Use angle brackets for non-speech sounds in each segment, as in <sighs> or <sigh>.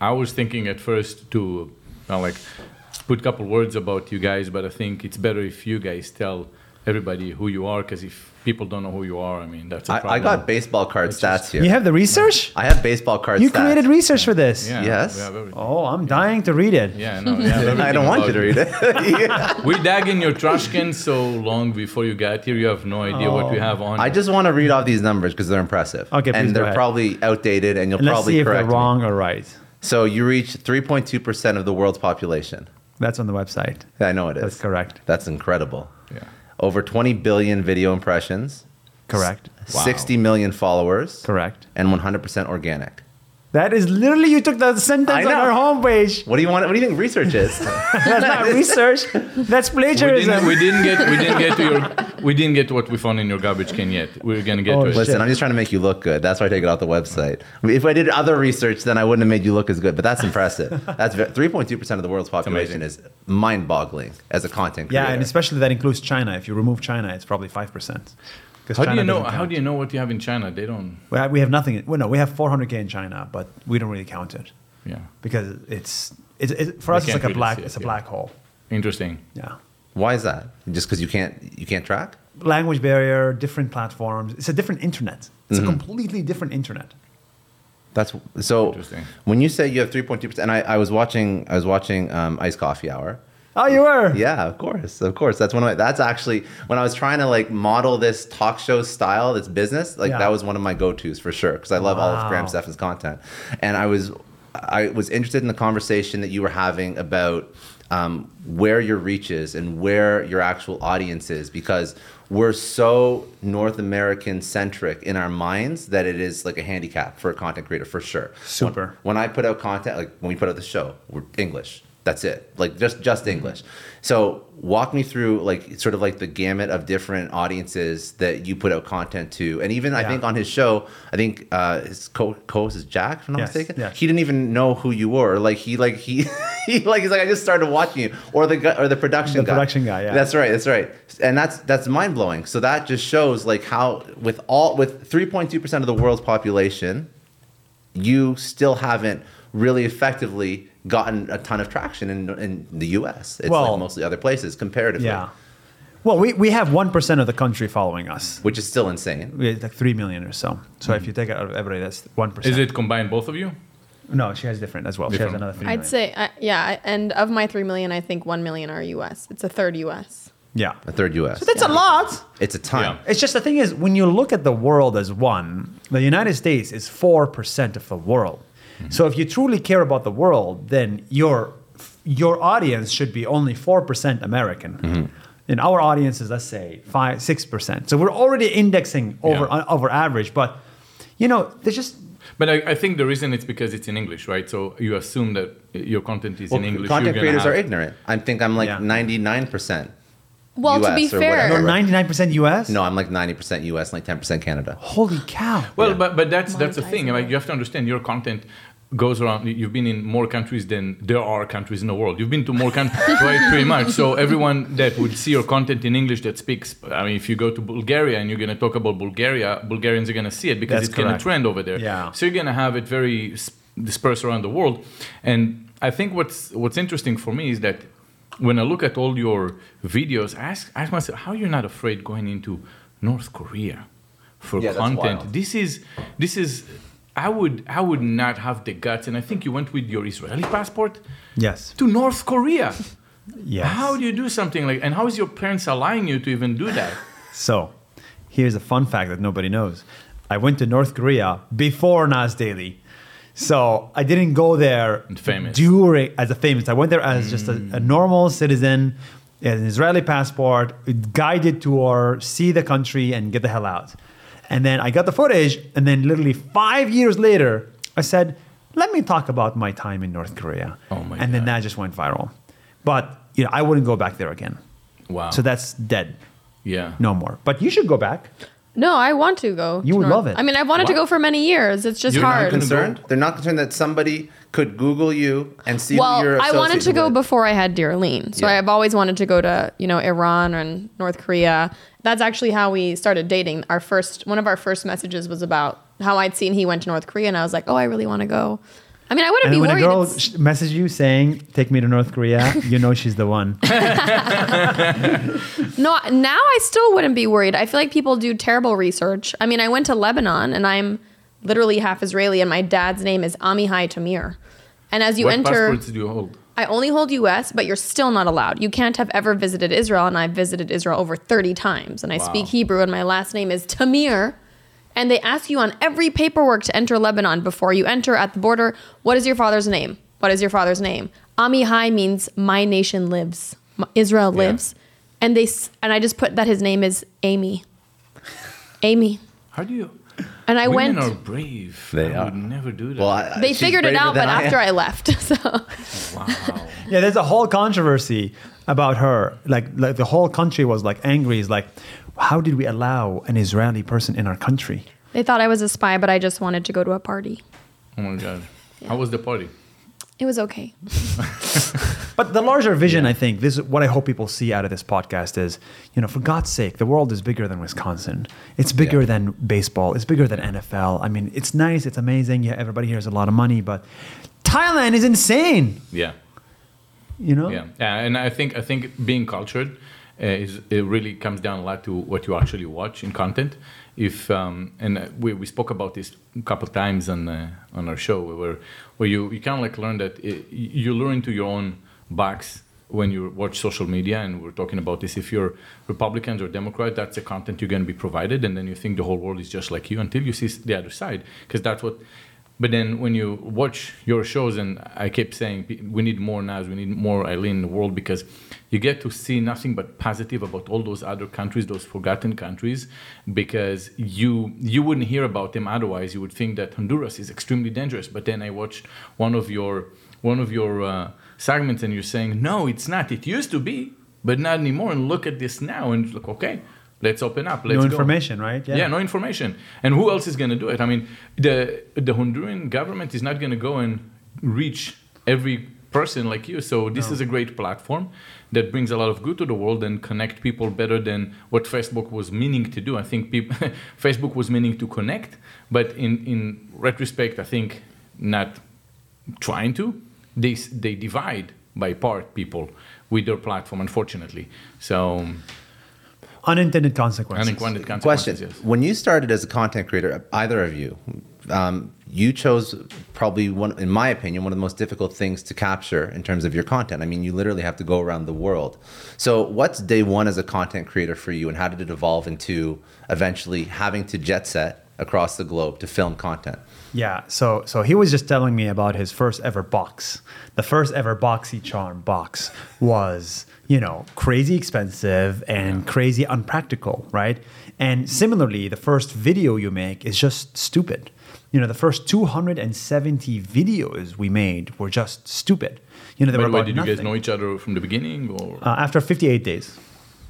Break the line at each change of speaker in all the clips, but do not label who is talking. I was thinking at first to uh, like put a couple words about you guys, but I think it's better if you guys tell everybody who you are, because if people don't know who you are, I mean that's a
I,
problem.
I got baseball card stats here.
You have the research?
I have baseball card
You
stats.
created research for this.
yeah,
Yes.
We have everything.
Oh, I'm dying to read it.
Yeah, no, we have
<laughs> I
everything
don't want you
about
to read it. <laughs>
We dug in your trash can so long before you got here. You have no idea what we have on.
Oh. I just want to read off these numbers because they're impressive.
Okay, please
and
go
they're
ahead.
probably outdated, and you'll
And let's
probably
see if we're
correct me.
wrong or right.
So you reach 3.2 percent of the world's population.
That's on the website.
I know it is.
That's correct.
That's incredible.
yeah.
Over 20 billion video impressions,
Correct.
Wow.
60 million followers,
Correct.
and 100 percent organic.
That is literally you took the sentence on
know.
our
<laughs>
homepage.
What do you want? What do you think research is?
That's not research. That's
We
plagiarism.
didn't, we didn't get we didn't get to your we didn't get to what we found in your garbage can yet. We're gonna get
Oh,
to it.
shit.
Listen, I'm just trying to make you look good. That's why I take it off the website. If I did other research, then I wouldn't have made you look as good. But that's impressive.
<laughs>
That's ve- 3.2% of the world's population is mind-boggling as a content creator.
yeah, and especially that includes China. If you remove China, it's probably five percent.
How do you know? How do you know what you have in China? They don't.
We have, we have nothing. Well, no, we have 400k in China, but we don't really count it
Yeah,
because it's it's it, for us. It's
can't
like a
really
black.
see it,
It's a
yeah.
black hole.
interesting.
Yeah.
Why is that? Just because you can't you can't track?
Language barrier, different platforms. It's a different internet. It's a completely different internet.
That's so.
Interesting.
When you say you have 3.2%, and I, I was watching I was watching um, Ice Coffee Hour.
Oh, you were.
<laughs> Yeah, of course, of course. That's one of my. That's actually when I was trying to like model this talk show style, this business. Like
Yeah.
that was one of my go tos for sure because I love all of Graham
Wow.
Stephan's content, and I was I was interested in the conversation that you were having about um, where your reach is and where your actual audience is because we're so North American centric in our minds that it is like a handicap for a content creator for sure.
Super.
When- when I put out content, like when we put out the show, we're English. That's it. Like just just English. So walk me through like sort of like the gamut of different audiences that you put out content to, and even I
Yeah.
think on his show, I think uh, his co host is Jack, if I'm not
Yes,
mistaken.
yeah.
He didn't even know who you were. Like he like he. <laughs> He, like he's like I just started watching you, or the guy, or the production
The
guy.
production guy, yeah.
That's right, that's right, and that's that's mind blowing. So that just shows like how with all with 3.2 percent of the world's population, you still haven't really effectively gotten a ton of traction in, in the US. It's
Well-
like mostly other places comparatively,
Yeah. Well, we, we have 1% of the country following us.
which is still insane.
We have like 3 million or so. So if you take it out of everybody, that's 1%.
Is it combined both of you?
No, she has different as well. She has
Different.
another 3
I'd
million.
say, uh, yeah. I- And of my three million, I think one million are U.S. It's a third U.S.
Yeah.
A third US.
But that's a lot.
it's a ton.
It's just the thing is, when you look at the world as one, the United States is 4% of the world.
Mm-hmm.
So if you truly care about the world, then your your audience should be only 4% American.
Mm-hmm.
And our audience is, let's say, 5 6%. So we're already indexing over,
Yeah.
on over average. But, you know, there's just
But I, I think the reason it's because it's in English, right? So you assume that your content is in English.
Content
you're
creators
gonna
are
have-
ignorant. I think I'm like
Yeah.
99%.
Well, to
US
be
or whatever.
fair,
Right.
99% US?
No, I'm like 90% US, like 10% Canada.
Holy cow.
Well, but but that's that's the thing.
Monetizing
Like
it.
you have to understand your content goes around. You've been in more countries than there are countries in the world. You've been to more countries, <laughs> right? Pretty much. So everyone that would see your content in English that speaks, I mean, if you go to Bulgaria and you're going to talk about Bulgaria, Bulgarians are going to see it because
That's
it's going to
correct.
trend over there.
Yeah.
So you're going to have it very s- dispersed around the world, and I think what's what's interesting for me is that. When I look at all your videos, I ask, I ask myself, how you're not afraid going into North Korea for
Yeah, that's
content?
wild.
this is this is i would i would not have the guts and i think you went with your israeli passport
Yes.
to north korea
Yes.
how do you do something like and how is your parents allowing you to even do
<laughs>
that
So, here's a fun fact that nobody knows. I went to North Korea before Nas Daily. So, I didn't go there
Famous. Mm.
during as a famous. I went there as just a, a normal citizen, an Israeli passport, guided tour, see the country and get the hell out. And then I got the footage and then literally 5 years later, I said, "Let me talk about my time in North Korea."
Oh my
and then
God.
that just went viral. But, you know, I wouldn't go back there again.
wow
So that's dead
yeah
no more. But you should go back.
no, I want to go.
You
to
would
North-
love it.
I mean, I've wanted to
Wow.
go for many years. It's just
You're not
hard.
gonna
Concerned? They're not concerned that somebody could Google you and see who
well,
you're
I wanted to
associated
go
with.
before I had Dearleen. So
Yeah.
I've always wanted to go to, you know, Iran and North Korea. That's actually how we started dating. Our first one of our first messages was about how I'd seen he went to North Korea and I was like, "Oh, I really want to go." I mean, I wouldn't
And
be
when a
worried.
girl
It's-
sh- messaged you saying, "Take me to North Korea," you know she's the
<laughs>
one.
No, now I still wouldn't be worried. I feel like people do terrible research. I mean, I went to Lebanon and I'm literally half Israeli, and my dad's name is Amihai Tamir. And as you
what
enter,
passports do you hold?
I only hold US, but you're still not allowed. You can't have ever visited Israel, and I've visited Israel over 30 times. And I speak
Wow.
Hebrew, and my last name is Tamir. And they ask you on every paperwork to enter Lebanon before you enter at the border what is your father's name? What is your father's name? Amihai means my nation lives, M- Israel lives. And they s- and I just put that his name is Amy. Amy.
How do you?
And I
women
went.
are brave.
They
I
are.
would never do that.
Well, I,
they
she's
figured it
braver
out,
than
but after
am.
I left. <laughs> So
wow.
Yeah, there's a whole controversy about her. Like, like the whole country was like angry. It's like, how did we allow an Israeli person in our country?
they thought I was a spy, but I just wanted to go to a party.
Oh my
<laughs>
god. How was the party?
It was okay.
But the larger vision, I think, this is what I hope people see out of this podcast is, you know, for God's sake, the world is bigger than Wisconsin. It's bigger
Yeah.
than baseball. It's bigger than NFL. I mean, it's nice. It's amazing. Yeah, everybody here has a lot of money, but Thailand is insane.
Yeah.
You know.
yeah yeah and i think i think being cultured uh, is it really comes down a lot to what you actually watch in content if um, and uh, we, we spoke about this a couple times on uh, on our show where where you you kind of like learn that uh you lure into your own box when you watch social media and we're talking about this if you're republicans or democrat that's the content you're going to be provided and then you think the whole world is just like you until you see s- the other side because that's what but then when you watch your shows, and I kept saying "P- we need more Naz, we need more Eileen in the world because you get to see nothing but positive about all those other countries, those forgotten countries, because you you wouldn't hear about them otherwise. You would think that Honduras is extremely dangerous, but then I watched one of your one of your uh, segments, and you're saying no, it's not. It used to be, but not anymore. And look at this now, and it's like okay, let's open up. Let's
no
go.
information, right?
Yeah. no information. And who else is going to do it? I mean, the the Honduran government is not going to go and reach every person like you. So this is a great platform that brings a lot of good to the world and connect people better than what Facebook was meaning to do. I think people, <laughs> Facebook was meaning to connect, but in in retrospect, I think not trying to. They s- they divide by part people with their platform, unfortunately. So
Unintended consequences.
unintended consequences.
Question:
yes.
When you started as a content creator, either of you, um, you chose probably one, in my opinion, one of the most difficult things to capture in terms of your content. I mean, you literally have to go around the world. So, what's day one as a content creator for you, and how did it evolve into eventually having to jet set across the globe to film content?
Yeah, so so he was just telling me about his first ever box. The first ever boxy charm box was, you know, crazy expensive and crazy unpractical, right? And similarly, the first video you make is just stupid. You know, the first 270 videos we made were just stupid. You know, they
By
were
the way,
about
did you guys
nothing.
know each other from the beginning, or?
uh, after 58 days.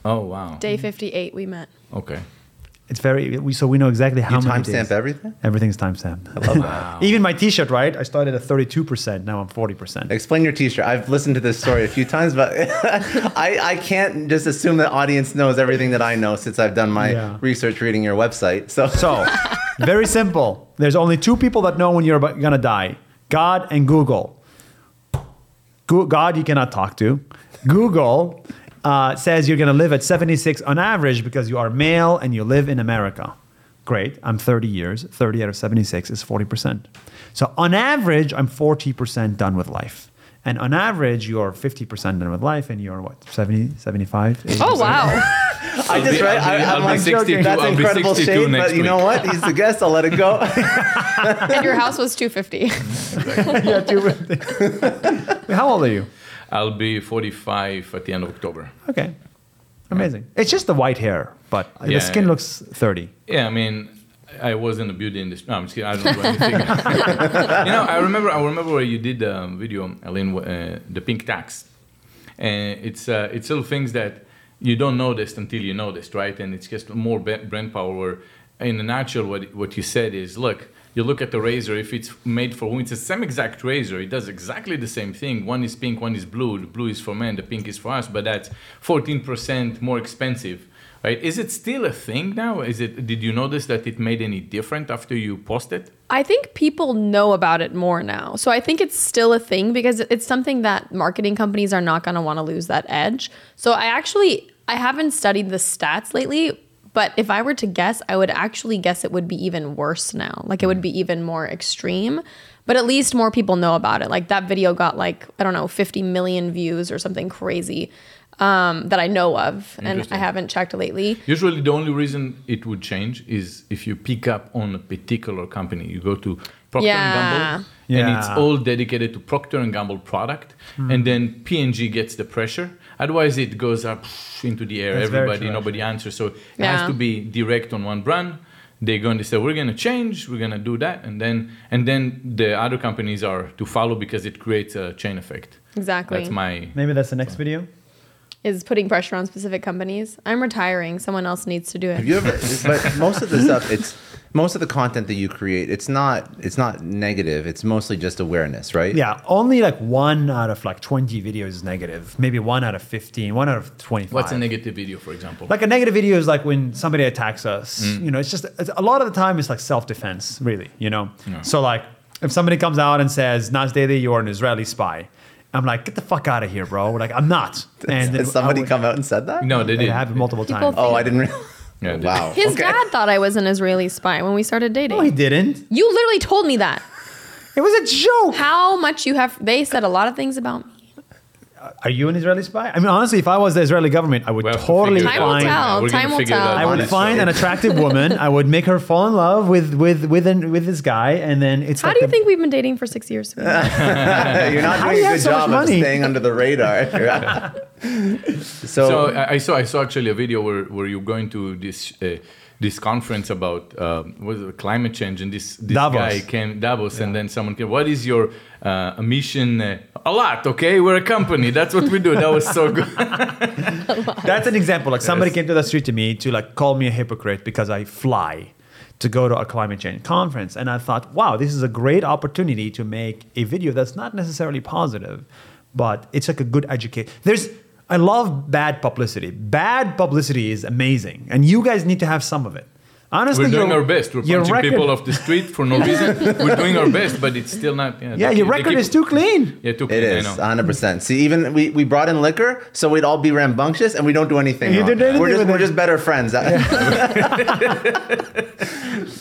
oh wow.
Day 58, we met.
Okay.
It's very we, so we know exactly how
You
many
timestamp
days.
everything?
Everything's timestamped.
Wow.
<laughs> Even my T-shirt, right? I started at 32%. Now I'm 40%.
Explain your T-shirt. I've listened to this story a few times, but <laughs> I, I can't just assume the audience knows everything that I know since I've done my
Yeah.
research reading your website. So,
<laughs>
So, very simple. There's only two people that know when you're about, gonna die: God and Google. Go- God, you cannot talk to. Google uh, says you're gonna live at 76 on average because you are male and you live in America. Great. I'm 30 years. 30 out of 76 is 40%. So on average, I'm 40% done with life. And on average, you're 50% done with life, and you're what, 70, 75? 80?
Oh, wow.
I just
be-
read.
I'll be-
I,
I'll
I'm
be
like,
62
that's
I'll be
incredible
62
shade,
next
but you know
week.
what? He's the guest. I'll let it go.
and your house was 250.
Yeah, two- How old are you?
I'll be 45 at the end of October.
Okay. Amazing. It's just the white hair, but
Yeah,
the skin
yeah.
looks 30.
Yeah, I mean, I was in the beauty industry. No, I'm just kidding. I don't know <laughs> anything. you know, I remember. I remember where you did the video, Aline, uh, the pink tax, and it's uh, it's little things that you don't notice until you noticed, right? And it's just more ba- brand power. Where in a nutshell, what what you said is, look. You look at the razor, if it's made for women, it's the same exact razor. It does exactly the same thing. One is pink, one is blue. The blue is for men, the pink is for us, but that's 14% more expensive right? Is it still a thing now? Is it? Did you notice that it made any different after you posted?
<laughs> I think people know about it more now. So I think it's still a thing because it's something that marketing companies are not going to want to lose that edge. So I actually I haven't studied the stats lately, but if I were to guess, I would actually guess it would be even worse now. Like it would be even more extreme. But at least more people know about it. Like that video got like I don't know 50 million views or something crazy um, that I know of, and I
Interesting.
haven't checked lately.
Usually, the only reason it would change is if you pick up on a particular company. You go to Procter
Yeah.
and Gamble, and it's
Yeah. Hmm.
all dedicated to Procter and Gamble product, and then P&G gets the pressure. Otherwise, it goes up into the air.
That's very
Everybody,
true,
nobody answers. So it
Yeah.
has to be direct on one brand. They're going to say we're going to change, we're going to do that, and then and then the other companies are to follow because it creates a chain effect.
Exactly.
That's my
Maybe that's the next video.
is putting pressure on specific companies. I'm retiring. Someone else needs to do
Have
it.
<laughs> you ever? but most of the stuff, it's most of the content that you create. It's not. It's not negative. It's mostly just awareness, right?
Yeah, only like one out of like 20 videos is negative. Maybe one out of 15, one out of 25.
what's a negative video, for example.
Like a negative video is like when somebody attacks us. You know, it's just it's, a lot of the time it's like self defense, really. You know, so like if somebody comes out and says Nas Daily, you're an Israeli spy, I'm like, get the fuck out of here, bro. Like I'm <laughs> not. And then
Has somebody
I would-
come out and said that?
no, they
It
did.
happened multiple
People
times.
think-
Oh, I didn't. Realize.
Yeah, they-
wow.
His
okay.
dad thought I was an Israeli spy when we started dating.
No, he didn't.
you literally told me that.
It was a joke.
How much you have? They said a lot of things about me.
Are you an Israeli spy? I mean, honestly, if I was the Israeli government, I would
We have to
totally
figure it
Time will
out.
find.
tell.
We're gonna
Time will
figure it out.
tell.
I would
Honestly.
find an attractive woman. I would make her fall in love with with with an, with this guy, and then it's.
How
like
do you
the-
think we've been dating for six years?
<laughs> You're not
How do
doing
you
a
have
good
so much
job of
money?
staying under the radar. <laughs>
So
so,
I, I saw I saw actually a video where, where you're going to this uh, this conference about um, what is it, climate change and this, this
Davos.
guy came Davos and then someone came what is your uh, mission uh, a lot okay we're a company that's what we do that was so
<laughs>
good
That's an example. Like somebody came to the street to me to like call me a hypocrite because I fly to go to a climate change conference, and I thought, wow, this is a great opportunity to make a video that's not necessarily positive, but it's like a good educate. There's I love bad publicity. Bad publicity is amazing, and you guys need to have some of it. Honestly,
we're doing
your-
our best we're
your
punching
record-
people off the street for no reason we're doing our best but it's still not yeah,
Yeah,
they
your
keep- they
record
keep-
is too clean.
yeah too
it
clean, I
is
know.
100. percent See, even we, we brought in liquor, so we'd all be rambunctious, and we don't do anything.
You
wrong.
didn't do anything
we're just
with
we're
it.
just better friends.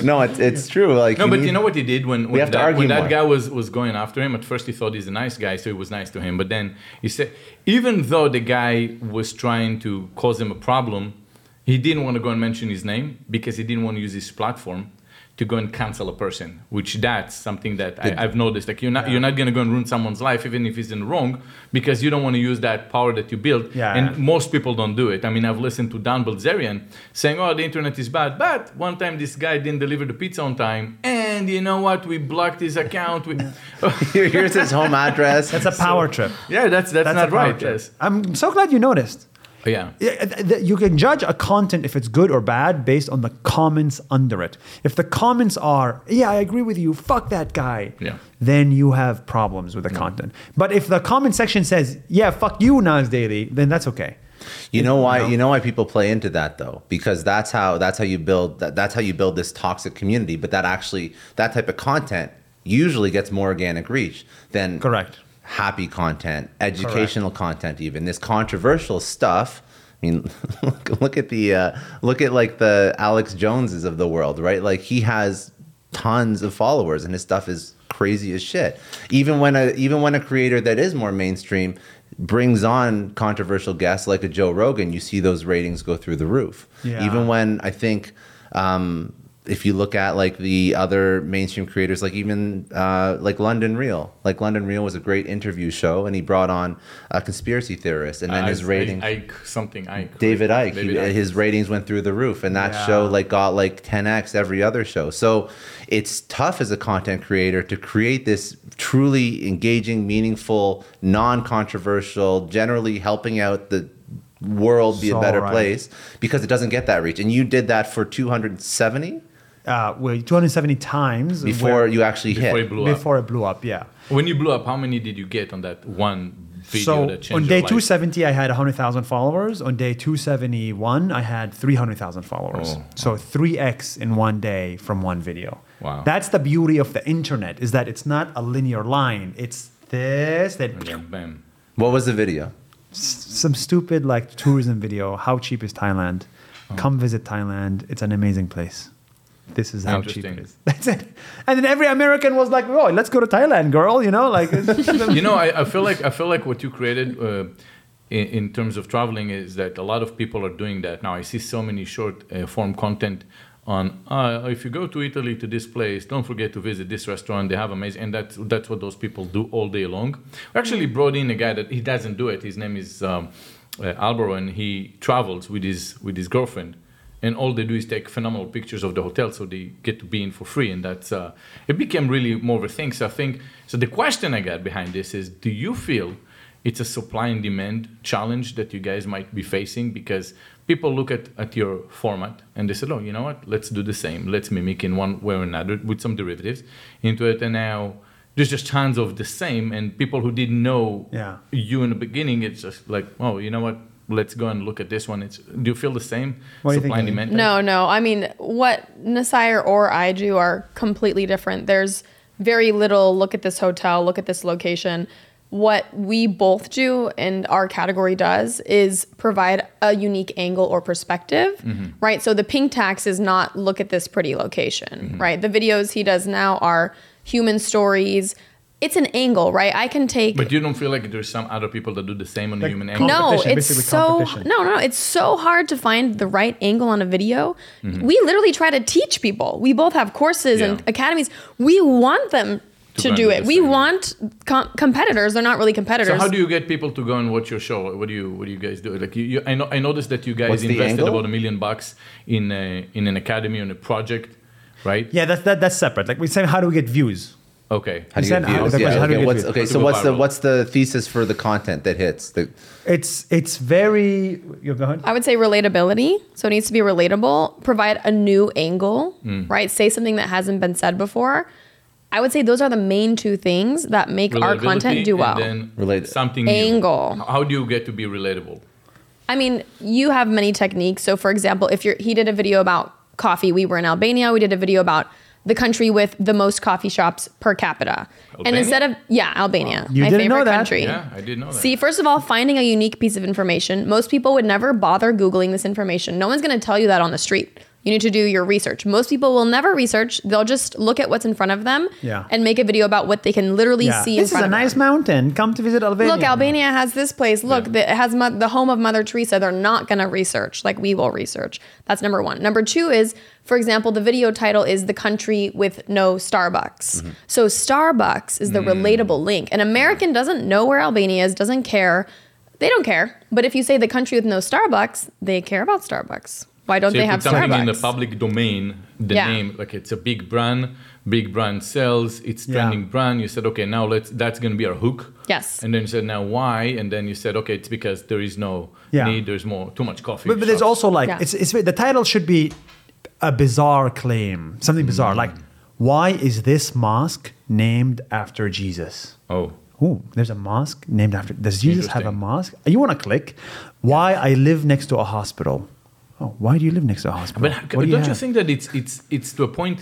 <laughs> no, it's it's true. Like
No, but
need- <laughs>
you know what he did when, when,
have to
that,
argue
when that
more.
guy was, was going after him? At first, he thought he's a nice guy, so he was nice to him. But then he said, even though the guy was trying to cause him a problem, he didn't want to go and mention his name because he didn't want to use his platform to go and cancel a person. Which that's something that I, I've noticed. Like you're not you're not going to go and ruin someone's life, even if he's in the wrong, because you don't want to use that power that you built.
Yeah.
And most people don't do it. I mean, I've listened to Dan Bilzerian saying, "Oh, the internet is bad," but one time this guy didn't deliver the pizza on time, and you know what? We blocked his account.
<laughs>
We, <laughs>
here's his home address.
That's a power trip.
yeah, that's that's,
That's
not
a power
right.
trip.
Yes.
I'm so glad you noticed.
Yeah.
Yeah, th- th- you can judge a content if it's good or bad based on the comments under it. If the comments are, yeah, I agree with you, fuck that guy,
Yeah.
then you have problems with the content. But if the comment section says, yeah, fuck you, Nas Daily, then that's okay.
You know why? You know why people play into that though, because that's how that's how you build that, that's how you build this toxic community. But that actually that type of content usually gets more organic reach than
Correct.
happy content, educational content, even this controversial stuff. I mean, <laughs> look, look at the uh, look at like the Alex Joneses of the world, right? Like he has tons of followers, and his stuff is crazy as shit. Even when a even when a creator that is more mainstream brings on controversial guests like a Joe Rogan, you see those ratings go through the roof.
Yeah.
Even when I think um, if you look at like the other mainstream creators, like even uh, like London Real, like London Real was a great interview show, and he brought on a conspiracy theorist, and then
I-
his ratings.
I, Ike something Ike.
David Icke,
David
he-
Icke.
his ratings went through the roof, and that
Yeah.
show like got like 10x every other show. So it's tough as a content creator to create this truly engaging, meaningful, non-controversial, generally helping out the world be
So
a better
right.
place because it doesn't get that reach. And you did that for 270
Uh, well, 270 times
before
where-
you actually
before he
hit.
blew up.
before it blew up, yeah.
When you blew up, how many did you get on that one video
so
that changed
on
your
day
life.
270 i had 100000 followers on day 271 i had 300000 followers
Oh.
so 3x in one day from one video
Wow.
that's the beauty of the internet is that it's not a linear line it's this that
And then bam.
What was the video?
some stupid like tourism video how cheap is thailand
Oh.
come visit thailand it's an amazing place this is how cheap it
Interesting.
is <laughs> that's it and then every american was like oh let's go to thailand girl you know
<laughs>
like <laughs>
you know, I, I feel like I feel like what you created uh, in, in terms of traveling is that a lot of people are doing that now. I see so many short uh, form content on uh, if you go to Italy to this place, don't forget to visit this restaurant. They have amazing, and that's that's what those people do all day long. We actually brought in a guy that he doesn't do it. His name is um, uh, Alvaro, and he travels with his with his girlfriend. And all they do is take phenomenal pictures of the hotel, so they get to be in for free, and that's uh, it became really more of a thing. So I think so. The question I got behind this is: Do you feel it's a supply and demand challenge that you guys might be facing because people look at, at your format and they said, "Oh, you know what? Let's do the same. Let's mimic in one way or another with some derivatives into it." And now there's just tons of the same, and people who didn't know
Yeah.
you in the beginning, it's just like, "Oh, you know what? Let's go and look at this one." It's do you feel the same
What do you
supply and
think, Amy?
demand?
No, no. I mean, what Nasir or I do are completely different. There's very little look at this hotel, look at this location. What we both do and our category does is provide a unique angle or perspective, right? So the pink tax is not look at this pretty location, right? The videos he does now are human stories. It's an angle, right? I can take
But you don't feel like there's some other people that do the same on the
Like
human
com-
angle?
no,
competition,
it's
basically
so
competition.
no, no, it's so hard to find the right angle on a video. We literally try to teach people. We both have courses and
Mm-hmm. Yeah.
academies. We want them
To
to,
learn
do
the
it. We
same.
want com- competitors. They're not really competitors.
So how do you get people to go and watch your show? What do you What do you guys do? Like you, you I, know, I noticed that you guys
What's the
invested
angle?
about a million bucks in a, in an academy on a project, right?
yeah that's that, that's separate like we say how do we get views
Okay.
How do you
said
get
how-
views?
the question,
Yeah,
how do you
okay,
get
what's,
views?
okay,
How to
so
go
what's the
viral?
what's the thesis for the content that hits? The,
it's it's very you go ahead
I would say relatability. So it needs to be relatable, provide a new angle,
Mm.
right? Say something that hasn't been said before. I would say those are the main two things that make our content
Relatability
do well.
And then
Relate-
something
Angle.
New. How- How do you get to be relatable?
I mean, you have many techniques. So, for example, if you're, he did a video about coffee, we were in Albania. We did a video about the country with the most coffee shops per capita. And
Albania?
instead of yeah, Albania,
You
my
didn't
favorite
know that.
country.
Yeah, I didn't know that.
See, first of all, finding a unique piece of information. Most people would never bother Googling this information. No one's going to tell you that on the street. You need to do your research. Most people will never research. They'll just look at what's in front of them
Yeah.
and make a video about what they can literally
yeah.
see. in
this is
front
a
of
nice
them.
mountain come to visit albania
Look, Albania has this place. Look, the, it has mo- the home of Mother Teresa. They're not going to research like we will research. That's number one. Number two is, for example, the video title is The Country with No Starbucks.
Mm-hmm.
So Starbucks is the
Mm.
relatable link. An American doesn't know where Albania is, doesn't care. They don't care. But if you say The Country with No Starbucks, they care about Starbucks. Why don't
So
they
you
have
put something in
Starbucks?
the public domain, the
Yeah.
name, like it's a big brand, big brand sells, it's
Yeah.
trending brand. You said, okay, now let's that's gonna be our hook.
Yes.
And then you said, now why? And then you said, okay, it's because there is no
Yeah.
need, there's more too much coffee.
but, but there's
shops.
also like
Yeah.
it's, it's the title should be a bizarre claim something bizarre like why is this mosque named after jesus
oh.
Ooh, there's a mosque named after. Does Jesus have a
Interesting.
mosque? You want to click? Why I live next to a hospital? Oh, why do you live next to a hospital?
But how-
What do
don't you,
have?
think that it's it's it's to a point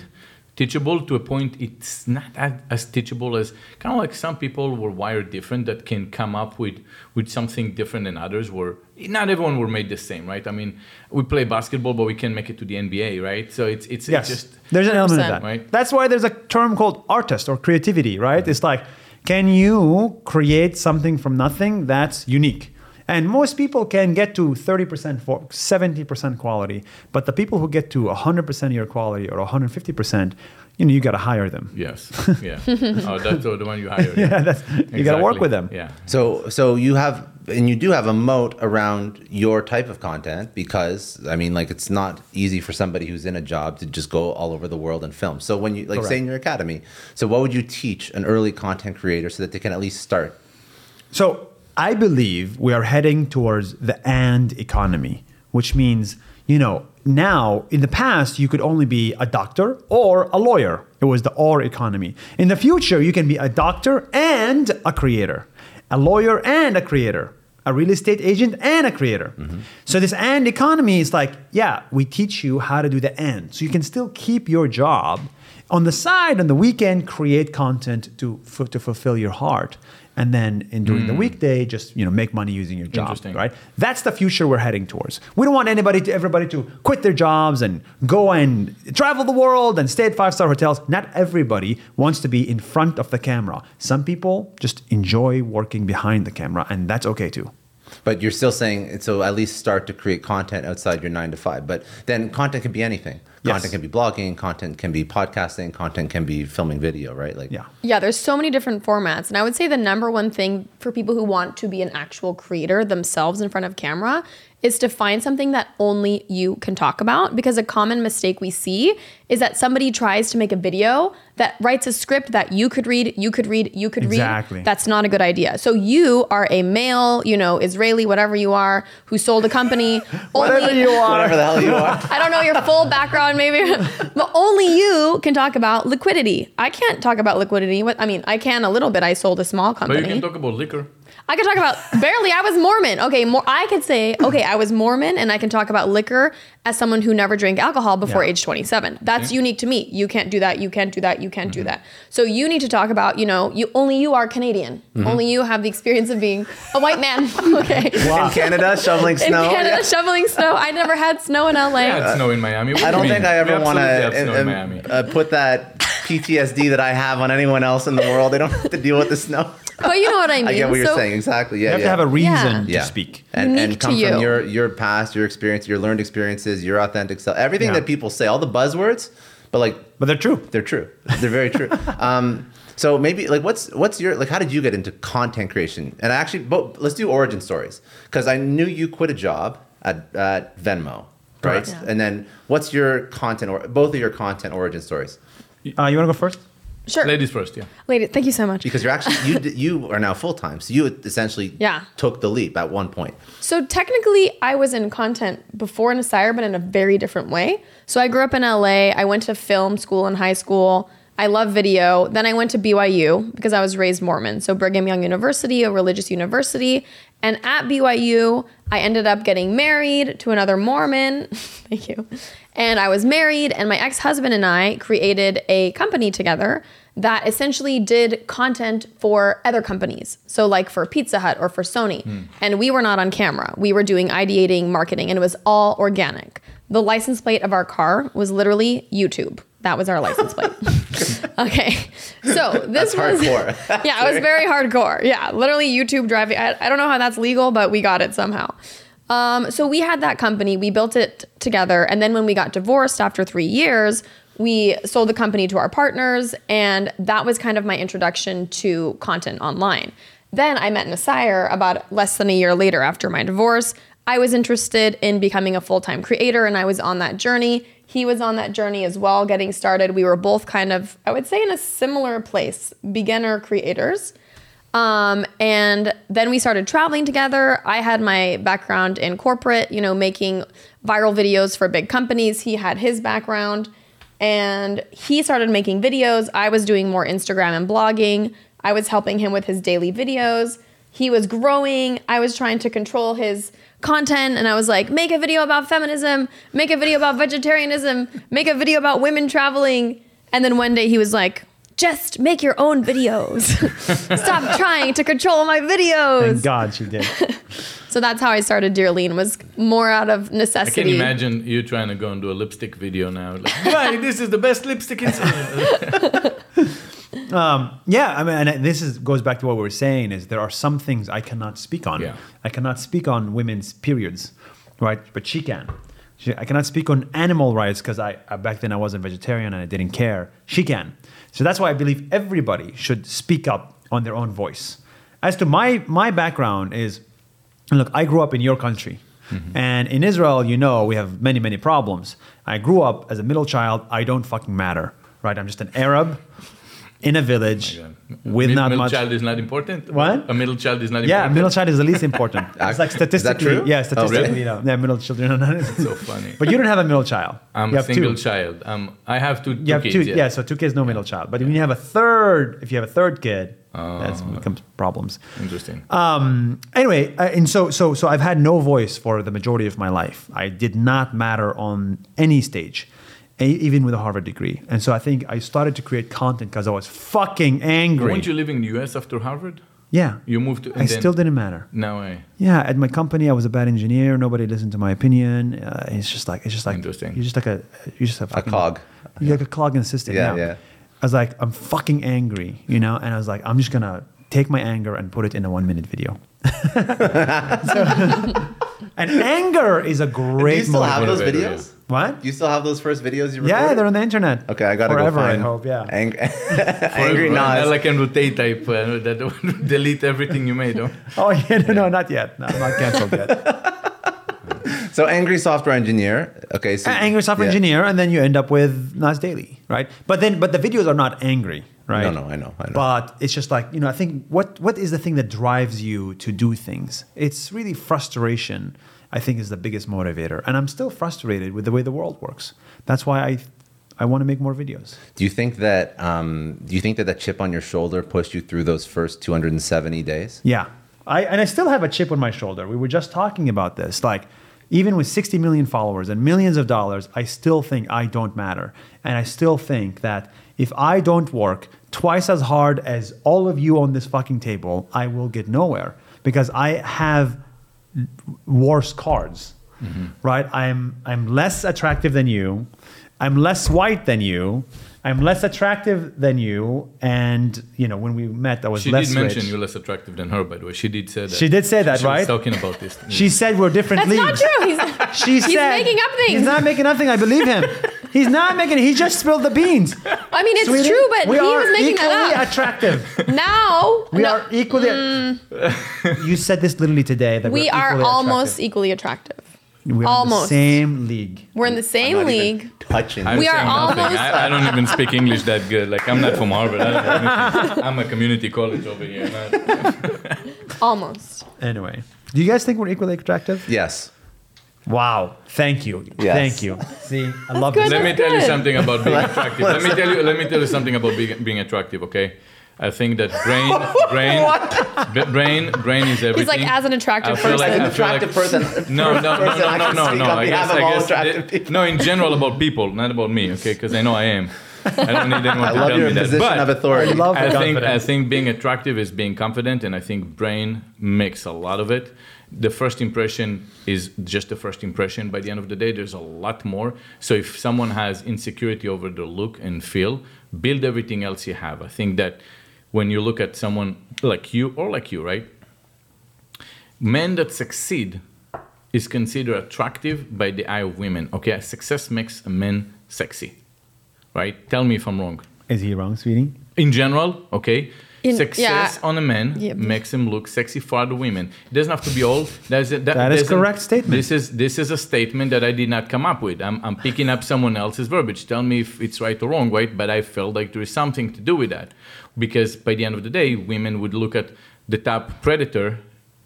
teachable to a point it's not as, as teachable as kind of like some people were wired different that can come up with with something different than others were not everyone were made the same right i mean we play basketball but we can make it to the nba right so it's it's,
Yes,
it's just
there's an element of
100%.
that.
Right.
That's why there's a term called artist or creativity, right? It's like, can you create something from nothing that's unique? And most people can get to 30%, for 70% quality, but the people who get to 100% of your quality or 150%, you know, you got to hire them. <laughs>
yes yeah oh that's the one you hired
Yeah, that's, you got to work
Exactly.
with them.
yeah
So, so you have, and you do have a moat around your type of content because, I mean, like it's not easy for somebody who's in a job to just go all over the world and film. So, when you, like, say in your academy, so what would you teach an early content creator so that they can at least start?
So I believe we are heading towards the and economy, which means, you know, now in the past, you could only be a doctor or a lawyer. It was the or economy. In the future, you can be a doctor and a creator. a lawyer and a creator, a real estate agent and a creator. So this and economy is like, yeah, we teach you how to do the and. So you can still keep your job on the side on the weekend create content to f- to fulfill your heart and then in during the weekday just you know make money using your job
Interesting.
right that's the future we're heading towards we don't want anybody to everybody to quit their jobs and go and travel the world and stay at five star hotels not everybody wants to be in front of the camera some people just enjoy working behind the camera and that's okay too
But you're still saying so. At least start to create content outside your nine to five. But then content can be anything.
Yes.
Content can be blogging. Content can be podcasting. Content can be filming video. Right? Like
yeah
Yeah, there's so many different formats. And I would say the number one thing for people who want to be an actual creator themselves in front of camera is to find something that only you can talk about. Because a common mistake we see is that somebody tries to make a video that writes a script that you could read, you could read, you could
Exactly.
read. That's not a good idea. So you are a male, you know, Israeli, whatever you are, who sold a company.
<laughs> whatever
only-
you are
Whatever the hell
<laughs>
you are.
I don't know your full background, maybe, <laughs> but only you can talk about liquidity. I can't talk about liquidity. What I mean, I can a little bit. I sold a small
But
company.
you can talk about liquor.
I can talk about barely. I was Mormon. Okay, more. I could say okay, I was Mormon, and I can talk about liquor as someone who never drank alcohol before
Yeah.
age twenty-seven. That's
Okay.
unique to me. You can't do that. You can't do that. You can't do that. So you need to talk about you know you only you are Canadian. Only you have the experience of being a white man. <laughs> okay.
In Canada, shoveling
In
snow.
Canada, shoveling snow. I never had snow in
I
LA.
had snow in Miami. What
I
do
don't
you
think
mean?
I
We
ever want
absolutely have snow in Miami.
to uh, put that PTSD that I have on anyone else in the world. They don't have to deal with the snow.
But you know what I mean.
I get what you're
So-
saying exactly. Yeah,
you have
yeah.
to have a reason
Yeah.
to speak
and,
Unique
and
to
come
you.
from your your past, your experience, your learned experiences, your authentic self. Everything
Yeah.
that people say, all the buzzwords, but like
but they're true
they're true. They're very
<laughs>
true. um, so maybe like what's what's your like how did you get into content creation? And actually, both, let's do origin stories because I knew you quit a job at, at Venmo, right?
Correct.
Yeah.
And then what's your content or both of your content origin stories?
uh, you want to go first
Sure. Lady.
Ladies first, yeah.
thank you so much.
Because you're actually you d- you are now full time, so you essentially
Yeah.
took the leap at one point.
So technically, I was in content before Nasire, but in a very different way. So I grew up in LA. I went to film school in high school. I love video. Then I went to BYU because I was raised Mormon. So Brigham Young University, a religious university. And at BYU, I ended up getting married to another Mormon. <laughs> Thank you. And I was married, and my ex husband and I created a company together that essentially did content for other companies. So, like for Pizza Hut or for Sony. And we were not on camera. We were doing ideating marketing, and it was all organic. The license plate of our car was literally YouTube. That was our license plate. <laughs> okay. So, this was.
Hardcore.
<laughs> Yeah, it was very hardcore. Yeah, literally YouTube driving. I, I don't know how that's legal, but we got it somehow. Um, so we had that company, we built it together. And then when we got divorced after three years, we sold the company to our partners. And that was kind of my introduction to content online. Then I met Nasir about less than a year later after my divorce. I was interested in becoming a full time creator and I was on that journey. He was on that journey as well, getting started. We were both kind of, I would say, in a similar place, beginner creators. Um, and then we started traveling together. I had my background in corporate, you know, making viral videos for big companies. He had his background. And he started making videos. I was doing more Instagram and blogging. I was helping him with his daily videos. He was growing. I was trying to control his content. And I was like, make a video about feminism, make a video about vegetarianism, make a video about women traveling. And then one day he was like, just make your own videos. <laughs> Stop trying to control my
thank
videos.
god she did
So that's how I started Dear Lean was more out of
I can
necessity.
imagine you trying to go and do a lipstick video now. Like, <laughs> "Hey, this is the best lipstick in
Yeah, I mean, and this is goes back to what we were saying: is there are some things I cannot speak on.
Yeah.
I cannot speak on women's periods, right? But she can. She, I cannot speak on animal rights because I, I back then I wasn't vegetarian and I didn't care. She can. So that's why I believe everybody should speak up on their own voice. As to my my background is, and look, I grew up in your country. And in Israel, you know, we have many, many problems. I grew up as a middle child. I don't fucking matter, right? I'm just an Arab in a village
Oh
with
Mid-
not
middle
much.
child is not important.
What?
A middle child is not
Yeah,
important.
middle child is the least
<laughs>
important. it's like
Is that
statistically,
true?
yeah,
Oh, really?
statistically, no. yeah, middle children are not.
<laughs> So funny.
<laughs> but you don't have a middle child.
I'm
you
a
have
single
two.
child. Um, I have two, two
You have
kids.
two,
yeah. Oh.
yeah. So two kids, no middle child. But when you have a third, if you have a third kid, that's becomes problems.
Interesting.
Um, anyway, I- and so so so I've had no voice for the majority of my life. I did not matter on any stage, e- even with a Harvard degree. And so I think I started to create content because I was fucking angry.
Weren't you living in the U.S. after Harvard?
yeah,
You moved to-
I
and then-
still didn't matter.
No way.
Yeah, at my company, I was a bad engineer. Nobody listened to my opinion. Uh, it's just like it's just like
Interesting.
You're just like a you're just a, fucking-
cog.
You're like a clog in the system.
Yeah,
Yeah,
yeah.
I was like, I'm fucking angry, you know, and I was like, I'm just gonna take my anger and put it in a one minute video. <laughs> So- <laughs> and anger is a
Do
great.
you still have
motivator.
those
motivator,
videos?
What?
Do you still have those first videos you recorded?
yeah, they're on the internet.
Okay, I gotta
forever.
go find.
I hope. Yeah.
Ang- <laughs> angry
Forever.
Nas.
I like Andrew Tate type. Uh, that <laughs> would delete everything you made. Huh?
oh yeah, no, no, not yet. No, I'm not
<laughs>
canceled yet.
so angry software engineer. Okay, so
angry software
yeah.
engineer, and then you end up with Nas Daily, right? But then, but the videos are not angry, right?
No, no, I know, I know.
But it's just like you know, I think what what is the thing that drives you to do things? It's really frustration. I think is the biggest motivator, and I'm still frustrated with the way the world works. That's why I I want to make more videos.
Do you think that um, do you think that that chip on your shoulder pushed you through those first 270 days?
Yeah. I, and I still have a chip on my shoulder. We were just talking about this. Like, even with 60 million followers and millions of dollars, I still think I don't matter. And I still think that if I don't work twice as hard as all of you on this fucking table, I will get nowhere because I have worse cards,
Mm-hmm.
right? I'm, I'm less attractive than you. I'm less white than you. I'm less attractive than you. And, you know, when we met, I was
She
less
did mention
rich.
you're less attractive than her, by the way. She did say that.
She did say that,
She was
right?
talking about this.
She said we're different
That's not
leagues.
true. He's,
She
he's
said
making up things.
He's not making nothing. I believe him. He's not making. He just spilled the beans.
I mean, it's
Sweetie,
true, but
we
he
are
was making
equally
that up.
attractive.
now
We
no,
are equally. you said this literally today that
we
we're
are
equally
almost
attractive.
equally attractive.
We're in the
almost.
same league.
We're in the
I'm not
same
even
league.
Touching.
I'm
We are
saying nothing.
almost-
I, I don't even speak English that good. Like I'm not from Harvard. I don't know anything. I'm a community college over here. Not,
Almost.
Anyway, do you guys think we're equally attractive?
yes.
Wow. Thank you.
Yes.
Thank you. See, I love
good.
this.
let me
That's
tell you
good.
something about being attractive. Let me tell you. Let me tell you something about being, being attractive. Okay. I think that
<laughs>
brain, brain, b- brain, brain is everything.
He's like as an attractive
I feel
person.
like-
<laughs>
An
<laughs> I feel
attractive person.
No, no, no,
person, I
no, no,
can
no,
speak
no.
on
I
behalf
guess,
of
I
all
guess
attractive
that- no, in general about people, not about me, okay? Because I know I am. I don't need anyone
I
to
love
tell
your
me that.
position
But
of authority.
I love
I
the
think I
confidence.
think being attractive is being confident, and I think brain makes a lot of it. The first impression is just the first impression. By the end of the day, there's a lot more. So if someone has insecurity over their look and feel, build everything else you have. I think that when you look at someone like you or like you, right? men that succeed is considered attractive by the eye of women. Okay, success makes a man sexy, right? Tell me if I'm wrong.
Is he wrong, sweetie?
In general, okay,
In-
success
yeah.
on a man
Yeah.
makes him look sexy for the women. It doesn't have to be old. That's a,
That is
that's a-
correct statement.
This is this is a statement that I did not come up with. I'm, I'm picking up someone else's verbiage. Tell me if it's right or wrong, right? But I felt like there is something to do with that, because by the end of the day, women would look at the top predator,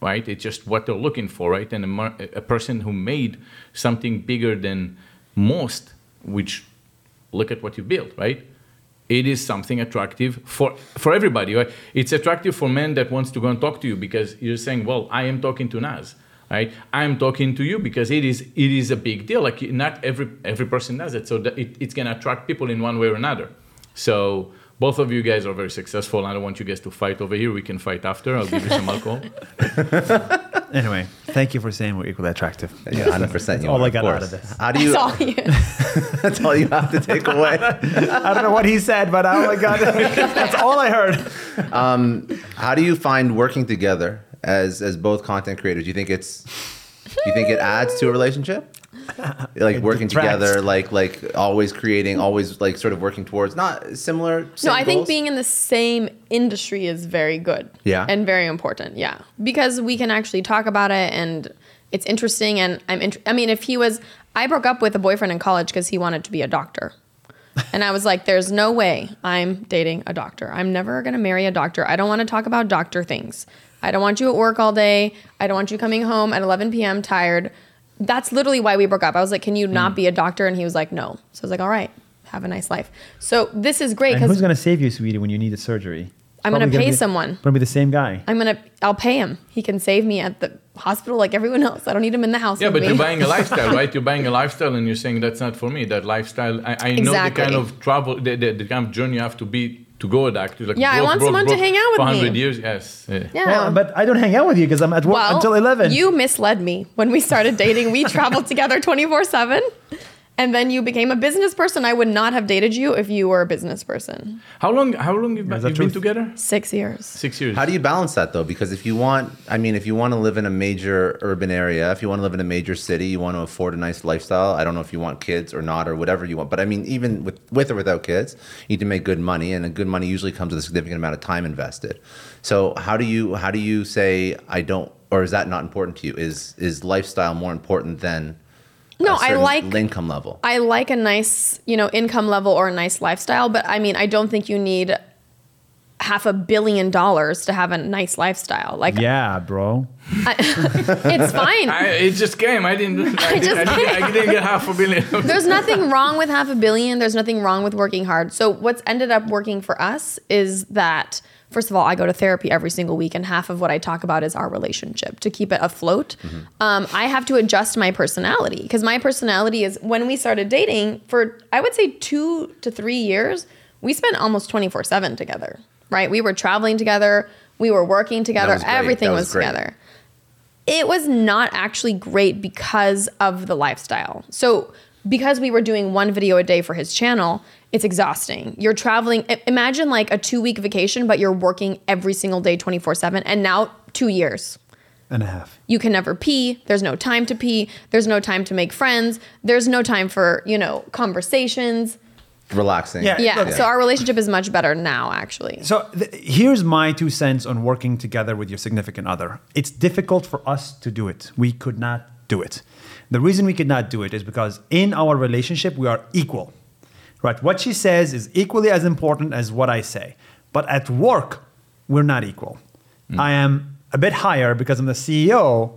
right? It's just what they're looking for, right? And a, mar- a person who made something bigger than most, which look at what you built, right? It is something attractive for for everybody. Right? It's attractive for men that wants to go and talk to you because you're saying, "Well, I am talking to Nas, right? I am talking to you because it is it is a big deal. Like not every every person does it, so that it, it's gonna attract people in one way or another. So both of you guys are very successful. I don't want you guys to fight over here. We can fight after. I'll give you some alcohol.
Anyway, thank you for saying we're equally attractive.
Yeah, 100%. you
all
are,
I
of
got out
course.
of this.
How do you,
That's all he
<laughs>
is.
that's all you have to take away.
<laughs>
I don't know what he said, but oh my god, <laughs> that's all I heard.
How do you find working together as as both content creators? Do you think it's do you think it adds to a relationship? Like working
detracts.
together, like like always creating, always like sort of working towards not similar.
No,
same
I think
goals?
being in the same industry is very good.
Yeah.
And very important. Yeah. Because we can actually talk about it and
<laughs>
it's interesting. And I'm, int- I mean, if he was, I broke up with a boyfriend in college because he wanted to be a doctor. And I was like, there's no way I'm dating a doctor. I'm never going to marry a doctor. I don't want to talk about doctor things. I don't want you at work all day. I don't want you coming home at 11 p.m. tired. That's literally why we broke up. I was like, can you
Hmm.
not be a doctor? And he was like, no. So I was like, all right, have a nice life. So this is great
And who's
because
going to save you, sweetie, when you need the surgery?
I'm gonna
Probably
pay
be-
someone.
Gonna be the same guy.
I'm going to, I'll pay him. He can save me at the hospital like everyone else. I don't need him in the house.
Yeah,
with
but
me.
you're buying a
<laughs>
lifestyle, right? You're buying a lifestyle, and you're saying that's not for me. That lifestyle, I, I know the kind
Exactly.
of travel, the, the, the kind of journey you have to be to go a doctor. Like
Yeah, I
broke,
want
broke,
someone to
broke
hang out with
for 100
me.
years, yes. Yeah.
Yeah.
Well, but I don't hang out with you because I'm at work
Well,
until 11.
You misled me when we started
<laughs>
dating. We traveled together 24 7. And then you became a business person. I would not have dated you if you were a business person.
How long? How long you've, been-
that
you've been
truth?
<laughs>
together?
Six years.
Six years.
How do you balance that though? Because if you want, I mean, if you want to live in a major urban area, if you want to live in a major city, you want to afford a nice lifestyle. I don't know if you want kids or not or whatever you want, but I mean, even with with or without kids, you need to make good money, and a good money usually comes with a significant amount of time invested. So how do you how do you say I don't, or is that not important to you? Is is lifestyle more important than
No,
a
I
certain
like-
income level?
I like a nice, you know, income level or a nice lifestyle, but I mean, I don't think you need half a billion dollars to have a nice lifestyle. Like,
yeah, bro.
it's
<laughs>
fine.
I, it just came. I
<laughs>
didn't. I, didn't,
just
I, didn't, I didn't get half a
<laughs>
billion.
There's nothing wrong with half a billion. There's nothing wrong with working hard. So what's ended up working for us is that first of all, I go to therapy every single week, and half of what I talk about is our relationship to keep it afloat. Um, I have to adjust my personality because my personality is when we started dating for I would say two to three years, we spent almost 24 seven together. Right? We were traveling together. We were working together.
was great.
Everything
That
was,
was great.
together it was not actually great because of the lifestyle. So, because we were doing one video a day for his channel, it's exhausting. You're traveling, i- imagine like a two week vacation, but you're working every single day 24 7, and now two years.
And a half.
You can never pee. There's no time to pee. There's no time to make friends. There's no time for, you know, conversations.
Relaxing.
Yeah.
Yeah.
Look,
so, our relationship is much better now, actually.
So th- here's my two cents on working together with your significant other. It's difficult for us to do it. We could not do it. The reason we could not do it is because in our relationship we are equal. Right? What she says is equally as important as what I say. But at work, we're not equal. I am a bit higher because I'm the CEO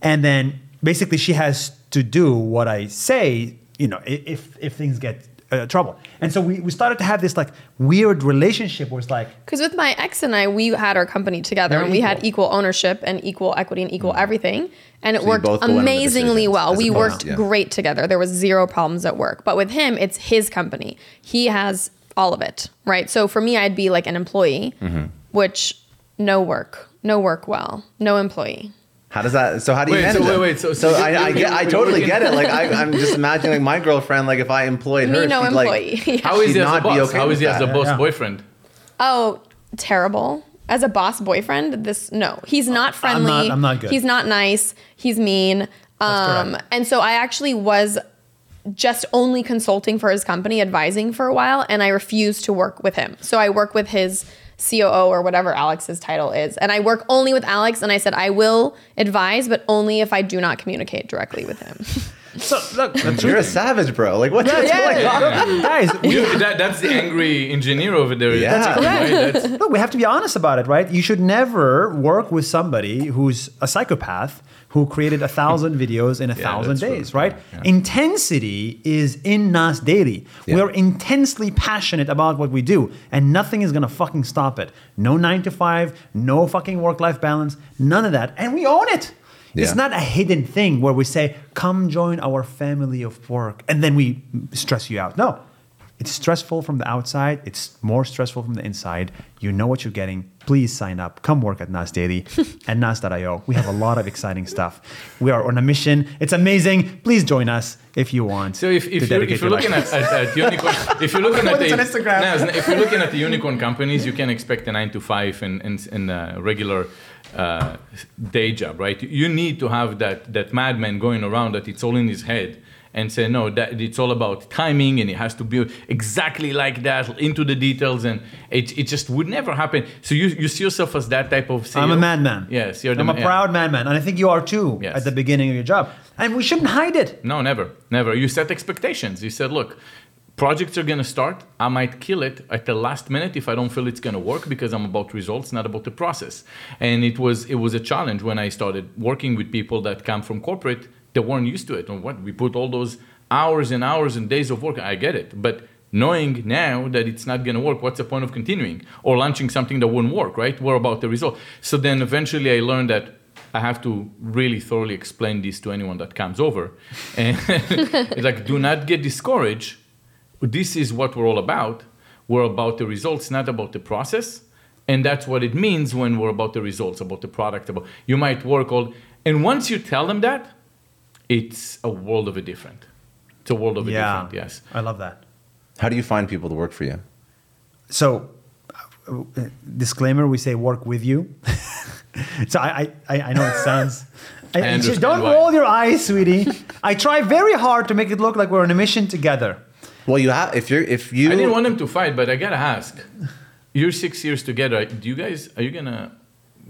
and then basically she has to do what I say, you know, i- if if things get uh, trouble. And so we, we started to have this like weird relationship where it's like
Because with my ex and I, we had our company together,
They're
and we had
equal.
equal ownership and equal equity and equal everything, and it
Mm. So you
worked
both go in on the
amazingly
decisions
well.
as
We
opposed-
worked
yeah.
great together. There was zero problems at work. But with him, it's his company. He has all of it, right? So for me, I'd be like an employee,
Mm-hmm.
which no work, no work well, no employee.
How does that? So how do you
Wait,
manage
so
it?
wait, wait, so- so you-
I, I,
you-
get, I
you-
totally
you-
get it. Like I, I'm just imagining like my girlfriend. Like if I employed
Me,
her,
no
she'd
employee.
like
How is
she'd
he as a
not be
boss?
okay
How is
with
he as a
that.
boss
Yeah.
boyfriend?
Oh, terrible. As a boss boyfriend, this no, he's not friendly.
not- Oh, I'm not good.
He's not nice. He's mean. Um,
correct.
and so I actually was just only consulting for his company, advising for a while, and I refused to work with him. So I work with his COO or whatever Alex's title is, and I work only with Alex. And I said I will advise, but only if I do not communicate directly with
<laughs>
him.
so look the
You're a
truth
savage, bro. Like what's,
<laughs>
what's
yeah.
going on?
is, guys we,
You, that, that's the angry engineer over there.
Yeah.
That's it, right? That's-
look, we have to be honest about it right you should never work with somebody who's a psychopath who created a
<laughs>
thousand videos in a thousand
that's really
days
true.
right intensity is in us daily we
Yeah.
are intensely passionate about what we do and nothing is gonna fucking stop it no nine to five no fucking work-life balance none of that and we own it
Yeah.
it's not a hidden thing where we say, come join our family of work, and then we stress you out. No, it's stressful from the outside, it's more stressful from the inside. You know what you're getting. Please sign up. Come work at Nas
<laughs>
Daily and Nas.io. We have a lot of exciting stuff. We are on a mission. It's amazing. Please join us if you want.
So if, if, you're, if you're looking at, at, at
<laughs>
unicorn, if you're looking at
What is
the,
on Instagram?
No, if you're looking at the unicorn companies, you can expect a nine to five and and, and a regular uh, day job, right? You need to have that that madman going around that it's all in his head and say no, that it's all about timing and it has to be exactly like that into the details and it, it just would never happen. So you you see yourself as that type of. CEO?
I'm a madman.
Yes, you're. the
I'm a
ma- yeah.
proud madman, and I think you are too
Yes.
at the beginning of your job. And we shouldn't hide it.
No, never, never. You set expectations. You said, look, projects are going to start. I might kill it at the last minute if I don't feel it's going to work because I'm about results, not about the process. And it was it was a challenge when I started working with people that come from corporate that weren't used to it. And what we put all those hours and hours and days of work. I get it, but knowing now that it's not going to work what's the point of continuing or launching something that wouldn't work right we're about the result so then eventually i learned that I have to really thoroughly explain this to anyone that comes over. And like, do not get discouraged. This is what we're all about. We're about the results, not about the process. And that's what it means when we're about the results, about the product, about you might work all and once you tell them that, it's a world of a different. It's a world of a
yeah.
different, yes.
I love that.
How do you find people to work for you?
so uh, disclaimer we say work with you <laughs> so I, I i know it sounds
<laughs>
I,
I understand
don't
why.
roll your eyes sweetie i try very hard to make it look like we're on a mission together
Well, you have if you're if you
I didn't want them to fight, but I gotta ask. You're six years together. Do you guys are you gonna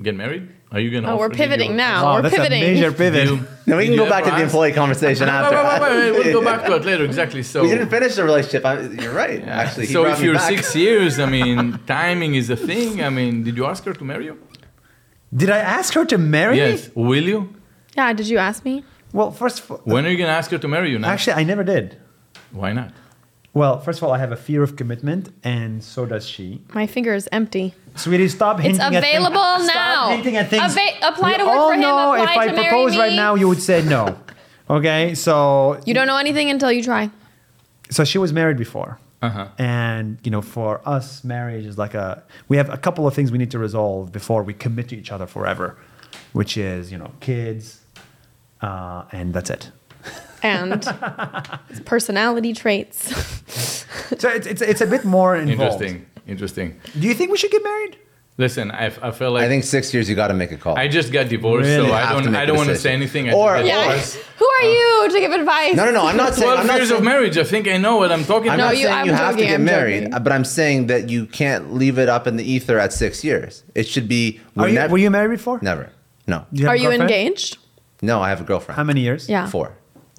get married? Are you gonna
Oh, we're
offer- did you-
pivoting now.
Wow,
we're
that's
pivoting.
a major
Did
pivot
you-
Now we
did
can
you
go back to
ever
the
ask?
employee conversation after.
Wait, wait, wait, wait, We'll go back to it later. Exactly. So,
<laughs> We didn't finish the relationship. I, you're right. Actually, he
so
brought
if
me
you're
back.
six years, I mean, timing is a thing. I mean, did you ask her to marry you?
did i ask her to marry me
Yes. Will you?
Yeah, did you ask me?
well first of all,
When are you gonna ask her to marry you? Now?
actually i never did
why not?
well first of all i have a fear of commitment and so does she
My finger is empty.
sweetie stop
It's
hinting at things-
available
stop
now.
hinting at things.
Ava- apply
We
to work
all
for him,
know if
apply
i
to marry
propose right
me.
now you would say
<laughs>
no okay so
You don't know anything until you try.
so she was married before
Uh-huh.
and you know for us marriage is like a we have a couple of things we need to resolve before we commit to each other forever which is you know kids uh, and that's it <laughs>
And it's personality traits.
so it's, it's, it's a bit more involved
Interesting. Interesting.
do you think we should get married
Listen, I, I feel like
I
I,
think six years. You got to make a call.
just got divorced,
Really
so I
have to
don't
make
I
a
don't want to
decision.
say anything.
Or-
I think that
<laughs> or-
was
Who are you to give advice?
Uh, no, no, no. I'm
<laughs>
not saying. I'm
Twelve
not
years
saying,
of marriage. I think I know what I'm talking
I'm
No,
about.
not
you-
saying
I'm
you have
joking,
to get
I'm
married,
joking.
uh, but I'm saying that you can't leave it up in the ether at six years. It should be.
Are
we're
you,
nev-
were you married before
Never. No.
Do have
Are
a
you
girlfriend?
engaged?
No, I have a girlfriend.
how many years
Yeah.
Four.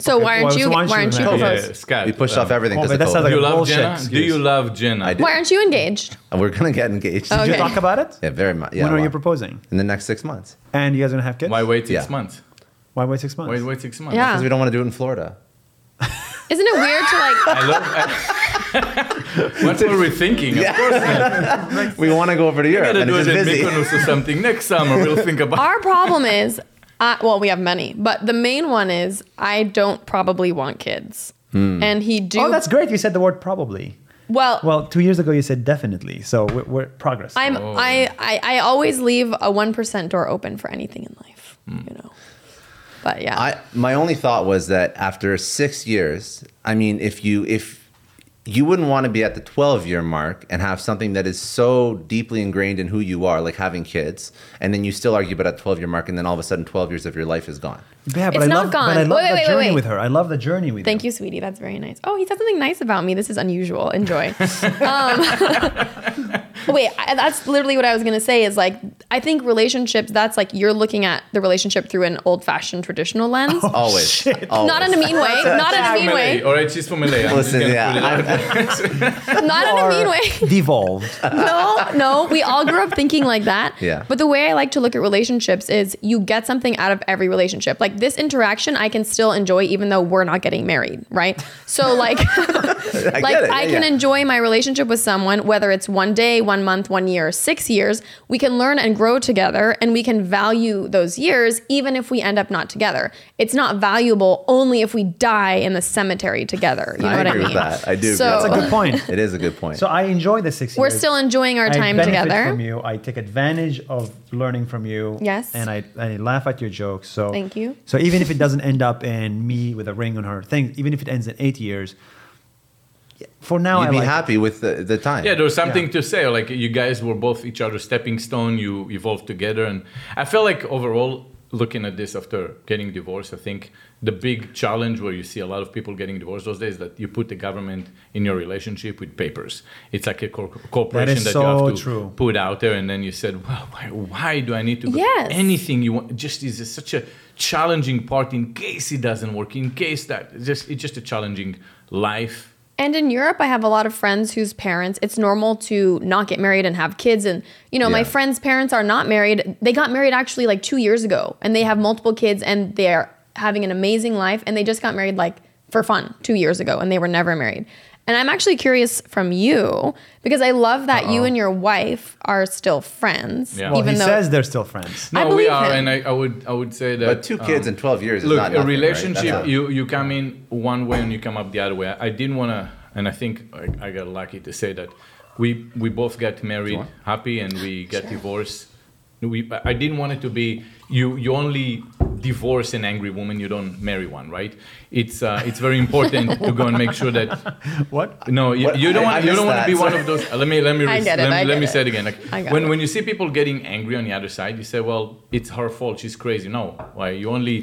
So why aren't
Well,
you?
so why
Why
aren't you
aren't you
married?
yeah,
proposed?
Scott,
We pushed off
um,
everything
Oh,
because
but
of
that sounds like
COVID.
Do you love
Bullshit
Jenna? Do
excuse.
you love Jenna?
I do.
Why aren't you engaged?
And we're gonna get engaged.
Okay.
did you talk about it
Yeah, very much. Yeah,
when
a
are you
lot.
proposing
in the next six months?
and you guys are gonna have kids
Why wait six
Yeah.
months?
why wait six months
Wait, wait six months.
Yeah.
Because we don't want to do it in
<laughs>
Florida.
Isn't it weird to
<laughs>
like?
I love. what were we thinking? Of course, not.
We want to go over to
we
Europe,
gotta
and
do
it's
it in
just busy.
Mykonos or something next summer. We'll think about.
Our problem is, uh, well, we have many, but the main one is I don't probably want kids,
Hmm.
and he do.
oh that's great you said the word probably
well.
well two years ago you said definitely so we're, we're progress
I'm
Oh.
I, I I always leave a one percent door open for anything in life, you know. But yeah,
Hmm. I my only thought was that after six years, I mean, if you if you wouldn't want to be at the 12 year mark and have something that is so deeply ingrained in who you are, like having kids, and then you still argue about at 12 year mark, and then all of a sudden 12 years of your life is gone.
Yeah, but
It's
I
not
love, But I
gone.
love
Wait, wait,
the
wait,
journey
wait.
with her. I love the journey with
Thank
her.
you, sweetie. That's very nice. Oh, he said something nice about me. This is unusual. Enjoy. um, <laughs> wait, I, that's literally what I was gonna say. Is like, I think relationships. That's like you're looking at the relationship through an old-fashioned traditional
<laughs>
lens.
Always. Always.
Not in a mean way. Not in a
She's
mean
from
way.
LA. All right, she's from LA. I'm just
Listen,
gonna
yeah,
put it out there.
<laughs> Not in a
<laughs>
mean way. <laughs>
Devolved.
no, no. We all grew up thinking like that.
Yeah.
But the way I like to look at relationships is you get something out of every relationship. Like this interaction, I can still enjoy even though we're not getting married, right? So like, <laughs>
I
like
get it.
I
Yeah,
can
yeah.
enjoy my relationship with someone, whether it's one day, one month, one year, six years. We can learn and grow together, and we can value those years even if we end up not together. It's not valuable only if we die in the cemetery together. You know
I
what
agree
I
with
mean?
that. I do agree
So
with
That's a good point.
It is a good point.
So I enjoy the six
we're
years.
still enjoying our time
I benefit
together.
from you. I take advantage of learning from you.
Yes.
And I, I laugh at your jokes. So
Thank you.
So even if it doesn't end up in me with a ring on her thing, even if it ends in eight years, for now
You'd
I
be
like
happy with the, the time.
Yeah, there was something to say. Like you guys were both each other's stepping stone. You evolved together, and I feel like overall, looking at this after getting divorced, I think the big challenge where you see a lot of people getting divorced those days that you put the government in your relationship with papers. It's like a cor- corporation that, you
so
have to
true.
put out there, and then you said, "Well, why, why do I need to go
Yes.
anything you want?" Just is a- such a challenging part in case it doesn't work. In case that it's just it's just a challenging life
And in Europe, I have a lot of friends whose parents, it's normal to not get married and have kids. And, you know, my
Yeah.
friends' parents are not married. They got married actually like two years ago and they have multiple kids and they're having an amazing life. And they just got married like for fun two years ago and they were never married. And I'm actually curious from you because I love that you and your wife are still friends.
Yeah.
Well,
even
he
though
says they're still friends.
I
No, we
believe
are,
him.
and I, I would I would say that.
But two kids
um,
in 12 years is
look,
not nothing,
a
right? That's
relationship.
not-
You you come in one way and you come up the other way. I, I didn't wanna, and I think I, I got lucky to say that we we both got married
Sure.
happy and we got divorced. We I I didn't want it to be you you only divorce an angry woman. You don't marry one, right? It's uh, it's very important to go and make sure that
What?
no, you,
<laughs> What?
you don't want
I- I
you
missed
don't want to
that.
be one of those. uh, Let me let me
I
res-
get it,
let, me-
I
let
get
me
it.
say it again. Like
I got
when
it.
when you see people getting angry on the other side, you say, "Well, it's her fault. She's crazy." No, why? You only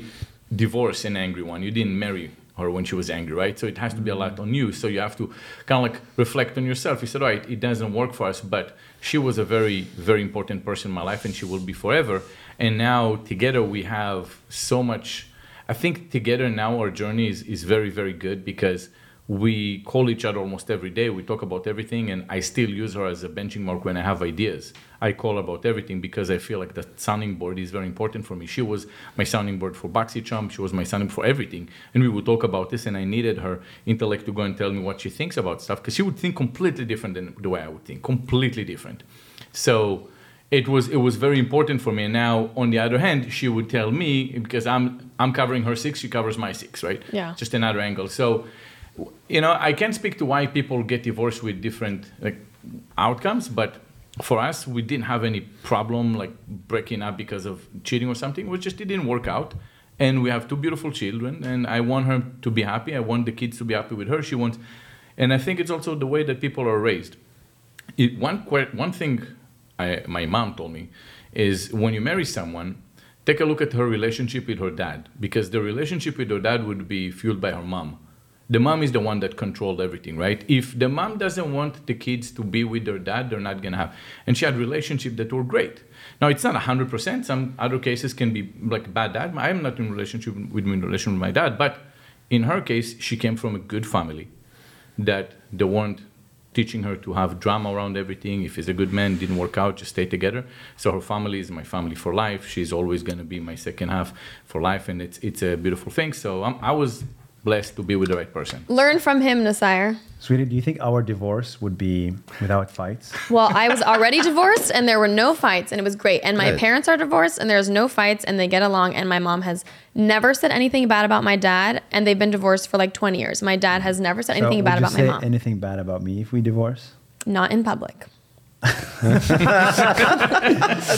divorce an angry one. You didn't marry her when she was angry, right? So it has to be a lot on you. So you have to kind of like reflect on yourself. You said, "All right, it doesn't work for us, but she was a very very important person in my life, and she will be forever." And now together we have so much I think together now our journey is, is very, very good because we call each other almost every day. We talk about everything, and I still use her as a benching mark when I have ideas. I call about everything because I feel like the sounding board is very important for me. She was my sounding board for BoxyChump, she was my sounding board for everything. And we would talk about this, and I needed her intellect to go and tell me what she thinks about stuff because she would think completely different than the way I would think, completely different. So it was it was very important for me. And now, on the other hand, she would tell me because I'm I'm covering her six, she covers my six, right?
Yeah.
Just another angle. So, w- you know, I can speak to why people get divorced with different like outcomes, but for us, we didn't have any problem like breaking up because of cheating or something. We just it didn't work out. And we have two beautiful children, and I want her to be happy. I want the kids to be happy with her. She wants, and I think it's also the way that people are raised it, one que- one thing I, my mom told me is when you marry someone, take a look at her relationship with her dad because the relationship with her dad would be fueled by her mom. The mom is the one that controlled everything, right? If the mom doesn't want the kids to be with their dad, they're not gonna have. And she had relationships that were great. Now it's not hundred percent. Some other cases can be like bad dad. I'm not in relationship with in relation with my dad, but in her case, she came from a good family that they weren't teaching her to have drama around everything. If he's a good man, didn't work out, just stay together. So her family is my family for life. She's always going to be my second half for life, and it's it's a beautiful thing. So I'm, I was blessed to be with the right person.
learn from him, Nasir.
Sweetie, do you think our divorce would be without fights?
Well, I was already divorced and there were no fights and it was great. And my
Good.
parents are divorced and there's no fights and they get along. And my mom has never said anything bad about my dad and they've been divorced for like 20 years. My dad has never said anything
would
bad
you
about my
say
mom.
Anything bad about me if we divorce?
Not in public.
<laughs> That's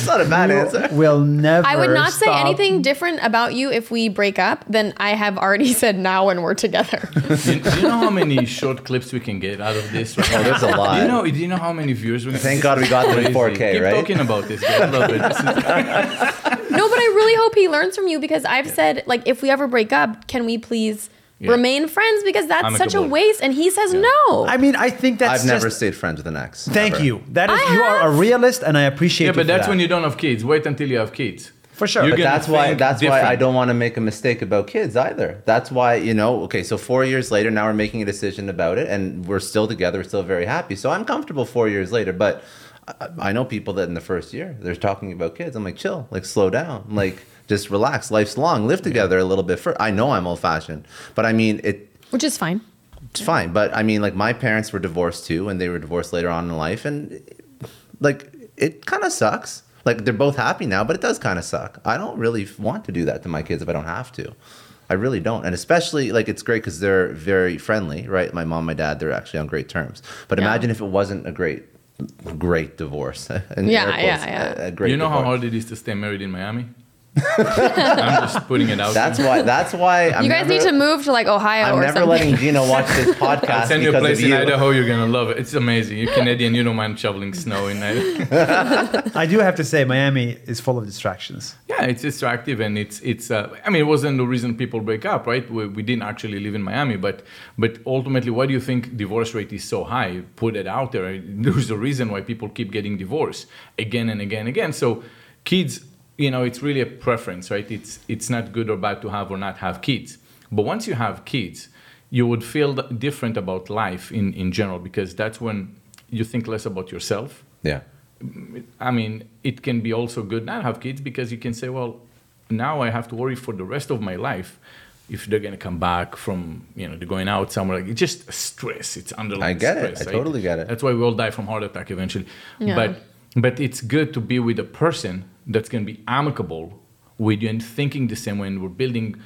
not a bad answer.
We'll never.
I would not say
stop-
anything different about you if we break up than I have already <laughs> said now when we're
<laughs>
together.
Do you, do you know how many short clips we can get out of this? Right
Oh,
now?
there's a lot.
Do <laughs> you know? Do you know how many viewers we can?
Thank
this
God we
is
got them in
crazy.
4K,
Keep
right?
talking about this, guys. Love
<laughs>
it. This is-
no, but I really hope he learns from you because I've said like if we ever break up, can we please
Yeah.
remain friends because that's such a
Amicable.
waste and he says
Yeah.
no.
I mean, I think that's.
I've never
just-
stayed friends with an ex.
Thank
ever.
you. That is,
I
you are a
have.
realist, and I appreciate.
yeah,
you
but
for
that's
that.
when you don't have kids. Wait until you have kids.
For sure.
You
But
But
can
that's why
think
that's why I
different.
don't want to make a mistake about kids either. That's why, you know, okay, so 4 years later now we're making a decision about it and we're still together, we're still very happy. So I'm comfortable 4 years later, but I, I know people that in the first year they're talking about kids. I'm like, "Chill, like slow down." I'm like just relax. Life's long. Live together a little bit first. I know I'm old fashioned, but I mean, it
Which is fine.
it's fine. But I mean, like my parents were divorced too, and they were divorced later on in life, and like it kind of sucks. Like they're both happy now, but it does kind of suck. I don't really want to do that to my kids if I don't have to. I really don't, and especially like it's great because they're very friendly, right? My mom, my dad, they're actually on great terms. But
Yeah.
imagine if it wasn't a great, great divorce. <laughs> in
Yeah,
air quotes,
yeah, yeah.
a- a great
you know how
divorce.
hard it is to stay married in Miami. <laughs> I'm just putting it out.
That's
there.
why. That's why. I'm
<laughs> you guys need
never-
to move to like Ohio
I'm
or
never
something. <laughs>
letting Gino watch
<laughs>
this podcast.
I'll send you a
because
place
of
in
you.
Idaho. You're gonna love it. It's amazing. You're Canadian. You don't mind shoveling snow in Idaho.
I do have to say, Miami is full of distractions.
yeah, it's distractive and it's it's. Uh, I mean, it wasn't the reason people break up, right? We, we didn't actually live in Miami, but but ultimately, why do you think divorce rate is so high? Put it out there. <laughs> There's a reason why people keep getting divorced again and again and again. So, kids, you know, it's really a preference, right? It's it's not good or bad to have or not have kids. But once you have kids, you would feel th- different about life in, in general because that's when you think less about yourself.
<laughs> Yeah.
I mean, it can be also good not have kids because you can say, well, now I have to worry for the rest of my life if they're gonna come back from you know they're going out somewhere. Like, it's just stress. It's underlying.
I get it.
stress,
I totally get it.
That's why we all die from heart attack eventually.
Yeah.
But but it's good to be with a person that's gonna be amicable with you and thinking the same way. And we're building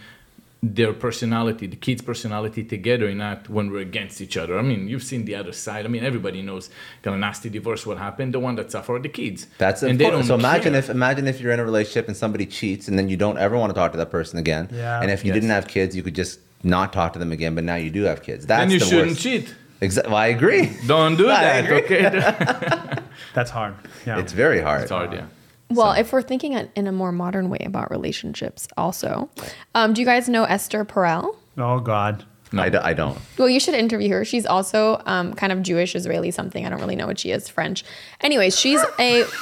their personality, the kids' personality together, and not when we're against each other. I mean, you've seen the other side. I mean, everybody knows kind of nasty divorce what happened. The one that suffered are the kids.
That's
and they
important.
don't
So imagine
care.
if imagine if you're in a relationship and somebody cheats and then you don't ever want to talk to that person again.
Yeah.
And if you
Yes.
didn't have kids, you could just not talk to them again. But now you do have kids. That's
then you
the
shouldn't
worst.
cheat.
Exactly. Well, I agree.
Don't do
<laughs> I
that.
agree.
Okay.
That's hard. Yeah.
It's very hard.
It's hard, yeah.
Well, if we're thinking it in a more modern way about relationships, also, um, do you guys know Esther Perel?
oh God.
No.
I, do, I
<laughs>
don't.
Well, you should interview her. She's also um, kind of Jewish, Israeli, something. I don't really know what she is, French. Anyways, she's a. <laughs>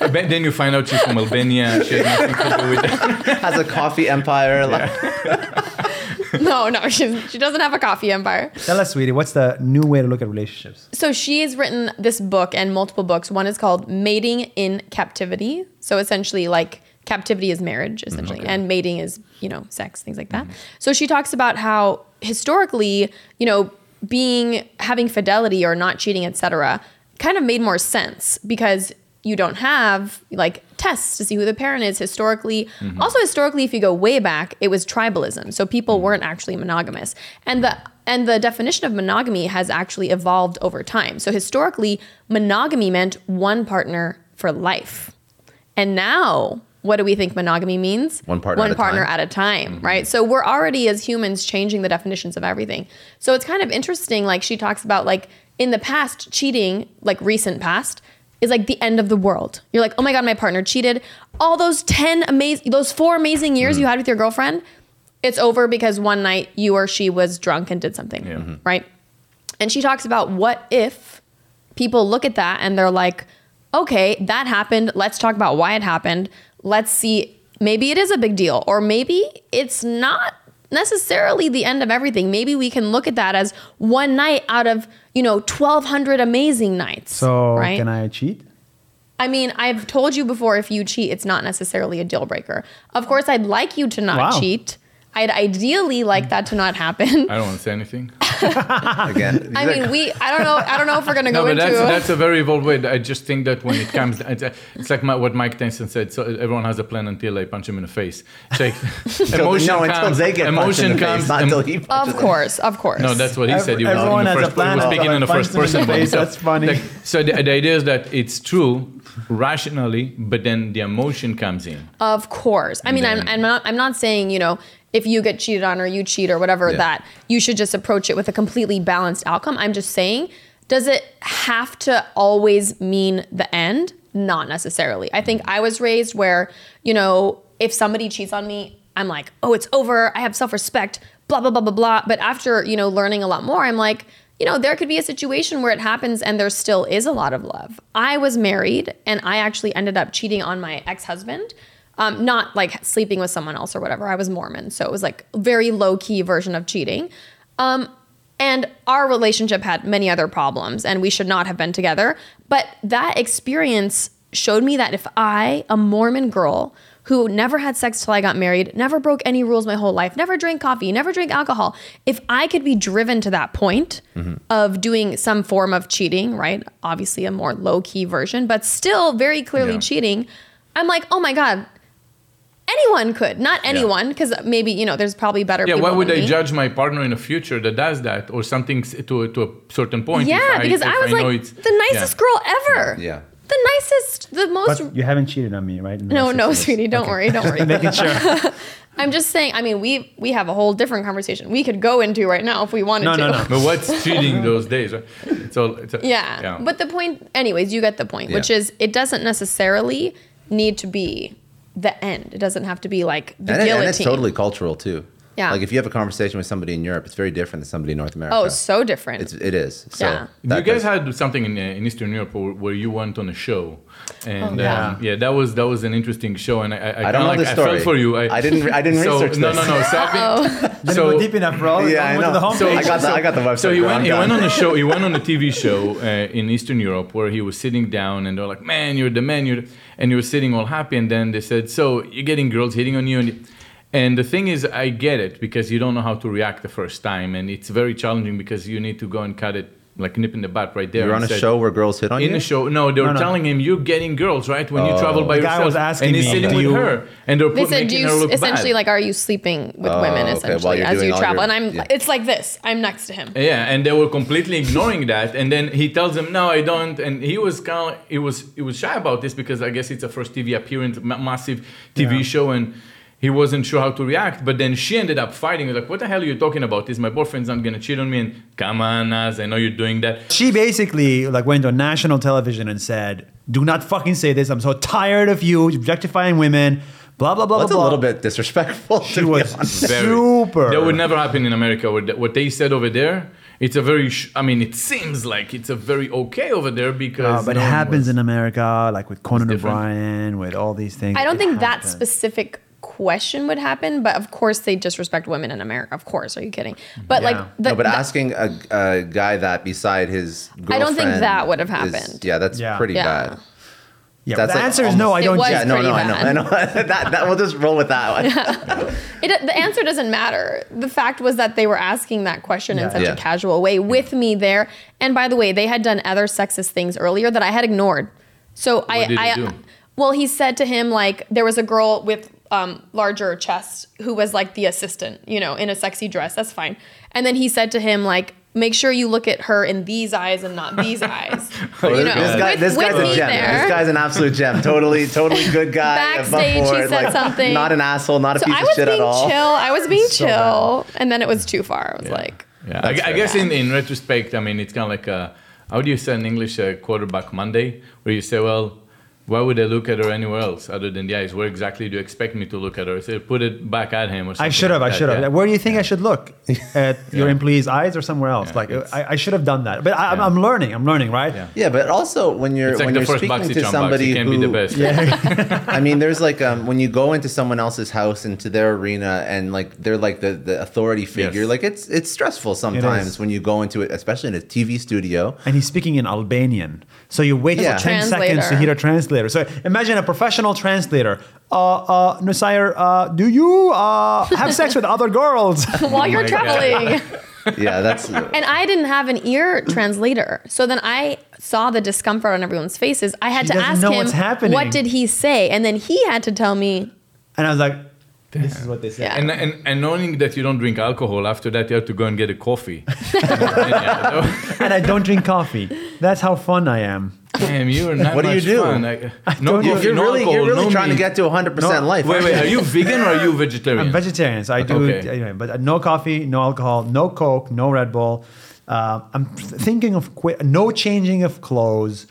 I bet then you find out she's from Albania. She has nothing to do with that.
Has a coffee empire. like-
no, no, she's, she doesn't have a coffee empire.
Tell us, sweetie, what's the new way to look at relationships?
So she has written this book and multiple books. One is called Mating in Captivity. So essentially, like captivity is marriage, essentially, and mating is, you know, sex, things like that. So she talks about how historically, you know, being having fidelity or not cheating, etc., kind of made more sense because you don't have like tests to see who the parent is historically. Also, historically, if you go way back, it was tribalism. So people weren't actually monogamous, and the and the definition of monogamy has actually evolved over time. So historically, monogamy meant one partner for life, and now. What do we think monogamy means?
One partner
One
at a
partner
time. Mm-hmm.
at a time, right? So we're already as humans changing the definitions of everything. So it's kind of interesting. Like she talks about, like in the past, cheating, like recent past, is like the end of the world. You're like, oh my god, my partner cheated. All those ten amazing, those four amazing years
Mm-hmm.
you had with your girlfriend, it's over because one night you or she was drunk and did something,
Yeah.
Mm-hmm.
Mhm.
right? And she talks about what if people look at that and they're like, okay, that happened. Let's talk about why it happened. Let's see. Maybe it is a big deal, or maybe it's not necessarily the end of everything. Maybe we can look at that as one night out of, you know, 1,200 amazing nights.
So
right?
can I cheat?
I mean, I've told you before if you cheat, it's not necessarily a deal breaker. Of course, I'd like you to not
Wow.
cheat. I'd ideally like that to
<laughs>
not happen.
I don't want to say anything.
Again.
I mean, we I don't know I don't know if we're going
<laughs>
to
No,
go
but
into
that's, that's a very evolved way. I just think that when it comes, it's uh, it's like my, what Mike Tyson said. So everyone has a plan until I punch him in the face.
<laughs>
It's like emotion
no,
comes.
until they get punched
emotion
in the face,
comes.
not
em-
until he punches
Of
them.
course, of course.
<laughs> No, that's what he
Ev-
said. He was,
everyone
in the
has a
first,
plan
he was
until
speaking
I
in the
punch
first
them in the
person. about
face.
himself.
That's funny.
Like, so the, the idea is that it's true rationally, but then the emotion comes in.
Of course. I mean, I'm, I'm not I'm not saying, you know, if you get cheated on or you cheat or whatever
Yeah.
that you should just approach it with a completely balanced outcome. I'm just saying, does it have to always mean the end? Not necessarily. I think I was raised where, you know, if somebody cheats on me, I'm like, "Oh, it's over. I have self-respect." blah blah blah blah blah. But after, you know, learning a lot more, I'm like, you know, there could be a situation where it happens and there still is a lot of love. I was married and I actually ended up cheating on my ex husband. Um, not like sleeping with someone else or whatever. I was Mormon. So it was like very low key version of cheating. Um, and our relationship had many other problems and we should not have been together. But that experience showed me that if I, a Mormon girl who never had sex till I got married, never broke any rules my whole life, never drank coffee, never drank alcohol, if I could be driven to that point
Mm-hmm.
of doing some form of cheating, right? Obviously a more low key version, but still very clearly
Yeah.
cheating, I'm like, oh my God. Anyone could, not anyone, because maybe you know there's probably better.
Yeah,
people
why would
than
I
me.
judge my partner in the future that does that or something s- to, a- to a certain point? <laughs>
Yeah,
if
because
if
I was
know
like
it's-
the
yeah.
nicest girl ever.
Yeah.
The nicest, the most.
But you haven't cheated on me, right?
no, no, sweetie, don't
<laughs>
worry, don't worry.
Making
<laughs>
sure.
I'm just saying. I mean, we we have a whole different conversation we could go into right now if we wanted
No,
to.
no, no.
But what's cheating those days? Right? It's all, it's a-
<laughs> Yeah. But the point, anyways, you get the point, which
Yeah.
is it doesn't necessarily need to be the end. It doesn't have to be like the
And, it- and it's
guillotine.
totally cultural too.
Yeah.
Like if you have a conversation with somebody in Europe, it's very different than somebody in North America.
Oh, so different.
it's, it is. So
Yeah.
that
you guys
does-
had something in, uh, in Eastern Europe where, where you went on a show, and
Oh,
yeah. Um, yeah, that was that was an interesting show, and I I, I,
I
kinda
don't know
like,
this
I
story.
felt for you.
I didn't. Re- I didn't
so,
research
No,
this.
no, no. So, I've been-
Didn't go
so
deep enough, bro.
Yeah, I
Went
know.
to the homepage.
So-
I got the. I got the website.
So he
bro,
went.
I'm
He
done.
went on a show. He went on a
<laughs>
TV show uh, in Eastern Europe where he was sitting down, and they're like, "Man, you're the man." You're, the-" and you were sitting all happy, and then they said, "So you're getting girls hitting on you." And, and the thing is, I get it because you don't know how to react the first time, and it's very challenging because you need to go and cut it like nip in the butt right there.
You're on a
instead.
show where girls hit on
In
you.
the show, no, they were
no. Oh.
telling him you're getting girls right when you travel by
The guy
yourself,
was asking
and he's
me,
sitting
do
with
you-
her, and they're
They
put,
said,
making
do
her
you
look
essentially
bad.
like, are you sleeping with women
Oh, okay,
essentially
while you're
as
doing
you
all
travel?
your-
and I'm,
yeah.
it's like this. I'm next to him.
Yeah, and they were completely ignoring that. And then he tells them, "No, I don't." And he was kind of, he was he was shy about this because I guess it's a first TV appearance, ma- massive TV
Yeah.
show, and he wasn't sure how to react. But then she ended up fighting, like, "What the hell are you talking about? Is my boyfriend's not gonna cheat on me?" And come on, Naz, I know you're doing that.
She basically like went on national television and said, "Do not fucking say this. I'm so tired of you objectifying women." Blah blah blah
That's a
blah.
little
blah.
bit disrespectful.
She
<laughs>
was
Very.
super.
That would never happen in America. What, th- what they said over there, it's a very. Sh- I mean, it seems like it's a very okay over there because.
Uh, but it
no one
happens
was-
in America, like with Conan
different.
O'Brien, with all these things.
I don't
It
think that
happens.
specific question would happen, but of course they disrespect women in America. Of course, are you kidding? But
Yeah.
like, the,
no, but
the-
asking a, a guy that beside his girlfriend.
I don't think that would have
is-
happened.
yeah, that's
Yeah.
pretty
Yeah.
bad.
Yeah,
That's
the
like
answer is no. I
It
don't.
was-
Yeah,
judge.
no, no, I know,
pretty
I know. <laughs> that, that we'll just roll with that
<laughs>
one.
it, the answer doesn't matter. The fact was that they were asking that question
Yeah.
in such
Yeah.
a casual way with me there. And by the way, they had done other sexist things earlier that I had ignored. So I,
did he
I
do?
well, he said to him like there was a girl with um, larger chest who was like the assistant, you know, in a sexy dress. That's fine. And then he said to him like. Make sure you look at her in these eyes and not these eyes.
Oh,
you
this,
know,
this guy,
with,
this
with
guy's
me
a gem.
there.
This guy's an absolute gem. Totally, totally good guy. above
Backstage, he
board,
said something.
Not an asshole. Not a
so
piece
I
of
was
shit
being
at
chill.
all.
I was being chill, and then it was too far. I was like,
Yeah, I, I guess in, in retrospect, I mean, it's kind of like a, how do you say in English a quarterback Monday, where you say, well, why would I look at her anywhere else other than the eyes? Where exactly do you expect me to look at her? So put it back at him or something.
I should have.
like
I should
that,
have.
yeah.
Where do you think I should look? <laughs> At your employees' eyes or somewhere else?
Yeah,
like
it's-
I, I should have done that. But I, I'm- I'm learning. I'm learning, right?
Yeah.
Yeah, but also when you're
It's like
when
the
you're
first
speaking
boxy
to somebody
box. You can't
who,
be the best.
I mean, there's like um, when you go into someone else's house into their arena and like they're like the, the authority figure.
Yes.
Like it's it's stressful sometimes
is.
when you go into it, especially in a TV
<laughs>
studio.
<laughs> And he's speaking in Albanian, so you wait
Yeah.
for ten
Translator.
seconds to hear a translator. So imagine a professional translator. Uh, uh, Nusair, uh, do you uh, have sex with other girls?
<laughs> while you're
<laughs>
traveling.
Yeah, that's
and I didn't have an ear translator. So then I saw the discomfort on everyone's faces. I had
He
to
doesn't
ask
know
him,
what's happening.
what did he say? And then he had to tell me,
And I was like, this is what they said.
yeah.
And, and, and knowing that you don't drink alcohol, after that you have to go and get a coffee. Yeah,
and I don't drink coffee. That's how fun I am.
Damn, you're not
What do you
much
do?
Fun. I, no,
don't know.
coffee,
you're
no
really
alcohol,
you're really
no
trying to
meat.
get to 100 percent life.
Wait, wait, are you vegan or are you vegetarian?
I'm vegetarian, so I do
Okay.
anyway. But no coffee, no alcohol, no Coke, no Red Bull. Uh, I'm thinking of quit. No changing of clothes.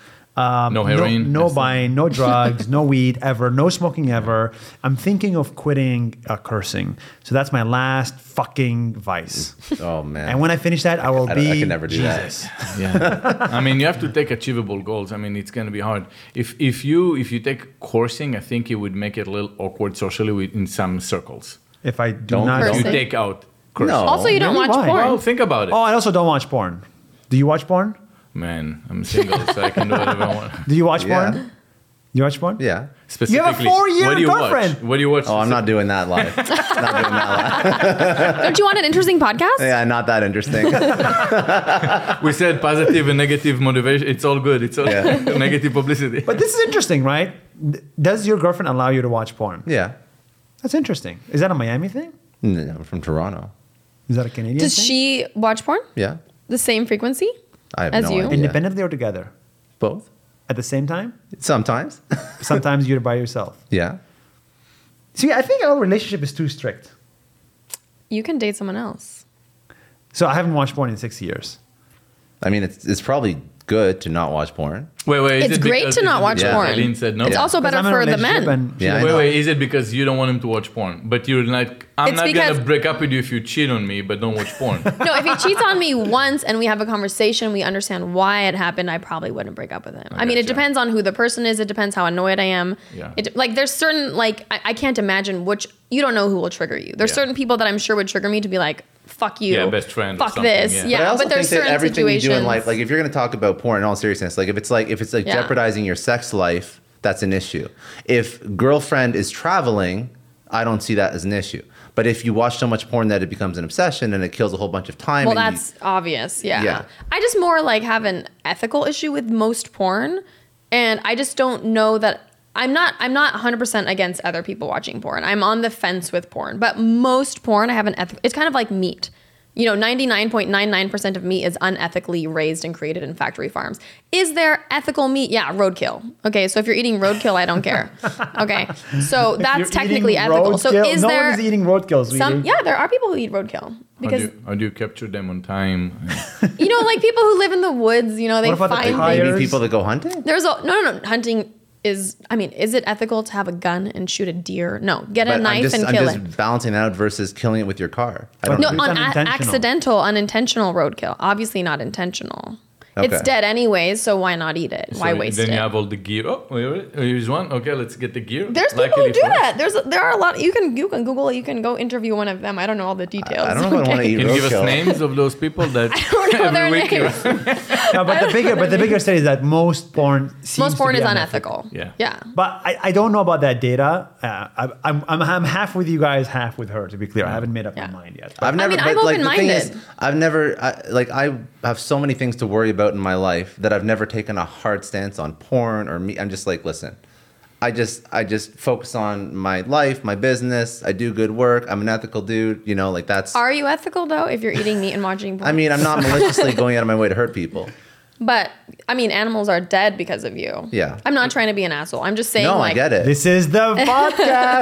Um,
No heroin?
No,
That's-
buying. No drugs.
<laughs>
no weed ever. No smoking ever. I'm thinking of quitting uh, cursing. So that's my last fucking vice.
<laughs> Oh man.
and when I finish that, I will
I, don't-
be
I can never do
Jesus.
that.
Yeah. I mean, you have to take achievable goals. I mean, it's going to be hard. If if you if you take coursing, I think it would make it a little awkward socially with, in some circles.
If I do
Don't-
not.
If you
Cursing?
take out cursing.
No.
also, you don't
really?
watch
Why?
porn.
Well, think about it.
Oh, I also don't watch porn. Do you watch porn?
Man, I'm single, so I can do whatever I
<laughs>
want.
Do you watch
Yeah.
porn? You watch porn?
Yeah.
Specifically,
four-year
what do you Watch?
girlfriend.
What do you watch?
Oh, I'm not doing that
<laughs>
live. not doing that live.
don't you want an interesting podcast?
Yeah, not that
<laughs>
interesting.
We said positive and negative motivation. It's all good. It's all
Yeah.
<laughs> negative publicity.
But this is interesting, right? Th- Does your girlfriend allow you to watch porn?
yeah.
That's interesting. Is that a Miami thing?
No, I'm from Toronto.
Is that a Canadian
Does
thing?
she watch porn?
Yeah.
The same frequency?
I have
As
no
you?
idea.
independently or together?
Both.
At the same time?
Sometimes. <laughs>
Sometimes you're by yourself.
yeah.
See, I think our relationship is too strict.
You can date someone else.
So I haven't watched porn in six years.
I mean, it's it's probably good to not watch porn.
Wait, wait. is
It's
it
great
because-
to not
is it
watch
because
porn.
Eileen said no.
It's also better
I'm in a
for the
relationship
men.
and she-
Yeah, I
Wait,
know.
wait. Is it because you don't want him to watch porn, but you're like, I'm
It's
not gonna
because-
break up with you if you cheat on me, but don't watch
<laughs>
porn.
No, if he cheats on me once and we have a conversation, we understand why it happened, I probably wouldn't break up with him. I, mean, it
gotcha.
depends on who the person is. It depends how annoyed I am.
Yeah.
It, like, there's certain, like, I, I can't imagine which, you don't know who will trigger you. There's
Yeah.
certain people that I'm sure would trigger me to be like, fuck you.
Yeah, best friend or
Fuck
something,
this.
yeah. But
but I
Yeah,
also
there's
think that
certain
everything
situations.
you do in life, like if you're going to talk about porn in all seriousness, like if it's like if it's like
Yeah.
jeopardizing your sex life, that's an issue. If girlfriend is traveling, I don't see that as an issue. But if you watch so much porn that it becomes an obsession and it kills a whole bunch of time,
well,
and you-
that's obvious. Yeah.
Yeah.
I just more like have an ethical issue with most porn, and I just don't know that I'm not I'm not 100% against other people watching porn. I'm on the fence with porn, but most porn I have an ethical. It's kind of like meat. You know, 99.99% of meat is unethically raised and created in factory farms. Is there ethical meat? Yeah, roadkill. Okay, so if you're eating roadkill, I don't care. Okay, so that's
You're
technically
eating
ethical. So
roadkill-
is
no
there
one is eating roadkill, sweetie.
some? Yeah, there are people who eat roadkill
How do,
because
you, how do you capture them on time?
you know, like people who live in the woods, you know, they
What about the
find
tiger?
things.
maybe
Fires.
people that go hunting.
There's a no, no, no. Hunting is. I mean, is it ethical to have a gun and shoot a deer? No, get a
But
knife
I'm just,
and
I'm
kill
just
it.
balancing that out versus killing it with your car. I don't
No,
know.
it's
on a-
unintentional.
accidental, unintentional roadkill. Obviously not intentional. It's
Okay.
dead anyways, so why not eat it? why
So
waste
Then
it?
you have all the gear. Oh, wait, wait, here's one. Okay, let's get the gear.
There's people
Luckily
who do
for us.
that. There's there are a lot. You can you can Google. it. You can go interview one of them. I don't know all the details.
I don't know if I wanna eat
<laughs>
Can you give us
Roadkill.
names of those people that
don't know their
every week? <laughs> you-
names.
No, but the bigger, but the bigger study is that most porn seems
Most porn
to be
is unethical.
Yeah.
Yeah.
But I, I don't know about that data. Uh, I, I'm, I'm I'm half with you guys, half with her. To be clear, I haven't made up
Mm. Yeah.
my mind yet.
I've
I
never,
mean, I'm
but, like, the thing is,
open-minded.
I've never, I, like, I have so many things to worry about in my life that I've never taken a hard stance on porn or me. I'm just like, listen, I just, I just focus on my life, my business. I do good work. I'm an ethical dude. You know, like that's.
Are you ethical though if you're eating meat and watching porn?
I mean, I'm
<laughs>
not maliciously going out of my way to hurt people.
But I mean, animals are dead because of you.
Yeah.
I'm not trying to be an asshole. I'm just saying,
no,
like,
I get it.
This is
<laughs>
the podcast.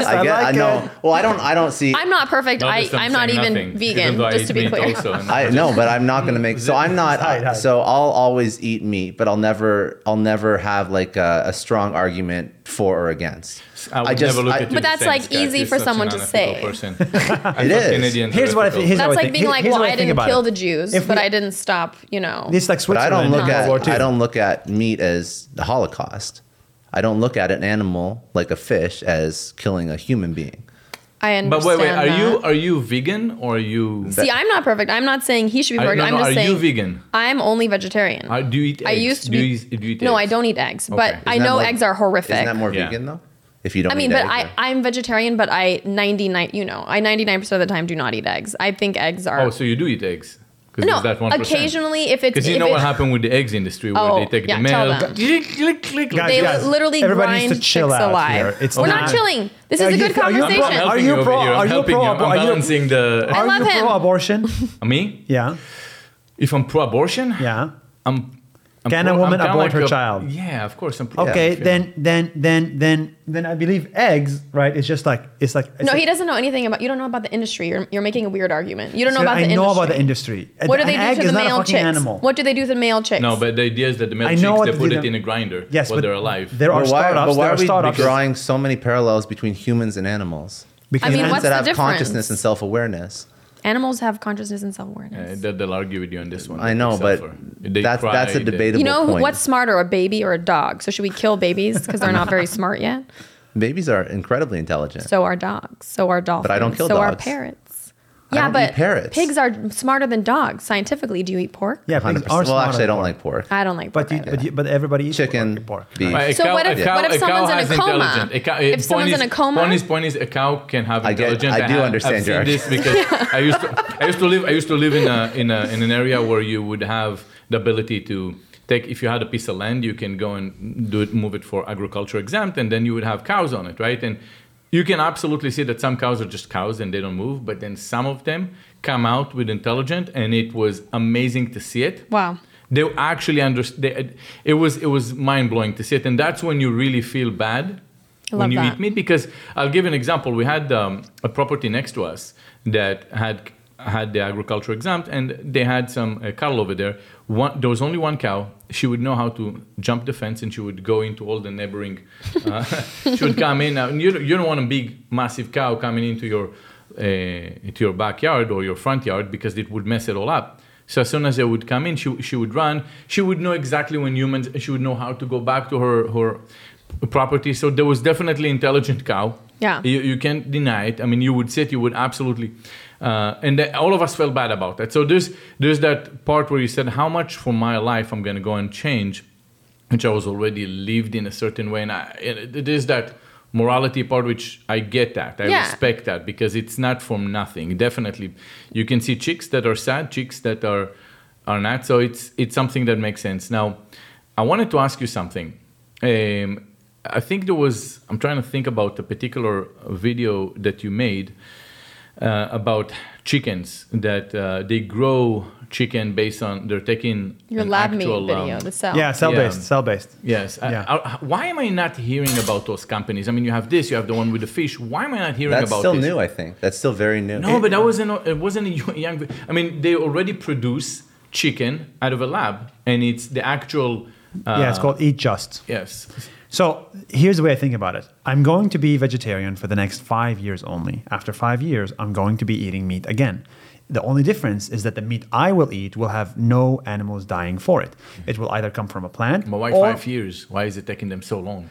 I,
I get. I
like
know.
it.
Well, I don't. I don't see.
I'm not perfect.
No,
I,
this
I'm not
saying
even
nothing,
vegan,
though I
just to
eat
be
meat
clear.
also, and
I
just-
no, but I'm not gonna make. So I'm not.
Hide, hide.
So I'll always eat meat, but I'll never. I'll never have like a, a strong argument for or against.
I would never look at you.
But that's, like, easy for someone to say. <laughs>
it
is.
Here's what I think. Here's
That's
how I
like
think.
being
Here-
like,
here's
well,
what
I
think
didn't
about
kill
it.
the Jews,
If
but
we-
I didn't stop, you know.
It's like
But I
Switzerland.
don't look
in World War
at.
II.
I don't look at meat as the Holocaust. I don't look at an animal like a fish as killing a human being.
I
But
understand.
wait, wait. Are you
that.
are you vegan or are you?
See, I'm not perfect. I'm not saying he should be
I-
perfect.
no,
I'm
no,
just
are
saying.
you vegan?
I'm only vegetarian.
Are, do you eat eggs?
I used
do
to be.
You eat, do you eat
no, I
eggs?
don't eat eggs,
Okay.
but
Isn't
I
Isn't that
know
more-
eggs are horrific.
Isn't that more
Yeah.
vegan though? If you don't.
I mean,
eat
but
eggs,
I,
or-
I'm vegetarian, but I 99, you know, I 99% of the time do not eat eggs. I think eggs are.
Oh, so you do eat eggs? 'Cause
no,
there's that 1%.
occasionally if it's.
Because you
if
know
it-
what happened with the eggs industry where
Oh,
they take
yeah,
the
tell
male.
them.
Click, click, click,
Guys,
They
click.
guys,
literally
everybody
grind
needs to chill
chicks
out
alive.
here. It's
We're not,
not-
chilling. This
Are
is a
you-
good
are you
I'm
conversation.
helping
Are you
over
pro-
here. I'm
are you
helping
pro-
you. I'm
are you-
balancing
I
the.
Are
love
you
him. <laughs>
pro-abortion?
Me?
yeah,
If I'm pro-abortion?
yeah.
I'm. I'm
Can a woman
kinda
abort her
a-
child?
Yeah, of course. I'm pro-
Okay,
yeah.
then, then, then, then, then I believe eggs. Right? It's just like it's like. It's
no,
like,
he doesn't know anything about. You don't know about the industry. You're, you're making a weird argument. You don't know
So
about
I
the
know
industry.
about the industry.
What do
An
they do
egg
to
is
the
not a
male
fucking
chicks?
animal.
What do they do to the male chicks?
No, but the idea is that the male
I
chicks
know what
they
they
put
do
it
to-
in a grinder
Yes,
while
but
they're alive.
There are
But why,
startups.
but why
there
are
are
we
startups.
drawing so many parallels between humans and animals?
Because
I mean,
humans
what's
that
the
have consciousness
difference?
and self-awareness.
Animals have consciousness and
Uh,
self-awareness.
they- they'll argue with you on this one.
I know, but
Suffer. They
that's
cry,
that's a
they-
debatable
you know who,
point.
what's smarter, a baby or a dog? So should we kill babies because they're not very smart yet?
Babies are incredibly intelligent.
So are dogs. So are dolphins.
I don't kill
so are
dogs.
parrots.
I
Yeah,
don't
but
eat parrots.
pigs are smarter than dogs scientifically. Do you eat pork?
Yeah, pigs are
100%. Well, actually, I
smarter
don't
than
like pork.
I don't like pork.
But you,
either.
but you, but everybody eats
Chicken,
pork.
beef.
But a
So
cow-
what if-
a cow-
what if
a cow
someone's in a
has
coma?
intelligence. A cow-
If
point
someone's
is-
in a coma?
point is, point is, a cow can have
I get-
intelligence.
I do
have-
understand
I've
your
seen this
<laughs>
because I used to, I used to live, I used to live in a, in a, in an area where you would have the ability to take, if you had a piece of land, you can go and do it, move it for agriculture exempt, and then you would have cows on it, right? And you can absolutely see that some cows are just cows and they don't move, but then some of them come out with intelligent, and it was amazing to see it
Wow.
they actually understand it was it was mind-blowing to see it and that's when you really feel bad
I
when
love
you
that.
eat meat because i'll give an example we had um, a property next to us that had had the agriculture exempt, and they had some uh, cattle over there. One, there was only one cow. She would know how to jump the fence, and she would go into all the neighboring. Uh, <laughs> she would come in. Now, you, don't- you don't want a big, massive cow coming into your uh, into your backyard or your front yard because it would mess it all up. So as soon as they would come in, she, she would run. She would know exactly when humans. She would know how to go back to her her property. So there was definitely intelligent cow.
Yeah.
You, you can't deny it. I mean, you would sit, you would absolutely, uh, and that, all of us felt bad about that. So there's there's that part where you said, how much for my life I'm gonna go and change, which I was already lived in a certain way, and, I, and it is that morality part which I get that I
Yeah.
respect that because it's not from nothing. Definitely, you can see chicks that are sad, chicks that are are not. So it's it's something that makes sense. Now, I wanted to ask you something. Um, I think there was. I'm trying to think about a particular video that you made uh, about chickens that uh, they grow chicken based on they're taking
Your
an
lab
actual,
meat video,
um,
the cell.
Yeah, cell based,
Yeah.
cell based.
Yes. I-
Yeah.
I- why am I not hearing about those companies? I mean, you have this, you have the one with the fish. Why am I not hearing
That's
about
still
this?
new, I think. That's still very new.
Eh,
No, but that wasn't. It wasn't a young- young. I mean, they already produce chicken out of a lab, and it's the actual. Uh,
yeah, it's called Eat Just.
Yes.
So here's the way I think about it. I'm going to be vegetarian for the next five years only. After five years, I'm going to be eating meat again. The only difference is that the meat I will eat will have no animals dying for it. It will either come from a plant
But why
or
five years? Why is it taking them so long?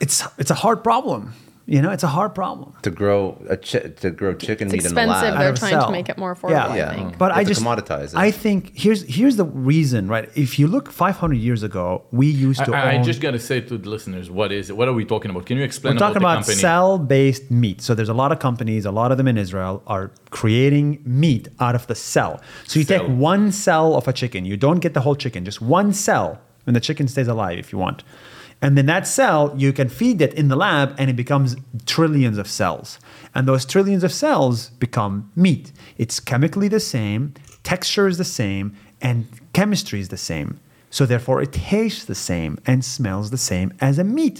it's it's a hard problem. You know, it's a hard problem.
to grow a chi- to grow chicken
It's
meat in the
expensive.
lab.
They're
Out of
trying to
cell.
make it more affordable,
Yeah.
I
Yeah.
think.
But
You
I
have to
just
commoditize it.
I think here's here's the reason, right? If you look 500 years ago, we used to
I, I
own
just gotta say to the listeners, what is it? What are we talking about? Can you explain?
We're talking
the
about
company?
cell-based meat. So there's a lot of companies, a lot of them in Israel, are creating meat out of the cell. So you take
Cell.
one cell of a chicken. You don't get the whole chicken, just one cell, and the chicken stays alive if you want. And then that cell, you can feed it in the lab, and it becomes trillions of cells. And those trillions of cells become meat. It's chemically the same, texture is the same, and chemistry is the same. So therefore, it tastes the same and smells the same as a meat.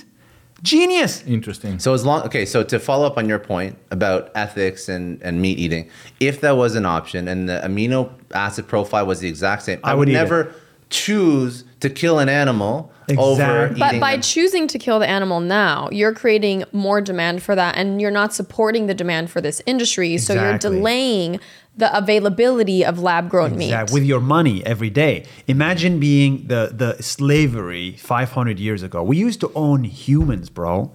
Genius!
Interesting.
So as long okay, so to follow up on your point about ethics and, and meat eating, if that was an option and the amino acid profile was the exact same, I,
I
would
would eat it.
never choose to kill an animal over
Exactly.
eating.
But by
them.
choosing to kill the animal now, you're creating more demand for that and you're not supporting the demand for this industry. So you're
Exactly.
delaying the availability of lab grown
Exact-
meat.
With your money every day. Imagine being the, the slavery 500 years ago. We used to own humans, bro.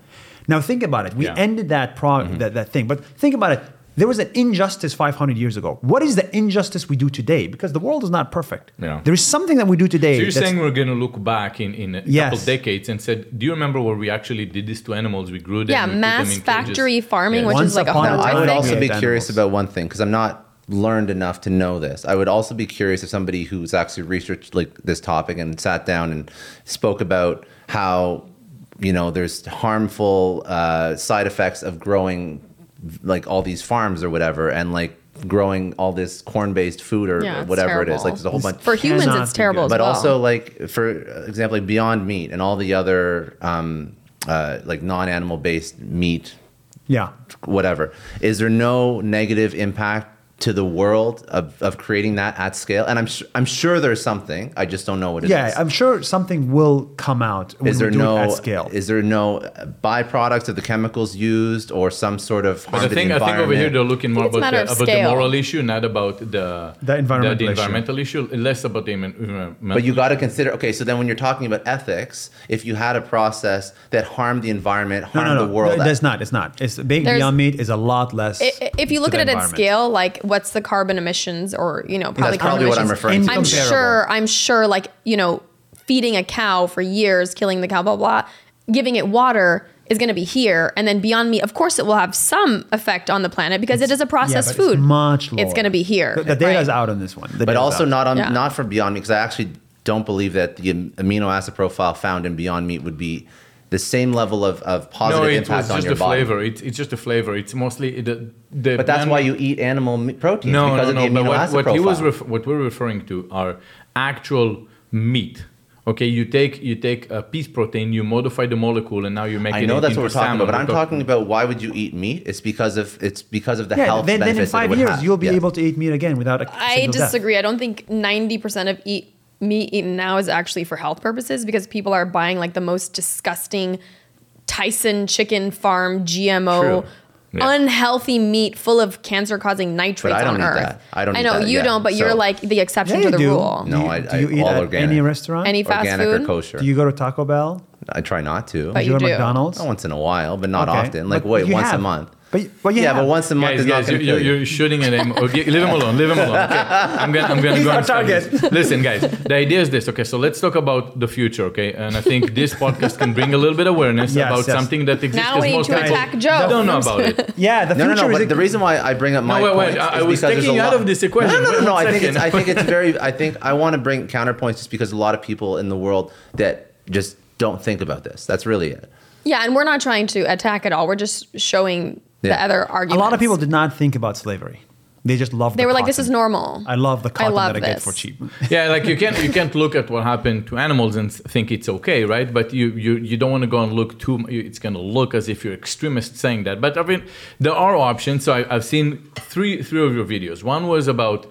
Now think about it. We
Yeah.
ended that, prog-
Mm-hmm.
that that thing. But think about it. There was an injustice 500 years ago. What is the injustice we do today? Because the world is not perfect.
Yeah.
There is something that we do today.
So you're
that's-
saying we're going to look back in, in a couple
Yes.
decades and said, do you remember where we actually did this to animals? We grew them.
Yeah,
we put them
mass
in cages."
factory farming,
Yeah.
which
Once
is like a
upon a
Now, I would
time-
horrible
also
thing.
be
Animals.
curious about one thing because I'm not learned enough to know this. I would also be curious if somebody who's actually researched like this topic and sat down and spoke about how you know there's harmful uh, side effects of growing like all these farms or whatever and like growing all this corn-based food or
Yeah, it's
whatever it is.
terrible.
Like there's a whole bunch
For humans,
Cannot
it's
be
terrible
good.
as
but
well.
also like for example like beyond meat and all the other um, uh, like non-animal based meat
yeah.
whatever is there no negative impact to the world of, of creating that at scale and i'm su- i'm sure there's something i just don't know what it is.
Yeah, I'm sure something will come out when
is there
we do
no
it at scale.
is there no byproducts of the chemicals used or some sort of harm
But I
to
think,
the
I think
environment?
over here they're looking more
it's a
about,
matter
the,
of
about the
scale.
moral issue, not about the,
The environmental
the
issue.
environmental issue, less about the environmental
But you got to consider. Okay, so then when you're talking about ethics, if you had a process that harmed the environment,
no,
harmed
no, no.
the world,
That's not. It's not. It's being
There's-
beyond meat is a lot less.
I- I- if you look
to
at it
the
at
environment.
scale, like what's the carbon emissions or, you know, probably carbon
probably what I'm
emissions.
referring to.
I'm
Incomparable.
sure, I'm sure, like, you know, feeding a cow for years, killing the cow, blah, blah, giving it water is going to be here. And then Beyond Meat, of course, it will have some effect on the planet because it is a
Yeah,
processed
but
food.
It's much lower.
It's going to be here.
The, the data is
right?
out on this one. The
but
data's
also
out.
not on
Yeah.
not from Beyond Meat because I actually don't believe that the am- amino acid profile found in Beyond Meat would be the same level of, of
no,
positive
it was
impact on
just
your
the
body.
flavor. It's, it's just the flavor. It's mostly the. the
But that's
plant-
why you eat animal me- proteins
No, no,
because
no.
of the amino
But what,
acid
what he
profile.
was ref- what we're referring to are actual meat Okay, you take you take a pea protein, you modify the molecule, and now you make
I
it.
know that's
into
what we're talking
salmon.
about, but I'm
We're
talking about why would you eat meat? It's because of it's because of the
Yeah,
health
then, then in
benefits that it
five
would
years,
have.
you'll be
Yeah.
able to eat meat again without a
I
single death.
disagree. I don't think 90% of eat meat eaten now is actually for health purposes because people are buying like the most disgusting Tyson chicken farm GMO
True. Yeah.
unhealthy meat full of cancer causing nitrates
I don't
on
eat
earth.
that. I don't
I
eat
know
that,
you
yeah.
don't, but you're
So-
like the exception
Yeah,
to
you
the
do.
rule.
No,
You-
I-
do
I-
you eat
all
at
organic.
any restaurant?
Any fast
organic
food?
or kosher.
do you go to Taco Bell?
I try not to.
But
Do you go
you
to
do.
McDonald's?
Not once in a while, but not
Okay,
often. Like
but
wait,
you
once a
have.
month.
But but you
Yeah,
have.
but once a month
Guys,
is not
guys,
going to
you,
kill you.
you. are shooting at him. Okay, leave him alone. Leave him alone. Okay, I'm gonna, I'm gonna
He's
go.
our
and start
target.
this. Listen, guys, the idea is this. Okay, so let's talk about the future. Okay, and I think this podcast can bring a little bit of awareness
Yes,
about
yes.
something that exists.
Now
'cause
we need
most
to
people
attack Joe.
Don't know about it.
Yeah, the
No, no,
future
no.
is
But
a-
the reason why I bring up my
wait, wait,
point
I- I was
is because there's
taking
a
you out
lot-
of this equation.
No, no, no.
Wait
no,
one
I think it's,
second.
I think it's very. I think I want to bring counterpoints just because a lot of people in the world that just don't think about this. That's really it.
Yeah, and we're not trying to attack at all. We're just showing the
Yeah.
other
a
arguments.
lot of people did not think about slavery. They just loved.
they
the
were like, "This
cotton.
is normal."
I love the cotton
love
that I get
this.
for cheap.
yeah, like you can't you can't look at what happened to animals and think it's okay, right? But you you, you don't want to go and look too. mu- It's gonna look as if you're extremist saying that. But I mean, there are options. So I, I've seen three three of your videos. One was about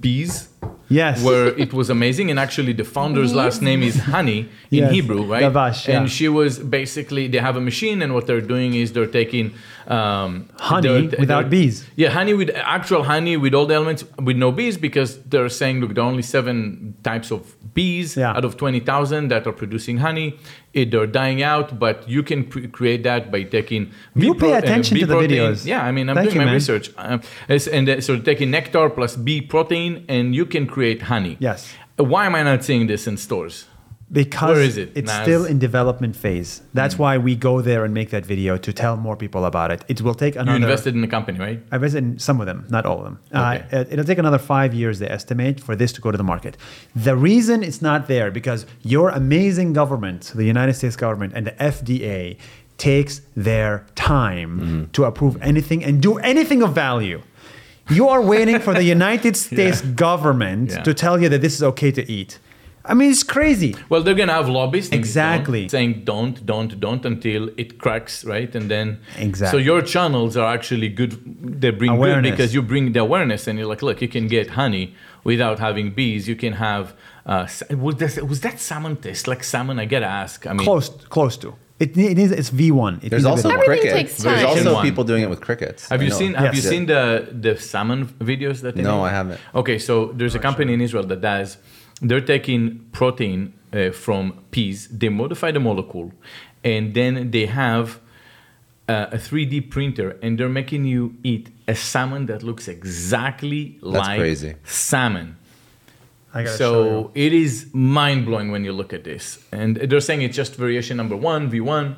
bees.
Yes.
where it was amazing, and actually the founder's last name is Honey in
Yes,
Hebrew, right?
Davash, yeah.
And she was basically they have a machine, and what they're doing is they're taking um,
Honey without bees.
yeah, honey with actual honey with all the elements with no bees because they're saying look, there are only seven types of bees
Yeah.
out of twenty thousand that are producing honey. It, they're dying out, but you can pre- create that by taking
You
bee
pay
uh,
attention
bee
to the
protein.
videos.
Yeah, I mean I'm
Thank
doing
you,
my
man.
research. Um, it's- and uh, so taking nectar plus bee protein, and you can create honey.
Yes.
Why am I not seeing this in stores?
Because
Where is it,
it's
Naz? Hmm.
still in development phase. That's why we go there and make that video to tell more people about it. It will take
You
another.
invested in the company, right?
I visit in some of them, not all of them. Uh,
Okay.
it- it'll take another five years, they estimate, for this to go to the market. The reason it's not there because your amazing government, the United States government, and the FDA takes their time
Hmm.
to approve anything and do anything of value. You are waiting
<laughs>
for the United States government
Yeah.
to tell you that this is okay to eat. I mean, it's crazy.
Well, they're gonna have lobbies saying
Exactly.
don't, saying don't, don't, don't until it cracks, right? And then
Exactly.
So your channels are actually good. They bring
Awareness.
good because you bring the awareness, and you're like, look, you can get honey without having bees. You can have. Uh, s- was, that, was that salmon taste like salmon? I gotta ask. I mean,
Close, close to. It, ne- it needs, it's V1. It needs
There's
a
also
bit-
Everything
crickets.
takes
There's
time.
also
One.
people doing it with crickets.
Have
I
you
know
seen
it.
Have you
Yes.
seen the the salmon videos that? They
No,
make?
I haven't.
Okay, so there's a company in Israel that does. They're taking protein uh, from peas. They modify the molecule, and then they have uh, a 3D printer, and they're making you eat a salmon that looks exactly like
crazy.
salmon.
I gotta show you.
So it is mind blowing when you look at this. And they're saying it's just variation number one, V1,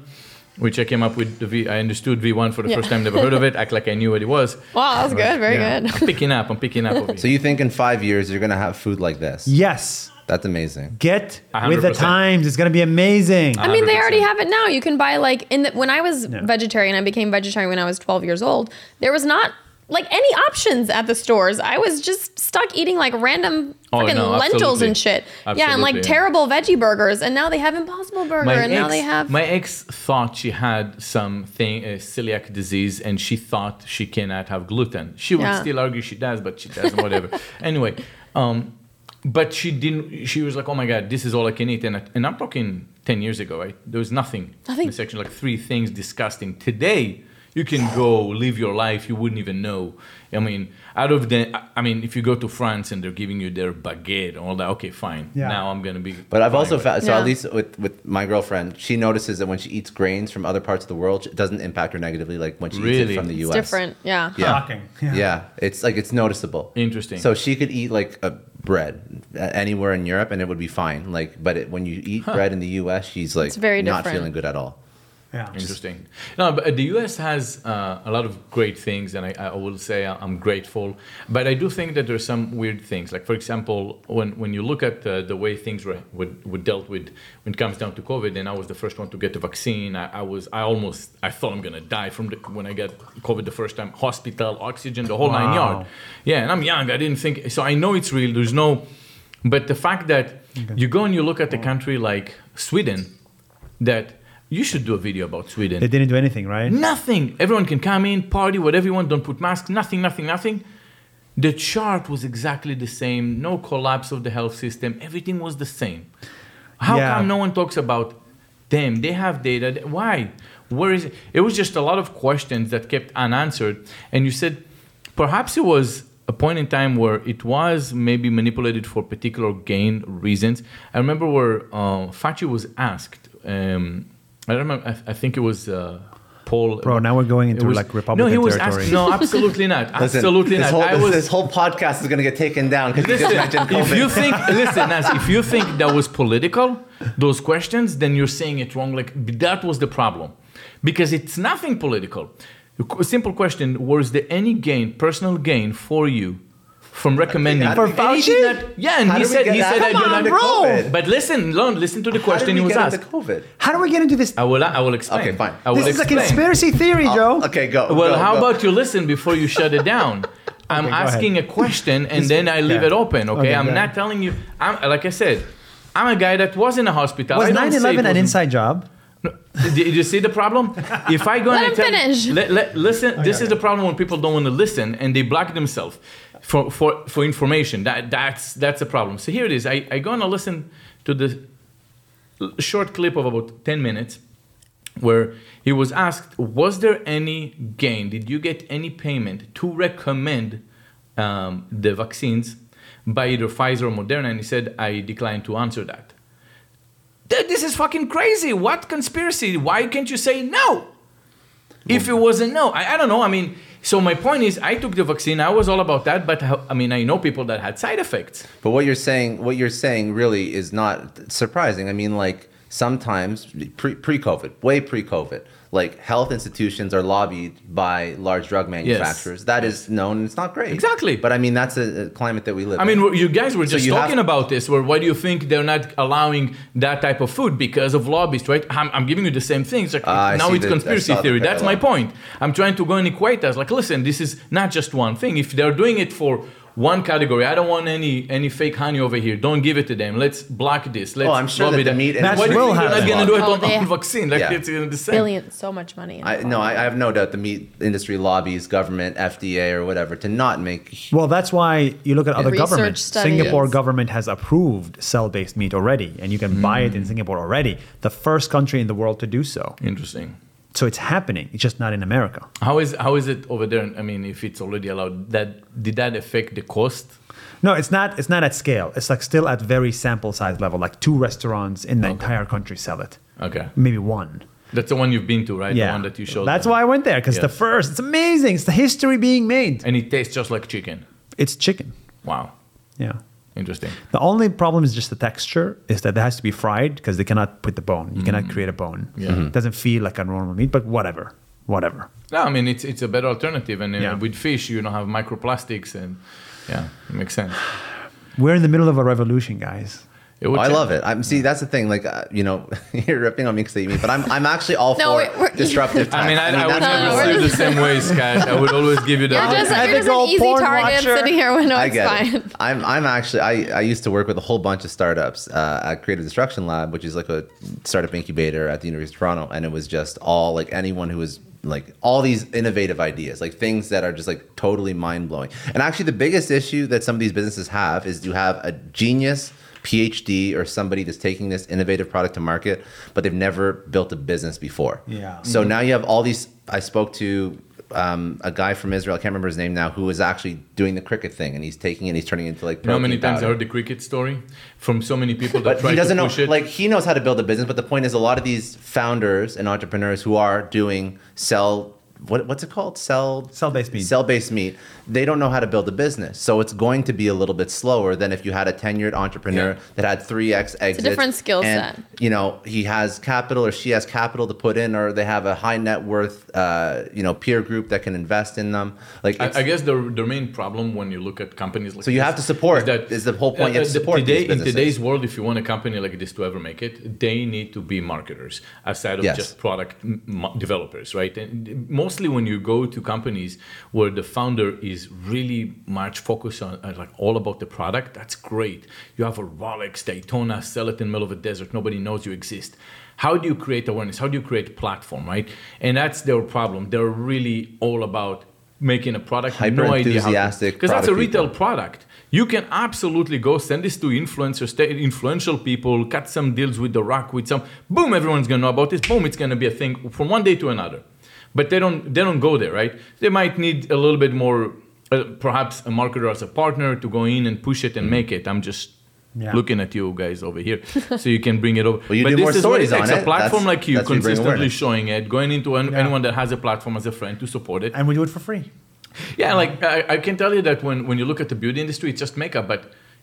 which I came up with. The v, I understood V1 for the
Yeah.
first time, never heard of it, act like I knew what it was.
Wow, that's good. <laughs> Very
Yeah.
good.
I'm picking up, I'm picking up. Over
So
here.
you think in five years you're going to have food like this?
Yes.
That's amazing.
Get
A
with the
hundred percent.
times. It's going to be amazing.
I mean, they
100%.
already have it now. You can buy like in the, when I was
Yeah.
vegetarian, I became vegetarian when I was 12 years old. There was not like any options at the stores. I was just stuck eating like random
Oh,
freaking
no,
lentils
absolutely.
and shit. yeah, and
Absolutely,
like
yeah.
terrible veggie burgers. And now they have Impossible Burger,
my
and
ex,
now they have.
my ex thought she had something uh, celiac disease, and she thought she cannot have gluten. She would
Yeah.
still argue she does, but she doesn't.
<laughs>
Whatever. anyway, um, but she didn't. She was like, "Oh my god, this is all I can eat," and I, and I'm talking ten years ago, right? There was nothing.
Nothing.
In the section like three things disgusting. Today. You can go live your life. You wouldn't even know. I mean, out of the, I- I mean, if you go to France and they're giving you their baguette and all that, okay, fine.
Yeah.
Now I'm gonna be.
But I've
fine
also
with
found, so
Yeah.
at least with, with my girlfriend, she notices that when she eats grains from other parts of the world, it doesn't impact her negatively like when she eats it
Really?
from the
it's
US.
different. Yeah.
Yeah.
Shocking.
Yeah. It's like it's noticeable.
Interesting.
So she could eat like a bread uh, anywhere in Europe and it would be fine. Like, but it, when you eat bread in the US, she's like
very
not
different.
feeling good at all.
Yeah.
Interesting. No, but the U.S. has uh, a lot of great things, and I, I will say I- I'm grateful. But I do think that there's some weird things. Like, for example, when, when you look at uh, the way things were, were, were dealt with when it comes down to COVID, and I was the first one to get the vaccine. I, I was I almost I thought I'm gonna die from the, when I got COVID the first time. Hospital, oxygen, the whole nine
Wow.
yard. Yeah, and I'm young. I didn't think so. I know it's real. There's no, but the fact that You go and you look at a country like Sweden that you should do a video about Sweden.
They didn't do anything, right?
Mm. Nothing. Everyone can come in, party, whatever you want. Don't put masks. Nothing, nothing, nothing. The chart was exactly the same. No collapse of the health system. Everything was the same. How
Yeah.
come no one talks about them? They have data. Why? Where is it? It was just a lot of questions that kept unanswered. And you said perhaps it was a point in time where it was maybe manipulated for particular gain reasons. I remember where uh, Fauci was asked. Um, I remember. I, I think it was. Uh, Paul,
Bro, now we're going into,
It
like, Republican
no, he was
territory.
Asked,
<laughs>
no, absolutely not.
Listen,
absolutely not.
this Whole,
I
this,
was,
this whole podcast is going to get taken down because you just
Listen,
mentioned
if you
COVID.
think, listen, Nas, if you think that was political, those questions, then you're saying it wrong. Like that was the problem, because it's nothing political. A qu- simple question: Was there any gain, personal gain, for you from recommending
How did we
And he
get-
did not- yeah, and
How
he
did we
said,
get
he
that-
said, I
Come
do
on,
not.
bro. COVID.
But listen, Lon, listen to the
How did
question he
we
was
get into
asked.
COVID?
How do we get into this?
I will. I will explain.
Okay, fine.
I will
This is
Uh, explain. Uh,
a conspiracy theory, Joe.
Oh, Okay, go.
Well,
go,
how
go.
about you listen before you shut it down? I'm
<laughs> Okay, go
asking a question and then I leave
yeah.
it open. Okay,
Okay,
I'm
go
not
ahead.
telling you. I'm like I said, I'm a guy that was in a hospital.
Was
I don't
9
say it
11 an
wasn't-
inside job?
Did did you see the problem? If I go
Let
and I
him
tell,
finish.
Let- let- listen, this is the problem when people don't want to listen and they block themselves for, for, for information. That, that's that's a problem. So here it is. I, I go and I listen to the short clip of about 10 minutes where he was asked, Was there any gain? Did you get any payment to recommend um, the vaccines by either Pfizer or Moderna? And he said, I declined to answer that. Th- This is fucking crazy. What conspiracy? Why can't you say no? if it wasn't no I, I don't know i mean so my point is i took the vaccine i was all about that but how- i mean i know people that had side effects
But what you're saying, what you're saying, really is not surprising. I mean, like sometimes pre pre COVID, way pre COVID, like health institutions are lobbied by large drug manufacturers. That is known. and It's not great.
Exactly.
But I mean, that's a, a climate that we live.
i
in.
mean we're- you guys were just
you have-
talking about this where why do you think they're not allowing that type of food because of lobbyists right i'm, I'm giving you the same things like,
Ah, I
now
see
it's
the- I
conspiracy
saw the
theory that's my
parallel.
point i'm trying to go and equate us like listen this is not just one thing if they're doing it for one category. I don't want any any fake honey over here. Don't give it to them. Let's block this. Let's
Oh, I'm sure
lobby
that the meat and
Why do you
will
think they're
have
not
it.
going to do it
Oh,
on,
they-
on vaccine? Like
Yeah.
it's uh, the same.
Billions, so much money.
I, no, I, I have no doubt the meat industry lobbies government, FDA, or whatever to not make.
Well, that's why you look at other
Research
governments.
studies.
Singapore government has approved cell-based meat already, and you can buy it in
Mm.
Singapore already. The first country in the world to do so.
Interesting.
So it's happening. It's just not in America.
How is how is it over there? I mean, if it's already allowed, that did that affect the cost?
No, it's not. It's not at scale. It's like still at very sample size level. Like two restaurants in the entire country sell it.
Okay,
Maybe one.
that's the one you've been to, right?
Yeah,
The one that you showed.
That's why I went there because the
Yes.
first. It's amazing. It's the history being made.
And it tastes just like chicken.
It's chicken.
Wow,
Yeah.
interesting.
The only problem is just the texture. Is that it has to be fried because they cannot put the bone. You cannot create a bone.
Mm. Yeah. Mhm.
It doesn't feel like a normal meat, but whatever, whatever.
No, I mean it's it's a better alternative, and uh,
Yeah.
with fish you don't have microplastics, and yeah, it makes sense.
We're in the middle of a revolution, guys.
It would
Oh, I
change.
love it. I'm see. That's the thing. Like uh, you know, <laughs> you're ripping on me because you mean, but I'm I'm actually all
No,
for
wait, we're-
disruptive.
I mean, I, I would
that's-
never
No, we're
say it the
just-
same way, Scott. I would always give you the.
<laughs> You're just,
honest-
you're just an
ethical
easy
porn
target
watcher.
sitting here when no,
I
it's
get it.
fine. <laughs>
I'm, I'm actually, I, I used to work with a whole bunch of startups uh, at Creative Destruction Lab, which is like a startup incubator at the University of Toronto. And it was just all like anyone who was like all these innovative ideas, like things that are just like totally mind blowing. And actually, the biggest issue that some of these businesses have is you have a genius PhD or somebody that's taking this innovative product to market, but they've never built a business before.
Yeah.
So
Mm-hmm.
now you have all these. I spoke to um, a guy from Israel. I can't remember his name now, who was actually doing the cricket thing, and he's taking it. He's turning it into like.
You know how many
protein
times I
powder.
heard the cricket story from so many people that
But
try
he doesn't
to
know.
push it?
Like he knows how to build a business, but the point is, a lot of these founders and entrepreneurs who are doing sell. What, what's it called? Sell
Cell-based meat.
Cell-based meat. They don't know how to build a business, so it's going to be a little bit slower than if you had a tenured entrepreneur
Yeah.
that had three x exits.
different skill
and,
set.
You know, he has capital or she has capital to put in, or they have a high net worth, uh, you know, peer group that can invest in them. Like it's-
I, I guess the, the main problem when you look at companies like
So you
this
have to support- is the whole point, you have to
the-
support
uh, today
these
in
businesses.
today's world, if you want a company like this to ever make it, they need to be marketers aside of
Yes.
just product m- m- developers, right? And most mostly when you go to companies where the founder is really much focused on uh, like all about the product, that's great. You have a Rolex, Daytona, sell it in the middle of a desert, nobody knows you exist. How do you create awareness? How do you create platform, right? And that's their problem. They're really all about making a product. no idea how
Hyper-enthusiastic
because that's a
product
retail
people.
product. You can absolutely go send this to influencers, stay influential people, cut some deals with The Rock, with some boom, everyone's gonna know about this. Boom, it's gonna be a thing from one day to another. But they don't they don't go there, right? They might need a little bit more, uh, perhaps a marketer as a partner to go in and push it
Mm.
and make it. I'm just looking at you guys over here, so you can bring it over.
<laughs> Well, you
but
do
this is
more
what it
stories on
takes.
it.
A platform
That's-
like you
that's where you bring
consistently
awareness.
showing it, going into an,
Yeah.
anyone that has a platform as a friend to support it.
and we do it for free.
Yeah, like I, I can tell you that when, when you look at the beauty industry, it's just makeup. But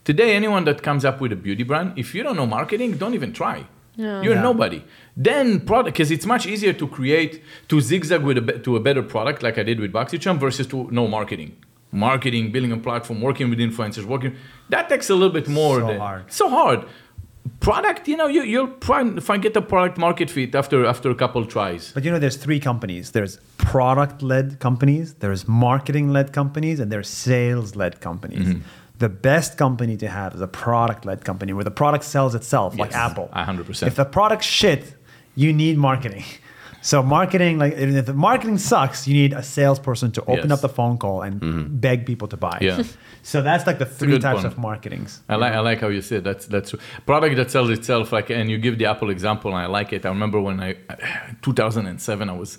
today, anyone that comes up with a beauty brand, if you don't know marketing, don't even try.
Yeah.
You're
Yeah.
nobody. Then product, because it's much easier to create to zigzag with a be- to a better product, like I did with Boxycharm, versus to no marketing. Marketing, building a platform, working with influencers, working that takes a little bit more.
So
than-
hard.
So hard. Product, you know, you you'll find find- get the product market fit after after a couple tries.
But you know, there's three companies. There's product-led companies, there's marketing-led companies, and there's sales-led companies.
Mm-hmm.
The best company to have is a product-led company where the product sells itself, like
Yes,
Apple.
a hundred percent.
If the product's shit, you need marketing. <laughs> So marketing, like if the marketing sucks, you need a salesperson to open
Yes. Mm-hmm.
up the phone call and beg people to buy.
Yeah.
<laughs> so that's like the three
good
types
point.
of marketings.
I like, I like how you said that's that's true. product that sells itself like and you give the Apple example and I like it. I remember when I <sighs> 2007 I was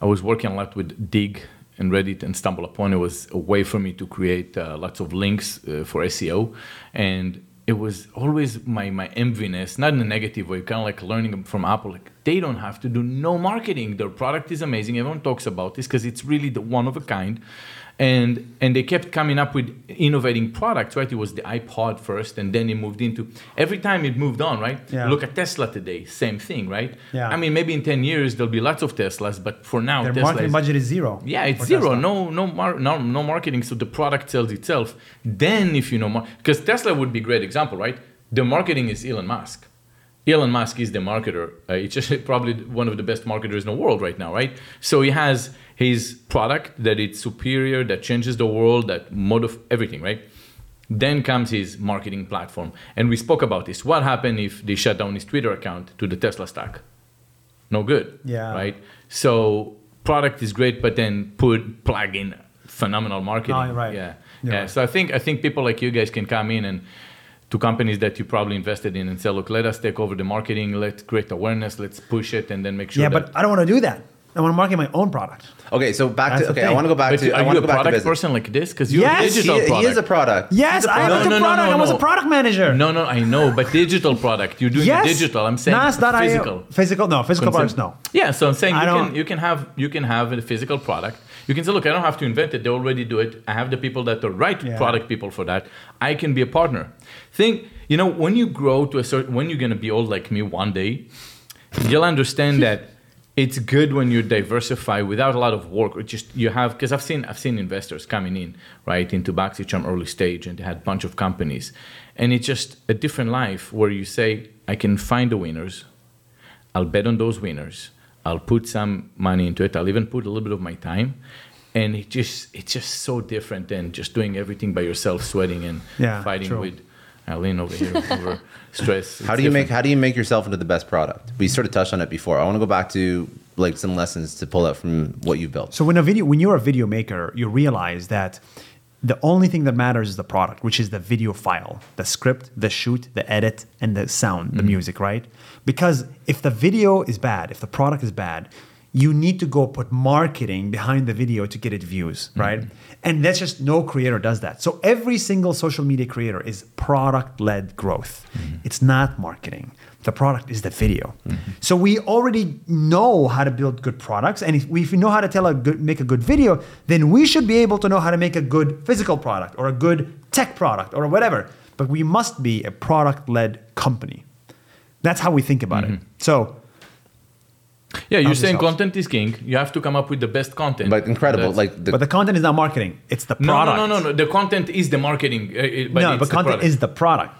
I was working a lot with Dig and Reddit and stumble upon it was a way for me to create uh, lots of links uh, for SEO and it was always my my enviness not in a negative way kind of like learning from Apple like they don't have to do no marketing their product is amazing everyone talks about this because it's really the one of a kind and and they kept coming up with innovating products right it was the ipod first and then it moved into every time it moved on right
Yeah.
look at tesla today same thing right
Yeah.
i mean maybe in 10 years there'll be lots of teslas but for now
Their
tesla
marketing
is,
budget is zero.
yeah it's
for
zero
Tesla.
no no, mar- no no marketing so the product sells itself then if you know because tesla would be a great example right the marketing is elon musk Elon Musk is the marketer. Uh, it's just <laughs> probably one of the best marketers in the world right now, right? So he has his product that it's superior, that changes the world, that modif everything, right? Then comes his marketing platform, and we spoke about this. What happened if they shut down his Twitter account to the Tesla stock? No good.
Yeah.
Right. So product is great, but then put plug in phenomenal marketing.
No, you're Ah, right.
Yeah.
You're
yeah.
right.
So I think I think people like you guys can come in and to companies that you probably invested in and say, look, let us take over the marketing, let's create awareness, let's push it, and then make sure.
Yeah,
that,
but I don't want to do that. I want to market my own product.
Okay, so back to
That's the
okay. I
thing.
want to go back
But
to. I
are
want
you a
to go back to
product
business.
person like this? Because you're
Yes,
a
He,
digital product.
he is a product.
Yes, I
No,
am a
no, no,
product.
no,
I was
no.
a product manager.
No, no, I know, but digital product. You're doing
yes.
a digital. I'm saying
Nas.io.
physical.
Physical, no. Physical
Consent-
products, no.
Yeah, so I'm saying
I
you
don't-
can, you can have you can have a physical product. You can say, look, I don't have to invent it. They already do it. I have the people that are right
Yeah.
product people for that. I can be a partner. Think, you know, when you grow to a certain, when you're gonna be old like me one day, you'll understand that it's good when you diversify without a lot of work or just you have because i've seen i've seen investors coming in right into boxycharm early stage and they had a bunch of companies and it's just a different life where you say i can find the winners i'll bet on those winners i'll put some money into it i'll even put a little bit of my time and it just it's just so different than just doing everything by yourself sweating and
Yeah,
fighting
true.
with Aline over here
<laughs>
over stress
How
It's
do you
different.
make how do you make yourself into the best product? We sort of touched on it before. I want to go back to like some lessons to pull out from what you've built.
So when a video, when you're a video maker, you realize that the only thing that matters is the product, which is the video file, the script, the shoot, the edit, and the sound, the music, right? Because if the video is bad, if the product is bad, you need to go put marketing behind the video to get it views, right? And that's just no creator does that. So every single social media creator is product led growth. It's not marketing. The product is the video.
Mm-hmm.
So we already know how to build good products, and if we, if we know how to tell a good, make a good video, then we should be able to know how to make a good physical product or a good tech product or whatever. But we must be a product-led company. That's how we think about
Mm-hmm.
it. So
Yeah, you're
of
saying
yourselves.
content is king. You have to come up with the best content.
But incredible,
That's-
like the,
but the content is not marketing; it's the
no,
product.
no, no, no, no. The content is the marketing. uh, it- but
no,
it's
but
the
content
product.
is the product.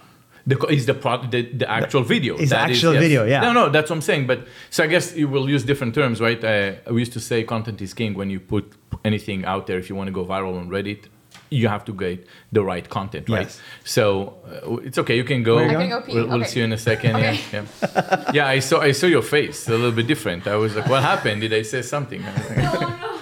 The, co- is the, pro- the the actual video?
is the actual video, yeah.
No, no, that's what I'm saying. But so I guess you will use different terms, right? Uh, we used to say content is king when you put anything out there. If you want to go viral on Reddit, you have to get the right content, right?
Yes.
So uh, it's okay. You can go.
I can go pee.
We'll, we'll
Okay.
see you in a second.
Okay.
Yeah, yeah. <laughs> yeah, I saw I saw your face a little bit different. I was like, what happened? Did I say something? I was like,
Oh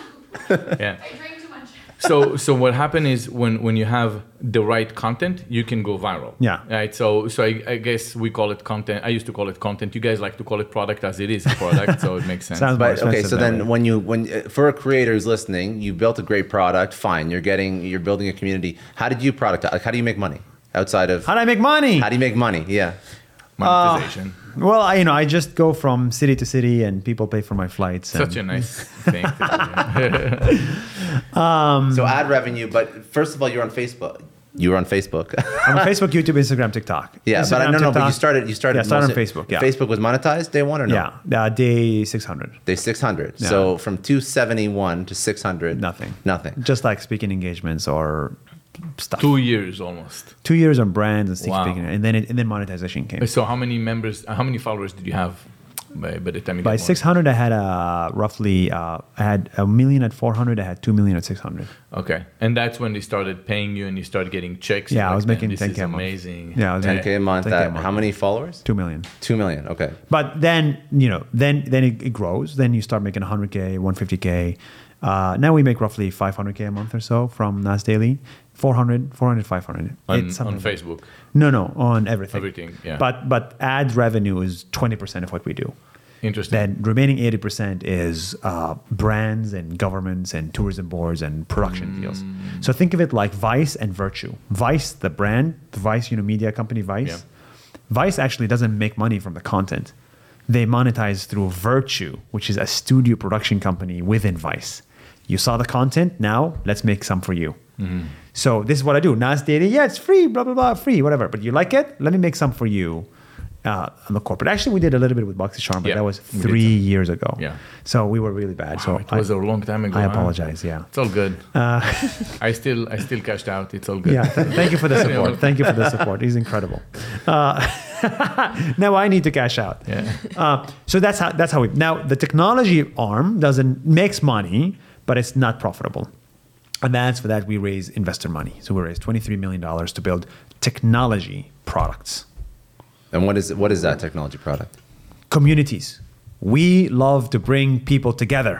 yeah
no, I drank too much.
so so what happens is when when you have the right content you can go viral
Yeah.
right so so I, I guess we call it content i used to call it content you guys like to call it product as it is a product so it makes sense
Sounds more
But okay,
expensive
so
that
then
way.
when you when uh, for a creator who's listening, you built a great product. Fine, you're getting you're building a community. How did you product? Like, how do you make money outside of?
How Mm-hmm. do I make money?
How do you make money? Yeah,
<laughs> monetization
well, I, you know, I just go from city to city, and people pay for my flights. and-
such a nice thing to
<laughs>
do.
so ad revenue. But first of all, you're on Facebook. You were on Facebook. <laughs>
I'm on Facebook, YouTube, Instagram, TikTok.
yeah, but I
Instagram,
no, no. But you
TikTok.
started. You started.
Yeah, I started on
mostly-
Facebook, yeah.
Facebook was monetized day one or no?
Yeah, uh, day 600.
Day six hundred. So from two seventy one to six hundred.
Nothing.
Nothing.
Just like speaking engagements or stuff.
two years almost
Two years on brands and six
Wow.
speaking, and then it, and then monetization came.
so how many members how many followers did you have by, by the time you
By
got one?
600, I had uh, roughly uh, I had a million at 400. I had two million at 600.
okay and that's when they started paying you and you started getting checks
Yeah, I
Like,
was
"Man,
making
this
10K
is
a month."
amazing
Yeah, I was
Ten k a month.
10K a
At
month.
how many followers?
two million.
Two million. Okay.
But then you know, then then it, it grows. Then you start making 100k, 150k. Uh, now we make roughly 500k a month or so from Nas Daily, 400, 400, 500.
on,
It's something
on
like that.
facebook
No, no, on everything.
Everything, yeah.
But but ad revenue is 20% of what we do.
interesting
Then remaining 80% is uh, brands and governments and tourism boards and production deals. So think of it like Vice and Virtue. Vice, the brand, the Vice, you know, media company Vice. Vice actually doesn't make money from the content. They monetize through Virtue, which is a studio production company within Vice. You saw the content, now let's make some for you. So this is what I do. Nas Daily, yeah, it's free, blah, blah, blah, free, whatever. But you like it? Let me make some for you uh, on the corporate. Actually, we did a little bit with Boxy Charm, but
Yeah,
that was
we did
three years ago.
Yeah. Oh,
So we were really bad. so
it was a
I,
long time ago.
I
huh?
apologize. Yeah.
It's all good. <laughs> I still I still cashed out. It's all good.
Uh, Yeah. th- thank you for the
welcome.
support. Thank you for the support. He's incredible. Uh, <laughs> now I need to cash out.
<laughs> Yeah.
Uh, so that's how that's how we. Now the technology arm doesn't makes money, but it's not profitable. And that's for that we raise investor money. So we raised twenty three million dollars to build technology products.
And what is what is that technology product?
communities. We love to bring people together.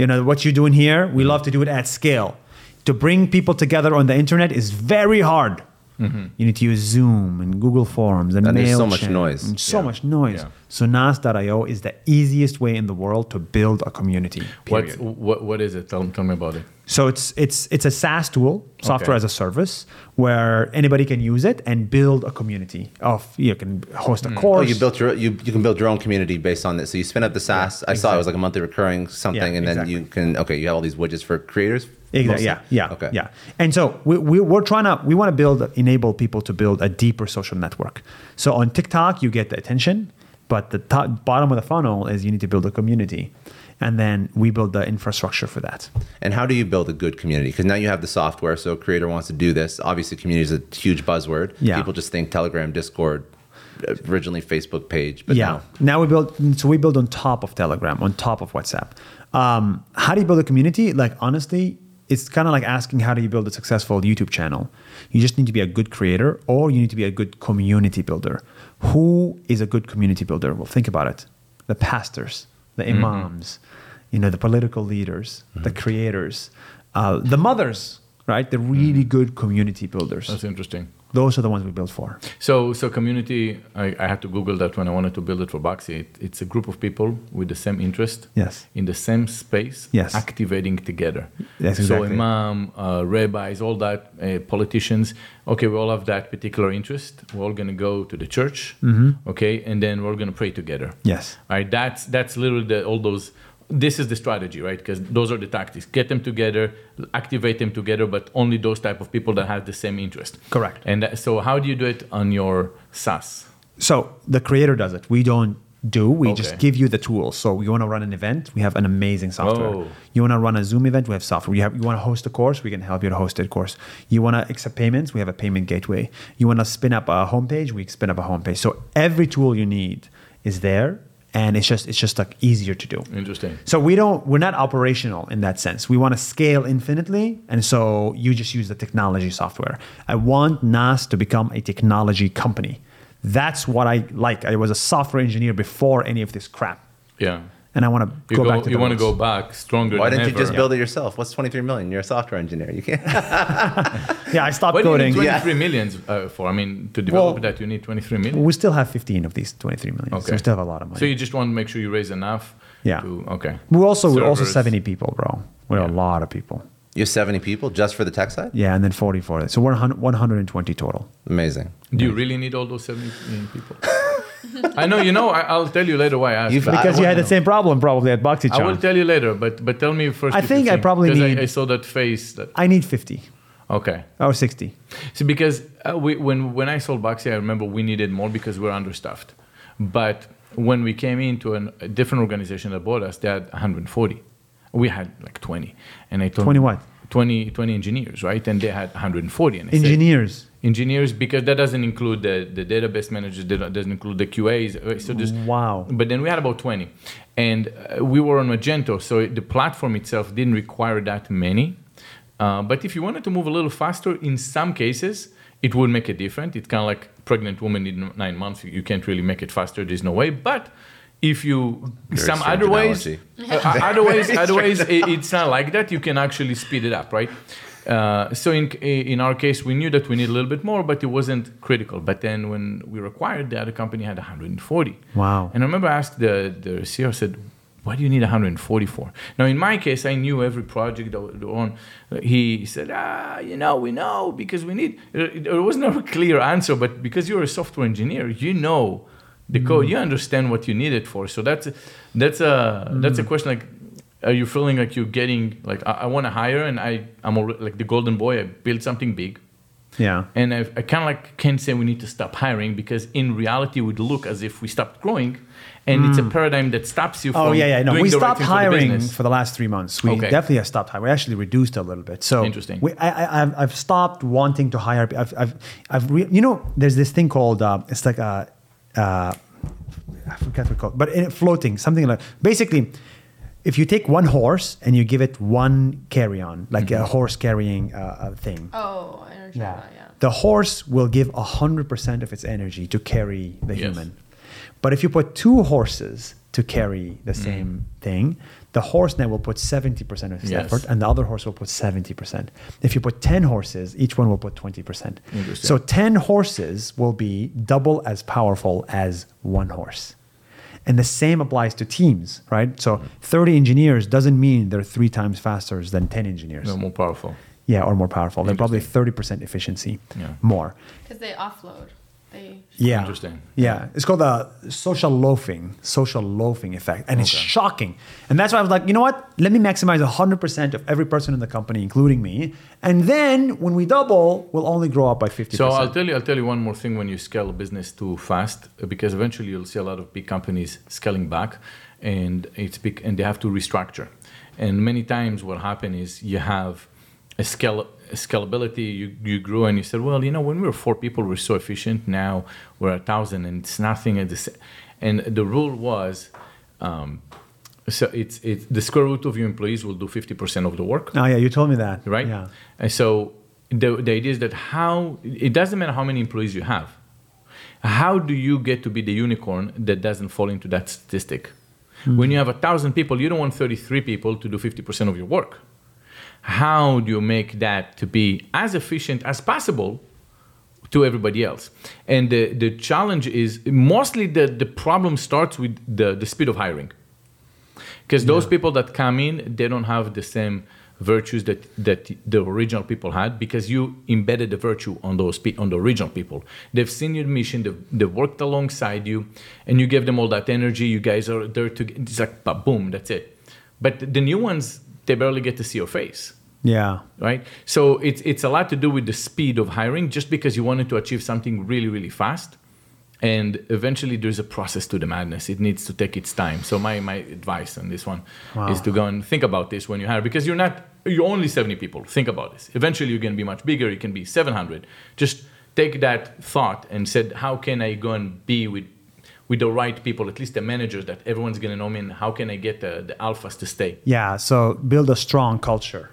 You know, what you're doing here, we love to do it at scale. To bring people together on the internet is very hard. You need to use Zoom and Google Forms and,
And there's Mm-hmm. so
MailChimp
much noise.
and so
Yeah.
much noise.
Yeah.
So NAS.io is the easiest way in the world to build a community.
What's,
Period.
what what is it? Tell, tell me about it.
So it's it's it's a SaaS tool, software
Okay.
as a service, where anybody can use it and build a community of you can host a
Oh,
course.
you built your you, you can build your own community based on this. So you spin up the SaaS. I saw it was like a monthly recurring something,
Yeah,
and then
exactly.
you can okay, you have all these widgets for creators.
Exactly.
mostly?
Yeah. Yeah.
Okay.
Yeah. And so we, we, we're trying to, we want to build, enable people to build a deeper social network. So on TikTok, you get the attention, but the top, bottom of the funnel is you need to build a community. And then we build the infrastructure for that.
And how do you build a good community? Because now you have the software. So a creator wants to do this. Obviously, community is a huge buzzword.
Yeah.
People just think Telegram, Discord, originally Facebook page, but
yeah.
now
Now we build, so we build on top of Telegram, on top of WhatsApp. Um, how do you build a community? Like, honestly, it's kind of like asking how do you build a successful YouTube channel? You just need to be a good creator or you need to be a good community builder. Who is a good community builder? Well, think about it the pastors, the imams, you know, the political leaders, the creators, uh, the mothers, right? The really good community builders.
That's interesting.
Those are the ones we build for.
So so community. I, I had to Google that when I wanted to build it for Boxy. It, it's a group of people with the same interest.
Yes.
In the same space.
Yes.
Activating together.
Yes,
So
exactly.
imam, uh, rabbis, all that, uh, politicians. Okay, we all have that particular interest. We're all gonna go to the church.
Mm-hmm.
Okay, and then we're gonna pray together.
Yes.
All right, that's that's literally the, all those. This is the strategy, right? Because those are the tactics. Get them together, activate them together, but only those type of people that have the same interest.
Correct.
And that, so, how do you do it on your SaaS?
So the creator does it. We don't do. We just
Okay.
give you the tools. So you want to run an event? We have an amazing software.
Oh.
You want to run a Zoom event? We have software. You, have, you want to host a course? We can help you to host a course. You want to accept payments? We have a payment gateway. You want to spin up a homepage? We spin up a homepage. So every tool you need is there, and it's just it's just like easier to do.
Interesting.
So we don't we're not operational in that sense. We want to scale infinitely, and so you just use the technology software. I want NAS to become a technology company. That's what I like. I was a software engineer before any of this crap,
Yeah.
and I want to
You
go,
go,
back to
you
the
want to go
roots.
back stronger
Why
than
didn't you
ever.
just build it yourself? What's 23 million? You're a software engineer. You
<laughs>
can't.
Yeah, I stopped
What do you need
coding.
23 millions uh, for? I mean, to develop
Well-
that, you need 23 million.
We still have 15 of these 23 million. So
Okay.
we still have a lot of money.
So you just want to make sure you raise enough.
Yeah.
To, okay.
we're also we're also
Servers.
70 people, bro. We're a lot of people.
you have 70 people just for the tech side?
Yeah, and then 44. So we're 100 120 total.
Amazing.
Do you really need all those 70 million
<laughs>
people? I know, you know, I, I'll tell you later why I asked.
You've-
that.
Because
I
you had
wanna
the same problem probably at BoxyCharm.
I will tell you later, but but tell me first.
I
if you
think I probably
'cause
need-
I, I saw that face. That,
I need 50
okay.
or 60.
See, because uh, we, when when I sold Baxi, I remember we needed more because we were understaffed. But when we came into an, a different organization that bought us, they had 140. We had like 20, and I told
20 what?
20, 20 engineers, right? And they had 140. And I said-
Engineers.
engineers because that doesn't include the, the database managers that doesn't include the qas uh, so just
Wow.
but then we had about 20 and uh, we were on magento so it- the platform itself didn't require that many uh, but if you wanted to move a little faster in some cases it would make it different it's kind of like pregnant woman in nine months you- you can't really make it faster there's no way but if you some
strange
other ways
analogy.
uh,
<laughs>
otherwise, otherwise i it's not like that. You can actually speed it up, right? Uh, so in in our case, we knew that we need a little bit more, but it wasn't critical. But then when we were acquired, the other company had 140.
Wow.
And I remember I asked the the CEO, I said, "Why do you need 140 for?" Now in my case, I knew every project that was on. He said, "Ah, you know, we know because we need." It, it was not a clear answer, but because you're a software engineer, you know the code you understand what you need it for so that's that's a that's a question like are you feeling like you're getting like i, I want to hire and i i'm alre like the golden boy i built something big
Yeah.
and i, I kind of like can't say we need to stop hiring because in reality it would look as if we stopped growing and it's a paradigm that stops you from
Hmm. Oh yeah, yeah. No,
doing
we
the right
stopped
thing for,
hiring
the
for the,
business.
last three months. We
Okay.
definitely have stopped hiring. We actually reduced a little bit. So
Interesting.
We, I, I, I've, I've stopped wanting to hire. pe- I've, I've, I've re, you know, there's this thing called uh, it's like a, uh, I forget what it's called, but in, floating something like basically. If you take one horse and you give it one carry-on, like
Mm-hmm.
a horse carrying uh, a thing,
Oh, I understand
yeah.
that. Yeah.
The horse will give 100% of its energy to carry the
Yes.
human. But if you put two horses to carry the
Mm.
same thing, the horse now will put 70% of its
Yes.
effort and the other horse will put 70%. If you put 10 horses, each one will put 20%.
Interesting.
So 10 horses will be double as powerful as one horse. And the same applies to teams, right? So
Mm.
30 engineers doesn't mean they're three times faster than 10 engineers.
They're more powerful
Yeah, or more powerful. They're probably 30% efficiency
Yeah.
more.
Because they offload. They.
Yeah.
Interesting.
Yeah. It's called the social loafing, social loafing effect. And it's
Okay.
shocking. And that's why I was like, you know what? Let me maximize 100% of every person in the company, including me. And then when we double, we'll only grow up by 50%.
So I'll tell you, I'll tell you one more thing when you scale a business too fast, uh, because eventually you'll see a lot of big companies scaling back, and it's big, and they have to restructure. And many times, what happen is you have a scale a scalability. You you grew and you said, well, you know, when we were four people, we we're so efficient. Now we're a thousand, and it's nothing. At the sa-. And the rule was. Um, so it's, it's the square root of your employees will do 50% of the work
oh, yeah. You told me that.
right?
Yeah.
And so the, the idea is that how it doesn't matter how many employees you have. How do you get to be the unicorn that doesn't fall into that statistic? When you have a thousand people, you don't want 33 people to do 50% of your work. How do you make that to be as efficient as possible to everybody else? And the, the challenge is mostly the, the problem starts with the, the speed of hiring because those people that come in they don't have the same virtues that that the original people had because you embedded the virtue on those pe- on the original people they've seen your mission they've, they've worked alongside you and you give them all that energy you guys are there to it's like ba- boom that's it but the new ones they barely get to see your face
Yeah.
right? So it's it's a lot to do with the speed of hiring, just because you wanted to achieve something really really fast, and eventually there's a process to the madness it needs to take its time so my, my advice on this one is to go and think about this when you hire because you're not you're only 70 people think about this eventually you can be much bigger you can be 700 just take that thought and said how can i go and be with with the right people at least the managers that everyone's going to know me and how can i get the, the alphas to stay
Yeah, so build a strong culture.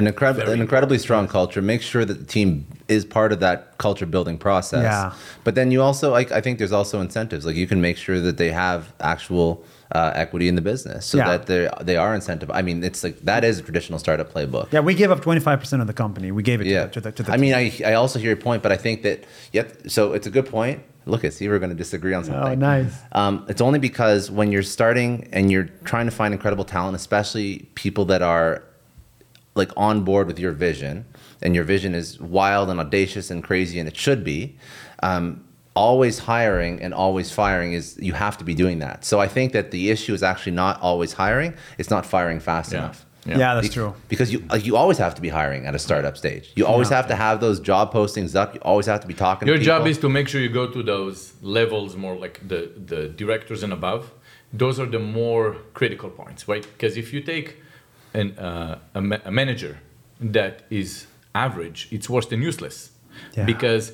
an, incredible, an incredibly strong culture. Make sure that the team is part of that culture building process.
Yeah.
But then you also, like, I think there's also incentives. Like, you can make sure that they have actual uh, equity in the business so
Yeah.
that they they are incentive. I mean, it's like that is a traditional startup playbook.
Yeah, we gave up 25% of the company. We gave it
Yeah.
to, the, to the to the
I mean, I, I also hear your point, but I think that, yep, so it's a good point. Look, I see we're going to disagree on something.
Oh, nice.
Um, it's only because when you're starting and you're trying to find incredible talent, especially people that are like on board with your vision, and your vision is wild and audacious and crazy, and it should be. Um, always hiring and always firing is you have to be doing that. So I think that the issue is actually not always hiring; it's not firing fast
Yeah.
enough.
yeah. that's
Be-
true.
Because you like, you always have to be hiring at a startup stage. You always have to have those job postings up. You always have to be talking.
Your
to
job
people.
is to make sure you go to those levels more like the, the directors and above. Those are the more critical points, right? Because if you take an, uh, a, ma- a manager that is average, it's worse than useless.
Yeah.
Because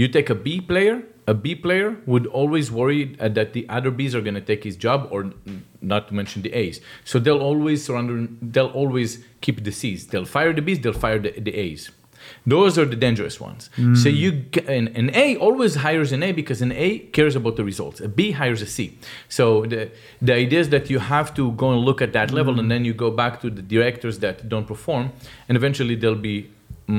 you take a B player, a B player would always worry uh, that the other Bs are going to take his job, or n- not to mention the As. So they'll always surrender. They'll always keep the Cs. They'll fire the Bs. They'll fire the, the As. Those are the dangerous ones. So you g- an, an A always hires an A because an A cares about the results. A B hires a C. So the the idea is that you have to go and look at that level, and then you go back to the directors that don't perform, and eventually they'll be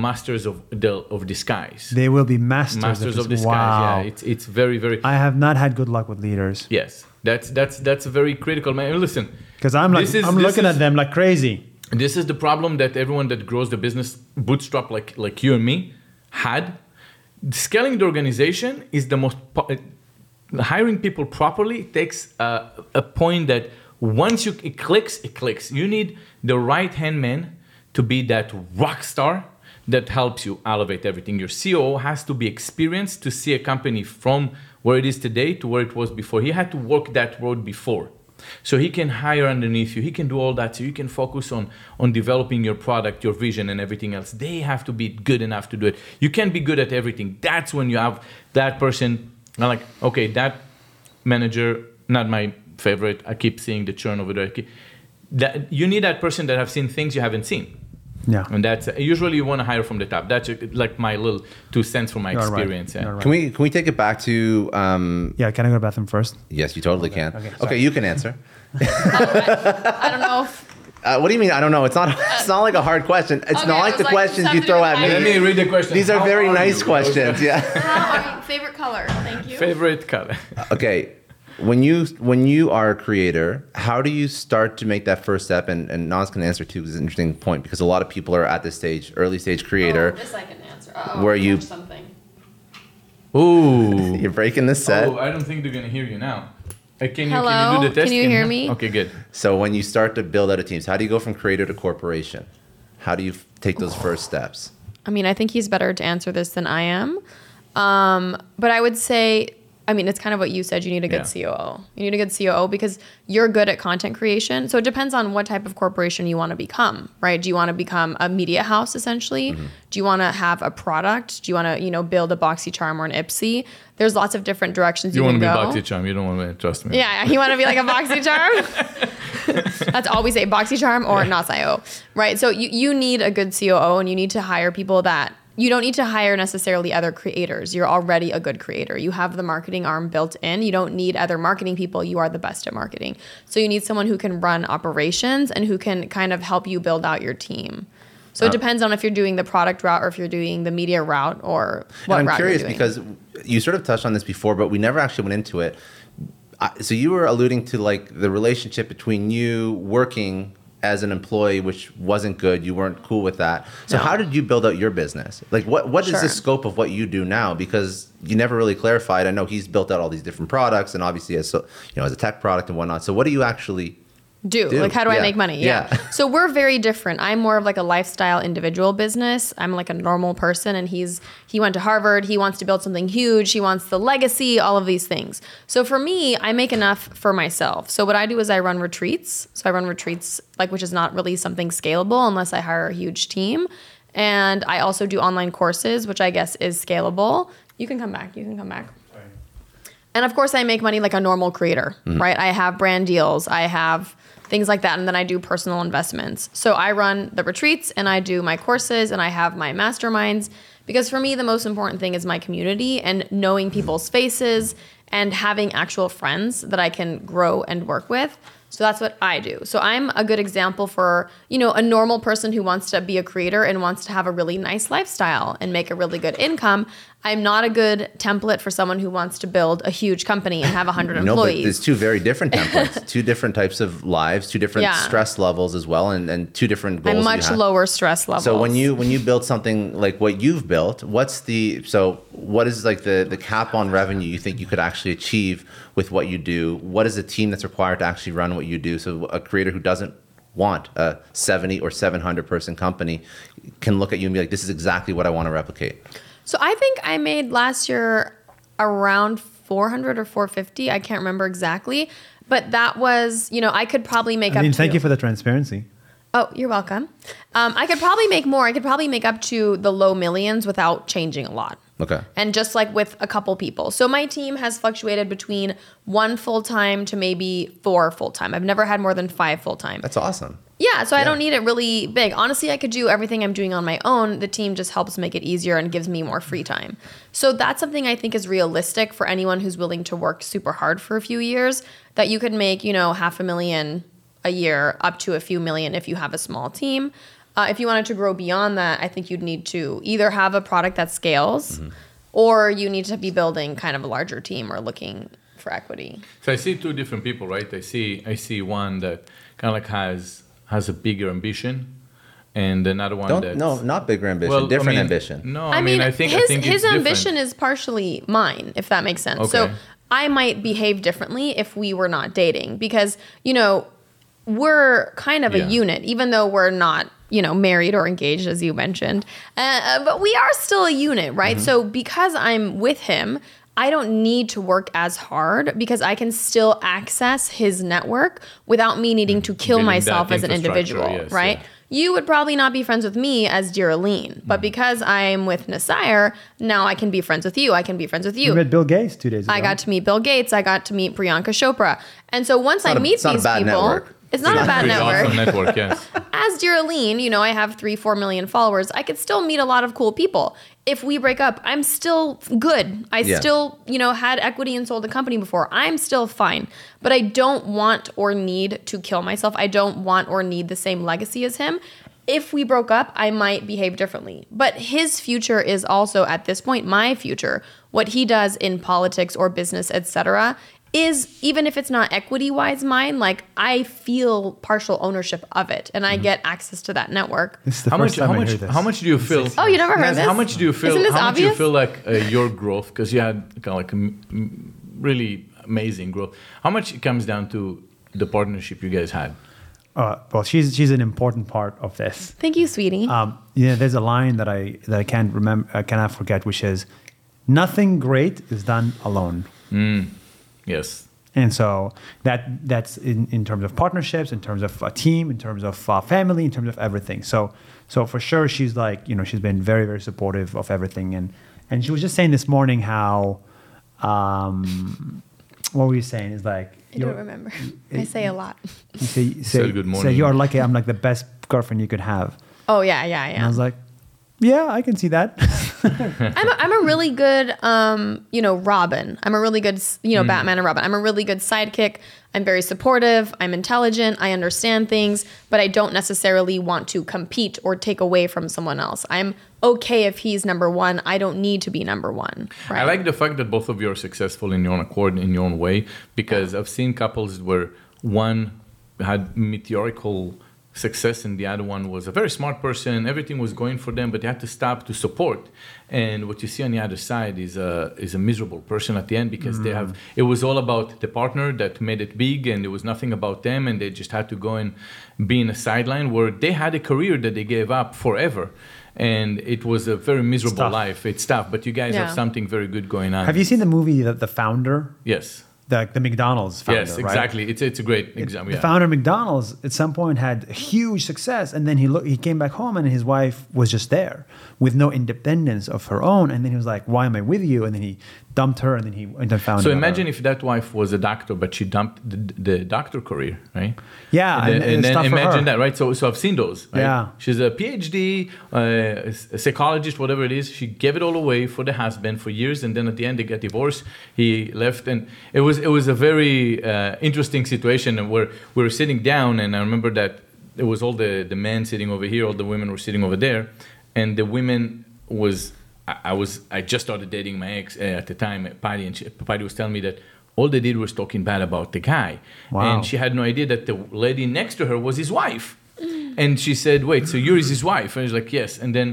masters of the, of disguise.
They will be masters,
masters of
this.
disguise.
Wow.
Yeah, it's it's very very
I have not had good luck with leaders
yes. That's that's that's very critical. Man, And listen,
because I'm like,
This is-
I'm
this
looking
is-
at them like crazy.
this is the problem that everyone that grows the business bootstrap like like you and me had scaling the organization is the most po- uh, hiring people properly takes uh, a point that once you it clicks it clicks you need the right hand man to be that rock star that helps you elevate everything your coo has to be experienced to see a company from where it is today to where it was before he had to walk that road before so he can hire underneath you he can do all that so you can focus on on developing your product your vision and everything else they have to be good enough to do it you can't be good at everything that's when you have that person i'm like okay that manager not my favorite i keep seeing the churn over there I keep- that you need that person that have seen things you haven't seen
Yeah.
and that's usually you want to hire from the top that's like my little two cents from my
You're right.
experience yeah.
You're right.
Can we can we take it back to um,
Yeah, can I go to the bathroom first?
yes you totally can okay, you can answer
I don't know. <laughs> If,
uh, what do you mean I don't know it's not <laughs> it's not like a hard question it's
Okay,
not
I
like
was
the
like,
questions you
somebody
throw
would hire
at
let
me
me read the question
these are
How
very nice
you?
questions yeah
how, favorite color. Thank you.
favorite
<laughs>
color
okay when you when you are a creator how do you start to make that first step and and Nas can answer too 'cause it's an interesting point because a lot of people are at this stage early stage creator
this Oh, I can answer. Oh,
Where you-
Something.
Ooh.
you're breaking the set
Oh, I don't think they're gonna hear you now. Uh, can, you, can
Hello?
you do the
Can
test?
you hear me?
Okay, good.
So when you start to build out a team, so how do you go from creator to corporation? How do you f- take
<sighs>
those first steps?
I mean, I think he's better to answer this than I am. Um, but I would say, I mean, it's kind of what you said. You need a good
Yeah.
COO. You need a good COO because you're good at content creation. So it depends on what type of corporation you want to become, right? Do you want to become a media house essentially? Do you want to have a product? Do you want to, you know, build a BoxyCharm or an Ipsy? There's lots of different directions you,
You want
can
to
go.
be boxy charm? You don't want to trust me.
Yeah, you want to be like a boxy
<laughs>
charm. That's always a boxy charm or not CIO, right? So you, you need a good COO and you need to hire people that you don't need to hire necessarily other creators. You're already a good creator. You have the marketing arm built in. You don't need other marketing people. You are the best at marketing. So you need someone who can run operations and who can kind of help you build out your
Uh,
team. So it depends on if you're doing the product route or if you're doing the media route or what
and I'm
route
curious
you're doing.
because you sort of touched on this before, but we never actually went into it. I, so you were alluding to like the relationship between you working as an employee, which wasn't good. You weren't cool with that. So how did you build out your business? Like what what is
Sure.
the scope of what you do now? Because you never really clarified. I know he's built out all these different products, and obviously as so, you know as a tech product and whatnot. So what do you actually
do.
Do,
Like, how do I
yeah.
make money? Yeah.
Yeah.
so we're very different. I'm more of like a lifestyle individual business. I'm like a normal person, and he's he went to Harvard. He wants to build something huge. He wants the legacy. All of these things. So for me, I make enough for myself. So what I do is I run retreats. So I run retreats, like which is not really something scalable unless I hire a huge team. And I also do online courses, which I guess is scalable. You can come back. You can come back. And of course, I make money like a normal creator, right? I have brand deals, I have things like that, and then I do personal investments. So I run the retreats and I do my courses and I have my masterminds because for me, the most important thing is my community and knowing people's faces and having actual friends that I can grow and work with. So that's what I do. So I'm a good example for, you know, a normal person who wants to be a creator and wants to have a really nice lifestyle and make a really good income. I'm not a good template for someone who wants to build a huge company and have
<laughs>
100
No, but
employees.
there's two very different
<laughs>
templates, two different types of lives, two different
Yeah.
stress levels as well, and, and two different goals.
I'm
you
much
have.
lower stress level.
So when you when you build something like what you've built, what's the so what is like the the cap on revenue you think you could actually achieve with what you do? What is the team that's required to actually run what you do? So a creator who doesn't want a 70 or 700 person company can look at you and be like this is exactly what I want to replicate.
So I think I made last year around 400 or 450. I can't remember exactly, but that was, you know, I could probably make
I
up
mean,
to-
thank you for the transparency.
Oh, you're welcome. Um, I could probably make more. I could probably make up to the low millions without changing a lot.
Okay.
And just like with a couple people. So my team has fluctuated between one full time to maybe four full time. I've never had more than five full time.
That's awesome.
Yeah, so I don't
Yeah.
need it really big. Honestly, I could do everything I'm doing on my own. The team just helps make it easier and gives me more free time. So that's something I think is realistic for anyone who's willing to work super hard for a few years that you could make, you know, half a million a year up to a few million if you have a small team. Uh, if you wanted to grow beyond that, I think you'd need to either have a product that scales or you need to be building kind of a larger team or looking for equity.
So I see two different people, right? I see I see one that kind of like has has a bigger ambition, and another one
Don't
that's
no, not bigger ambition,
well, I
different
mean,
ambition.
No,
I mean,
I think
his
I think
his
it's
ambition
different.
is partially mine, if that makes sense. So
Okay.
I might behave differently if we were not dating because you know we're kind of
Yeah.
a unit, even though we're not you know married or engaged as you mentioned, uh, but we are still a unit, right?
Mm-hmm.
So because I'm with him. I don't need to work as hard because I can still access his network without me needing to kill
Building Mm, that
myself as an
infrastructure,
individual,
yes,
right?
yeah.
you would probably not be friends with me as dear Aline,
Mm-hmm.
but because I'm with Nasir, now I can be friends with you. I can be friends with you.
We met Bill Gates two days ago.
I got to meet Bill Gates. I got to meet Priyanka Chopra. And so once I
not a-
meet
it's not a
these
bad
people,
network.
it's not a bad
Pretty
network
awesome <laughs> network, yes.
as dear Aline, you know, I have three, four million followers. I could still meet a lot of cool people. If we break up, I'm still good. I
Yeah.
still, you know, had equity and sold the company before. I'm still fine. But I don't want or need to kill myself. I don't want or need the same legacy as him. If we broke up, I might behave differently. But his future is also at this point my future. What he does in politics or business, etc., is even if it's not equity wise mine, like I feel partial ownership of it and I get access to that network.
This is the
how
first
much?
time
How
I
much?
hear this.
How much do you feel?
<laughs> Oh, you never heard
Naz,
this?
How much do you feel?
Isn't this
how much do you
obvious?
feel like uh, your growth? Because you had kind of like a m- m- really amazing growth. How much it comes down to the partnership you guys had?
Uh, well, she's she's an important part of this.
Thank you, sweetie.
Um, you know, there's a line that I that I can't remember, I cannot forget, which is, "Nothing great is done alone."
Yes.
And so that that's in, in terms of partnerships, in terms of a team, in terms of uh, family, in terms of everything. So so for sure, she's like you know she's been very very supportive of everything, and and she was just saying this morning how, um, what were you saying? Is like
I don't remember. I say a lot.
You say, you say,
good
Say
morning.
you are lucky. I'm like the best girlfriend you could have.
Oh yeah, yeah,
And I
yeah.
was like, yeah, I can see that. <laughs>
I'm a, I'm a really good, um, you know, Robin. I'm a really good, s- you know,
Mm.
Batman and Robin. I'm a really good sidekick. I'm very supportive. I'm intelligent. I understand things, but I don't necessarily want to compete or take away from someone else. I'm okay if he's number one. I don't need to be number one. Right?
I like the fact that both of you are successful in your own accord, in your own way, because I've seen couples where one had meteorical success and the other one was a very smart person everything was going for them but they had to stop to support and what you see on the other side is a is a miserable person at the end because they have it was all about the partner that made it big and there was nothing about them and they just had to go and be in a sideline where they had a career that they gave up forever and it was a very miserable
tough.
life it's tough but you guys have
Yeah.
something very good going on
Have you seen the movie that the founder,
yes
the, the McDonald's founder?
yes
right?
exactly it's it's a great example
The founder of McDonald's at some point had huge success, and then he look, he came back home, and his wife was just there with no independence of her own. And then he was like, "Why am I with you?" And then he dumped her, and then he and then found.
So
another.
imagine if that wife was a doctor, but she dumped the, the doctor career, right?
Yeah,
and, then-
and- and
and
it's
then
tough for
imagine
her.
that, right? So, so I've seen those. Right?
Yeah.
she's a PhD, uh, a s- a psychologist, whatever it is. She gave it all away for the husband for years, and then at the end they got divorced. He left, and it was it was a very uh, interesting situation and where we were sitting down, and I remember that it was all the the men sitting over here, all the women were sitting over there, and the women was I, I was I just started dating my ex uh, at the time, Patty, and she, Patty was telling me that all they did was talking bad about the guy,
Wow.
and she had no idea that the lady next to her was his wife, and she said, "Wait, so you're his wife?" And he's like, "Yes." And then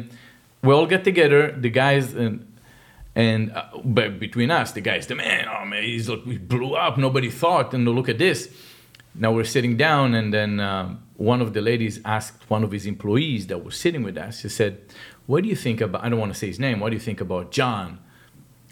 we all get together, the guys and. And uh, but between us, the guy's the man. Oh man, he's like we blew up. Nobody thought. And look at this. Now we're sitting down, and then um, one of the ladies asked one of his employees that was sitting with us. She said, "What do you think about?" I don't want to say his name. What do you think about John?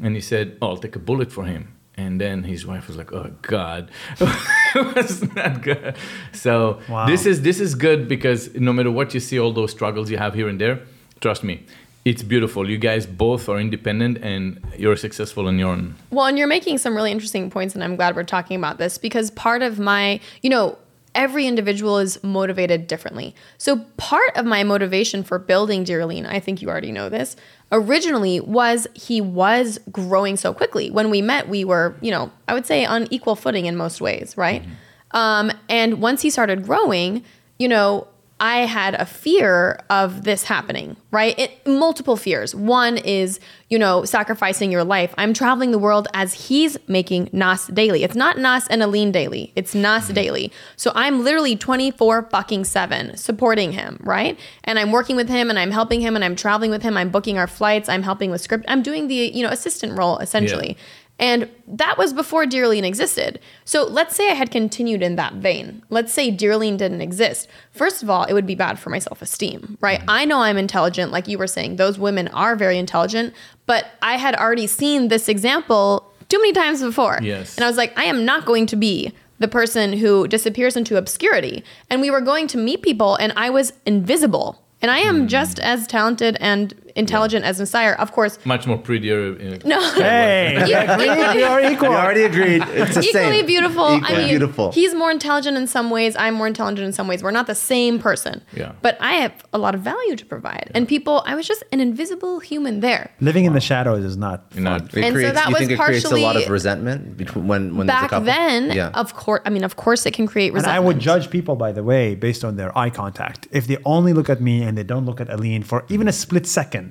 And he said, oh, "I'll take a bullet for him." And then his wife was like, "Oh God, <laughs> it was not good." So
Wow.
this is this is good because no matter what you see, all those struggles you have here and there, trust me, it's beautiful. You guys both are independent and you're successful in your own.
Well, and you're making some really interesting points, and I'm glad we're talking about this because part of my, you know, every individual is motivated differently. So, part of my motivation for building Dearline, I think you already know this, originally was he was growing so quickly. When we met, we were, you know, I would say on equal footing in most ways, right? Um, and once he started growing, you know, I had a fear of this happening, right? It, multiple fears. One is, you know, sacrificing your life. I'm traveling the world as he's making Nas daily. It's not Nas and Aline daily, it's Nas daily. So I'm literally 24 fucking seven supporting him, right? And I'm working with him and I'm helping him and I'm traveling with him. I'm booking our flights. I'm helping with script. I'm doing the, you know, assistant role essentially. And that was before Dearline existed. So let's say I had continued in that vein. Let's say Dearline didn't exist. First of all, it would be bad for my self esteem, right? I know I'm intelligent, like you were saying, those women are very intelligent, but I had already seen this example too many times before.
Yes.
And I was like, I am not going to be the person who disappears into obscurity. And we were going to meet people, and I was invisible. And I am just as talented and intelligent as Messiah. Of course,
Much more prettier. uh,
no.
Hey,
<laughs>
<laughs>
You-
we are
We
equal.
already
<laughs>
agreed. It's the
equally
<laughs> same.
beautiful.
Equally
I mean,
beautiful.
He's more intelligent in some ways. I'm more intelligent in some ways. We're not the same person.
Yeah.
But I have a lot of value to provide, and people. I was just an invisible human there.
Living in the shadows is not.
you know,
It
And so
creates,
that
you
was
think it creates a lot of
partially-
resentment between when when there's a
Back
couple?
then,
yeah.
of course. I mean, of course, it can create
And
resentment.
I would judge people, by the way, based on their eye contact. If they only look at me and they don't look at Aline for even a split second,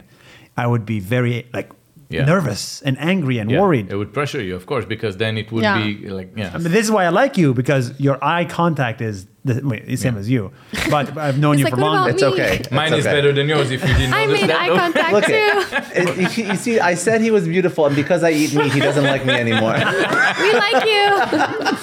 I would be very like
Yeah.
nervous and angry and
yeah,
worried.
It would pressure you, of course, because then it would
Yeah.
be like, yeah.
But this is why I like you because your eye contact is the wait, it's same as you.
<laughs>
But I've known
It's
you
like,
for
what
longer.
about
it's
me.
okay. It's
Mine is
okay.
better than yours if you didn't
I
notice
mate
that.
eye
though.
contact
Look
too.
at it, you, you see, I said he was beautiful, and because I eat meat, he doesn't like me anymore. <laughs>
we like you.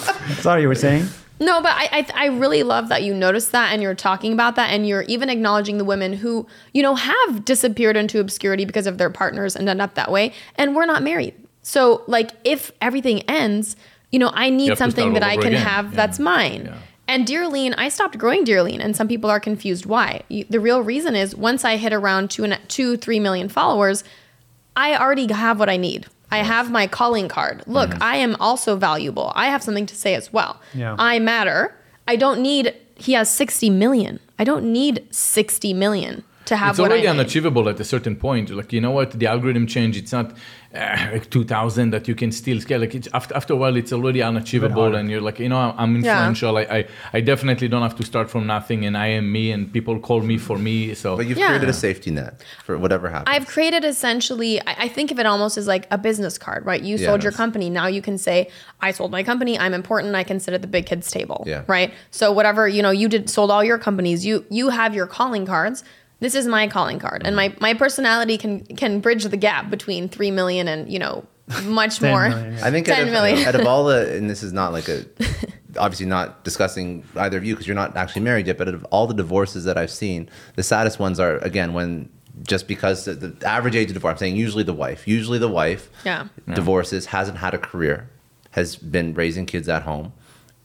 <laughs>
Sorry, you were saying?
No, but I, I I really love that you noticed that and you're talking about that and you're even acknowledging the women who you know have disappeared into obscurity because of their partners and end up that way and we're not married. So like if everything ends, you know I need
have to
something
start
that
all
I
over
can
again.
have
Yeah.
that's mine.
Yeah.
And Dearline, I stopped growing Dearline, and some people are confused why. You- The real reason is once I hit around two and two three million followers, I already have what I need. I have my calling card. Look,
Mm-hmm.
I am also valuable. I have something to say as well.
Yeah.
I matter. I don't need, he has 60 million. I don't need 60 million. To have
it's
what I
already
need.
unachievable at a certain point. Like you know what, the algorithm change. It's not uh, like 2,000 that you can still scale. Like it's, after, after a while, it's already unachievable, and you're like, you know, I'm influential. I, I I definitely don't have to start from nothing, and I am me, and people call me for me. So
But you've
Yeah.
created a safety net for whatever happens.
I've created essentially, I, I think of it almost as like a business card, right? You
Yeah,
sold your
nice.
company. Now you can say, I sold my company. I'm important. I can sit at the big kids table,
Yeah.
right? So whatever, you know, you did sold all your companies. You, you have your calling cards. This is my calling card. And
Mm-hmm.
my, my personality can, can bridge the gap between 3 million and, you know,
<laughs>
much more.
million, yeah.
I think out
10
of,
million.
out of all the, and this is not like
<laughs>
a, obviously not discussing either of you because you're not actually married yet, but out of all the divorces that I've seen, the saddest ones are, again, when just because the, the average age of divorce, I'm saying usually the wife, usually the wife
Yeah.
divorces, hasn't had a career, has been raising kids at home,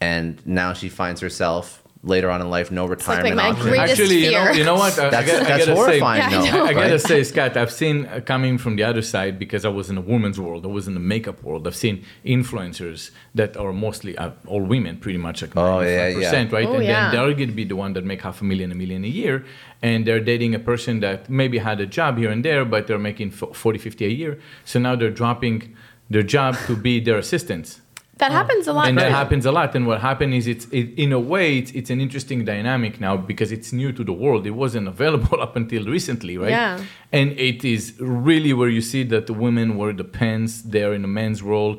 and now she finds herself later on in life, no
like
retirement
my
option.
greatest
actually, you know,
fear.
you know what? I- I
That's,
gotta- I gotta
that's
say-
horrifying,
Yeah, I
though.
know.
<laughs> I gotta
right?
say, Scott, I've seen uh, coming from the other side because I was in a woman's world, I was in the makeup world. I've seen influencers that are mostly uh, all women, pretty much like
Oh, yeah,
95%, right?
Oh,
and
yeah.
then they're gonna be the one that make half a million, a million a year, and they're dating a person that maybe had a job here and there, but they're making fo- 40, 50 a year. So now they're dropping their job to be their assistants
That happens a lot.
Oh. and
right?
that happens a lot and what happened is it's it, in a way it's, it's an interesting dynamic now because it's new to the world it wasn't available <laughs> up until recently right
Yeah.
and it is really where you see that the women wear the pants they're in a men's role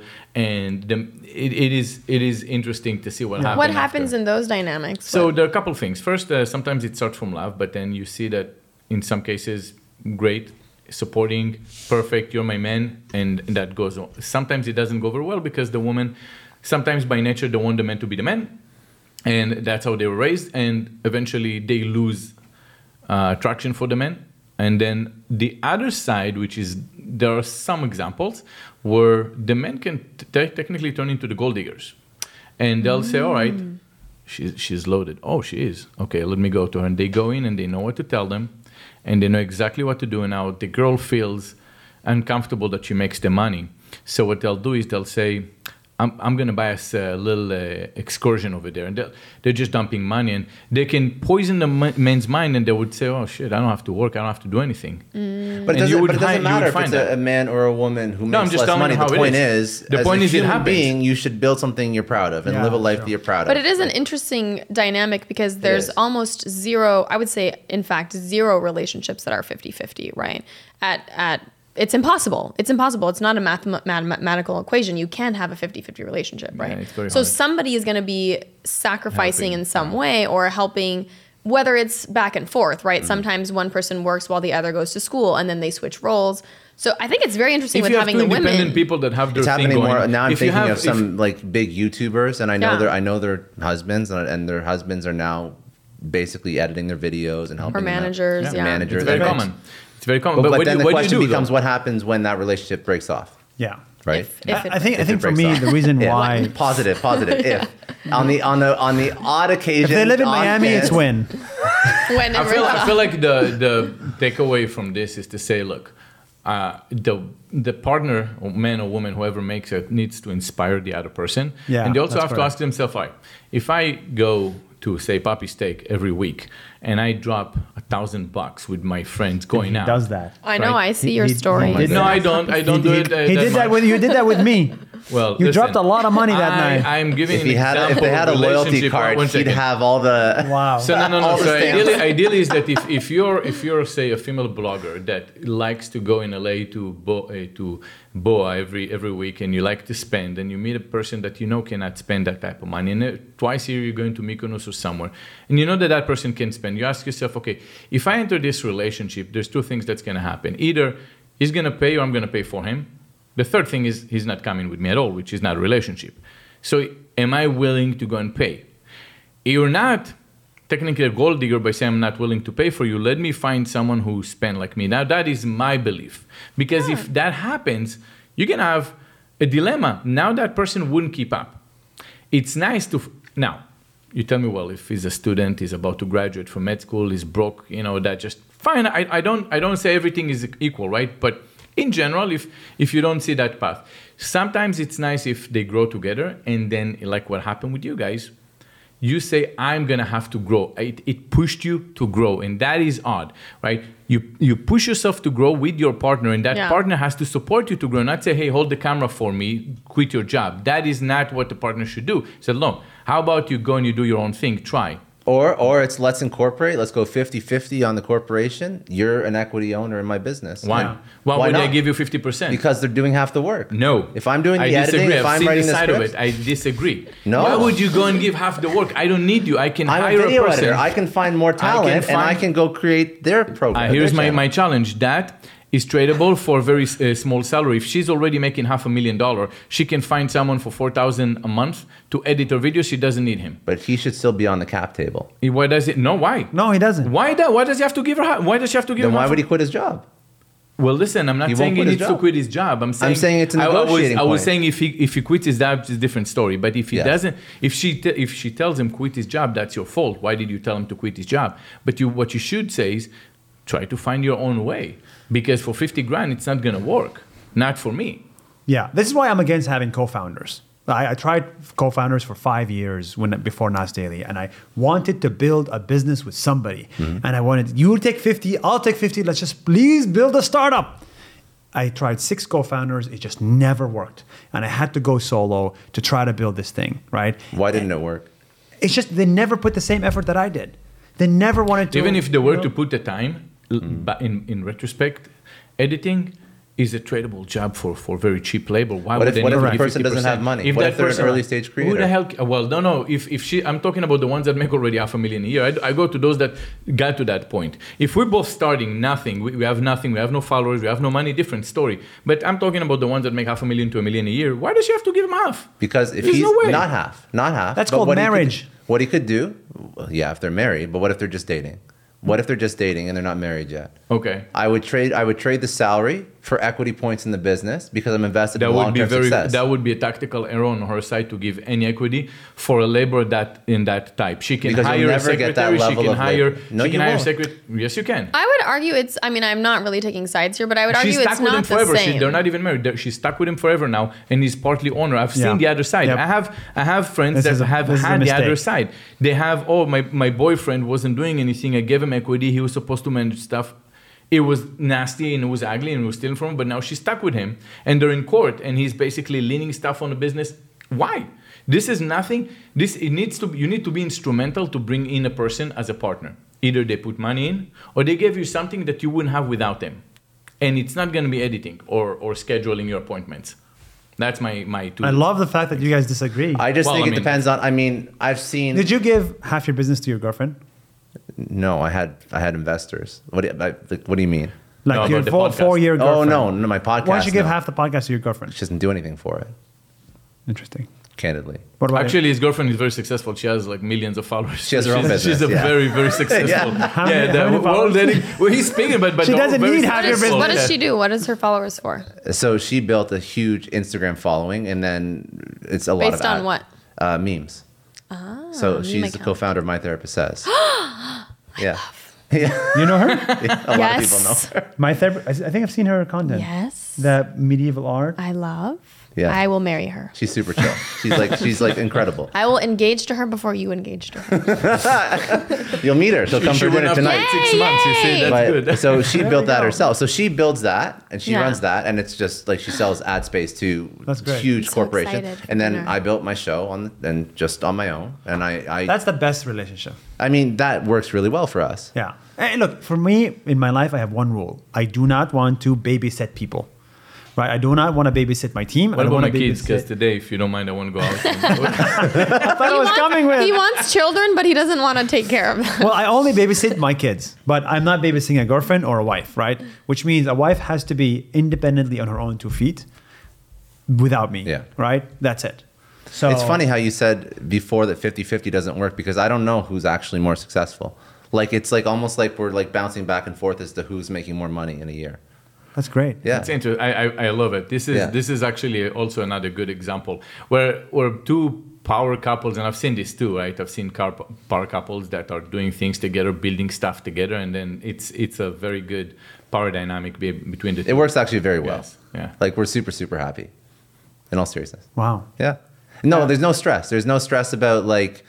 and the, it, it is it is interesting to see what happens
what happens in those dynamics?
so there are a couple of things. First, uh, sometimes it starts from love, but then you see that in some cases, great, supporting, perfect, you're my man, and that goes on. Sometimes it doesn't go over well because the woman, sometimes by nature, they want the man to be the man, and that's how they were raised, and eventually they lose uh, attraction for the men. And then the other side, which is there are some examples where the men can t- technically turn into the gold diggers, and they'll say, "All right, she's she's loaded. Oh, she is. Okay, let me go to her." And they go in and they know what to tell them, and they know exactly what to do. And now the girl feels uncomfortable that she makes the money. So what they'll do is they'll say, I'm, I'm going to buy us a little uh, excursion over there. And they'll- they're just dumping money and they can poison the ma- man's mind and they would say, oh shit, I don't have to work. I don't have to do anything.
Mm.
But it
And you
doesn't,
would
but it doesn't
hi- you
matter
would
if
find
it's
that.
a, a man or a woman who
No, I'm
makes
just
less
telling
money.
you how
The
it
point
is.
is,
The
as
point
a
is it
human
happens.
being, you should build something you're proud of and
Yeah,
live a life
sure.
that you're proud
But
of.
it is an interesting dynamic because there's
is.
almost zero, I would say, in fact, zero relationships that are 50 50, right? At, at, it's impossible. It's impossible. It's not a mathem- mathematical equation. You can have a 50 50 relationship, right?
it's very
so
hard.
somebody is going to be sacrificing
Helping,
in some way or helping, whether it's back and forth,
Mm-hmm.
right? Sometimes one person works while the other goes to school and then they switch roles. So I think it's very interesting
If
with
you have
having
two
the
independent
women.
people that have their
it's
thing
happening
going,
more now. I'm
if you
thinking
have-
of
if-
some like big YouTubers, and I know
Yeah.
their I know their husbands, and, and their husbands are now basically editing their videos and helping them out.
managers, Yeah. yeah.
managers.
it's very
and-
common. It's very common. But,
But, but
what,
then
do,
the
what do
question
you do?
becomes
though?
what happens when that relationship breaks off,
Yeah.
right?
If- if
I,
it-
I think I
If
think
it
for
breaks
me
off.
the
<laughs>
reason
If.
why
Positive, positive. If on the on the on the odd occasion,
if they live in
on
Miami,
this-
it's win.
when
I feel, I feel like the, the takeaway from this is to say, look, uh, the the partner, or man or woman, whoever makes it, needs to inspire the other person.
Yeah,
and they also
that's
have to
correct.
ask themselves, all right, if I go to say Poppy Steak every week and I drop a thousand bucks with my friends going
He
out,
does that.
I know,
Right.
I see
He-
your
he-
story.
he did
No,
that.
I don't. I don't
he,
do
he-
it. uh,
he
that
did that
much.
with you. Did that with
<laughs>
me.
Well,
you
listen,
dropped a lot of money that
I,
night.
I'm giving.
If he
an
had a, if
example
they had a
of
loyalty
relationship-
card,
one
he'd
second.
have all
<laughs>
the
Wow.
So no, no, no.
All the
So
stamps.
ideally, ideally is that if, if you're if you're say a female blogger that likes to go in LA to Bo, uh, to Boa every every week and you like to spend and you meet a person that you know cannot spend that type of money and uh, twice a year you're going to Mykonos or somewhere and you know that that person can spend. You ask yourself, okay, if I enter this relationship, there's two things that's going to happen. Either he's going to pay or I'm going to pay for him. The third thing is he's not coming with me at all, which is not a relationship. So am I willing to go and pay? you're not technically a gold digger by saying I'm not willing to pay for you. Let me find someone who spent like me. Now that is my belief. Because if that happens, you can have a dilemma. Now that person wouldn't keep up. It's nice to f- now. You tell me, well, if he's a student, he's about to graduate from med school, he's broke, you know, that just fine. I, I don't I don't say everything is equal, right? But in general, if if you don't see that path, sometimes it's nice if they grow together and then like what happened with you guys, you say i'm gonna have to grow it, it pushed you to grow and that is odd right you you push yourself to grow with your partner and that
Yeah.
partner has to support you to grow not say hey hold the camera for me quit your job that is not what the partner should do said no how about you go and you do your own thing try
Or, or it's let's incorporate. Let's go 50-50 on the corporation. You're an equity owner in my business.
why why,
Why
would they
not?
give you 50%
Because they're doing half the work.
No.
If I'm doing the editing, if I'm
seen
writing the
side of
script-
it. I disagree.
No.
Why would you go and give half the work? I don't need you. I can
I'm
hire
a video
a person.
editor. I can find more talent, and I
find-
can go create their program.
Uh, here's
their
my,
channel.
my challenge. That is tradable for a very uh, small salary. If she's already making half a million dollar, she can find someone for 4000 a month to edit her video. She doesn't need him.
But he should still be on the cap table.
Why does it? No, why?
No, he doesn't.
Why, do, why does he have to give her? ha- Why does she have to give
Then
him
why
half
would he quit his job?
Well, listen, I'm not
He won't
saying he
quit his
needs to
job.
quit his job. I'm saying
saying it's a
I-
negotiating
I, was, I was
point.
saying if he if he quits his job, it's a different story. But if he
Yeah.
doesn't, if she te- if she tells him quit his job, that's your fault. Why did you tell him to quit his job? But you what you should say is try to find your own way because for 50 grand, it's not gonna work. Not for me.
Yeah, this is why I'm against having co-founders. I, I tried co-founders for five years when before Nas Daily, and I wanted to build a business with somebody,
Mm-hmm.
and I wanted you take fifty, I'll take fifty. Let's just please build a startup. I tried six co-founders; it just never worked, and I had to go solo to try to build this thing. Right?
Why didn't it work?
It's just they never put the same effort that I did. They never wanted to.
Even if they were
you know?
to put the time, l- but in in retrospect, editing. Is a tradable job for, for very cheap labor. Why
What
would
if-
they
what
need
if
to
the
give
person doesn't
50%?
have money? What
that
if they're an
person-
early-stage
Who
creator?
the hell? ca- Well, no, no. If if she, I'm talking about the ones that make already half a million a year. I, d- I go to those that got to that point. If we're both starting nothing, we, we have nothing, we have no followers, we have no money. Different story. But I'm talking about the ones that make half a million to a million a year. Why does she have to give him half?
Because if
There's
he's
no way.
not half, not half.
That's
but
called
what he could-
marriage.
what he could do, well, yeah, if they're married. But what if they're just dating? What if they're just dating and they're not married yet?
Okay.
I would trade. I would trade the salary for equity points in the business because I'm invested
That
in
would
long
be
term
very.
success.
That would be a tactical error on her side to give any equity for a labor that in that type. She can
Because you'll
hire a
never
secretary.
get that
she
level
can
of
hire.
labor. No,
she can
you
hire
won't.
secret. Yes, you can.
I would argue it's. I mean, I'm not really taking sides here, but I would argue
She's stuck
it's
with him
not the
forever. She,
same.
they're not even married. They're- she's stuck with him forever now, and he's partly owner. I've seen
Yeah.
the other side.
Yep.
I have I have friends
This is
that
a-
have
this is a
had the other
mistake.
side. They have oh my my boyfriend wasn't doing anything. I gave him equity. He was supposed to manage stuff. It was nasty and it was ugly and it was stealing from him. But now she's stuck with him, and they're in court, and he's basically leaning stuff on the business. Why? This is nothing. This it needs to. You need to be instrumental to bring in a person as a partner. Either they put money in, or they gave you something that you wouldn't have without them and it's not going to be editing or, or scheduling your appointments. That's my my two.
I love the fact that you guys disagree.
I just
Well,
think
I
it
mean-
depends on. I mean, I've seen.
Did you give half your business to your girlfriend?
no, I had I had investors. What do you, like, like, what do you mean?
Like
No,
your
about the
four,
podcast.
four-year girlfriend?
Oh no, no, my podcast.
Why don't you give
no.
half the podcast to your girlfriend?
She doesn't do anything for it.
Interesting.
Candidly,
What about
Actually, his girlfriend is very successful. She has like millions of followers.
She has her own
<laughs> She's-
business,
She's a
yeah.
very
<laughs>
very successful. yeah,
How many-
the
how many
world
followers?
editing. Well, he's speaking, but but
She
the world
doesn't
very
need half
What
your
is-
successful.
what does
Yeah.
she do? What is her followers for?
so she built a huge Instagram following, and then it's a lot
Based
of
on
ad-
what? Ah,
uh, memes. so
meme
she's the
account.
co-founder of My Therapist
<gasps>
Says. yeah, yeah.
you? You know her?
<laughs> A lot of people know.
Yes.
My therapist. I think I've seen her content.
Yes.
The medieval art.
I love.
Uh, Yeah.
I will marry her.
She's super chill. She's like she's like incredible.
I will engage to her before you engage to her.
You'll meet her. She'll come
She
for
went
dinner
up
tonight.
like six months. You see,
Yay!
that's
But-
good.
so she built
we
that
go.
herself. So she builds that and she
Yeah.
runs that, and it's just like she sells ad space to
That's great.
huge
I'm so
corporations.
excited for
and then
dinner.
I built my show on the, and just on my own, and I I,
That's the best relationship.
I mean that works really well for us.
Yeah. And look, for me in my life, I have one rule: I do not want to babysit people. Right? I do not want to babysit my team. I
What
don't
about my
want to
kids? Because
babysit.
today, if you don't mind, I want to go
<laughs>
out.
<laughs> I thought I was
wants-
coming with.
He wants children, but he doesn't want to take care of them.
well, I only babysit my kids, but I'm not babysitting a girlfriend or a wife, right? Which means a wife has to be independently on her own two feet without me.
Yeah.
Right? That's it. So
It's funny how you said before that 50-50 doesn't work because I don't know who's actually more successful. Like it's like almost like we're like bouncing back and forth as to who's making more money in a year.
That's great.
Yeah.
It's interesting. I, I, I love it. This is
Yeah.
this is actually also another good example where where two power couples, and I've seen this too, right? I've seen car, power couples that are doing things together, building stuff together, and then it's it's a very good power dynamic be, between the two.
It works actually very well.
Yes, yeah.
Like we're super super happy. In all seriousness.
Wow.
Yeah. No, there's no stress. There's no stress about like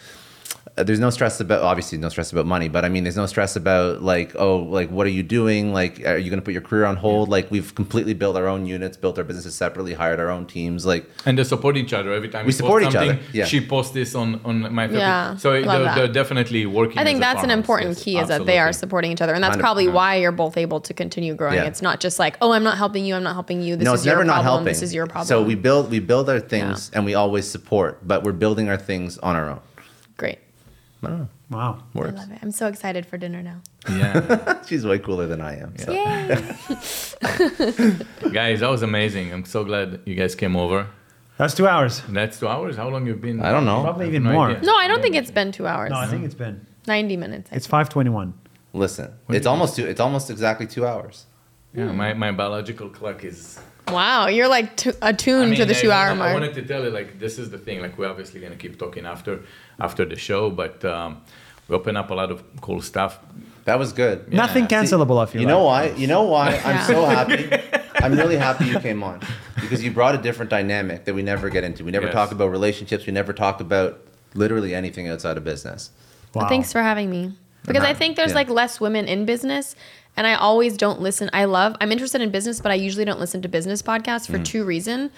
uh, there's no stress about obviously no stress about money, but I mean there's no stress about like oh like what are you doing? Like are you going to put your career on hold? Like we've completely built our own units, built our businesses separately, hired our own teams. Like
and they support each other every time
We
you post
support each
something,
other, yeah.
She posts this on on my Facebook.
Yeah,
So
love
they're,
that.
they're definitely working.
I think
as a
that's an
partners,
important
yes,
key is that they are
absolutely.
supporting each other, and that's
100%.
probably why you're both able to continue growing.
Yeah.
It's not just like, oh, I'm not helping you, I'm not helping you. This
no,
is
it's
your
never
problem.
not helping.
This is your problem.
So we build we build our things and we always support, but we're building our things on our own. <laughs>
great.
Wow.
I
Works.
love it. I'm so excited for dinner now.
Yeah.
<laughs>
She's way cooler than I am. So.
Yay!
guys, that was amazing. I'm so glad you guys came over.
That's two hours.
That's two hours. How long you've been?
I don't know.
Probably
I have
even
no
more.
idea.
no, I don't think it's been two hours.
No, I think it's been.
90 minutes. I
It's
think.
521.
Listen,
When
it's
did-
almost two, it's almost exactly two hours.
Yeah, my, my biological clock is.
Wow, you're like t- attuned to the
I
two hour
wanted- I
mark.
wanted to tell you like this is the thing. Like we're obviously gonna keep talking after after the show, but um, we open up a lot of cool stuff.
That was good.
Nothing
See,
cancelable, I feel
You know
like.
why? You know why?
Yeah.
I'm so
<laughs>
happy. I'm really happy you came on because you brought a different dynamic that we never get into. We never
Yes.
talk about relationships. We never talk about literally anything outside of business.
Wow.
Thanks for having me. Because I think there's
Yeah.
like less women in business, and I always don't listen. I love, I'm interested in business, but I usually don't listen to business podcasts
Mm.
for two reasons.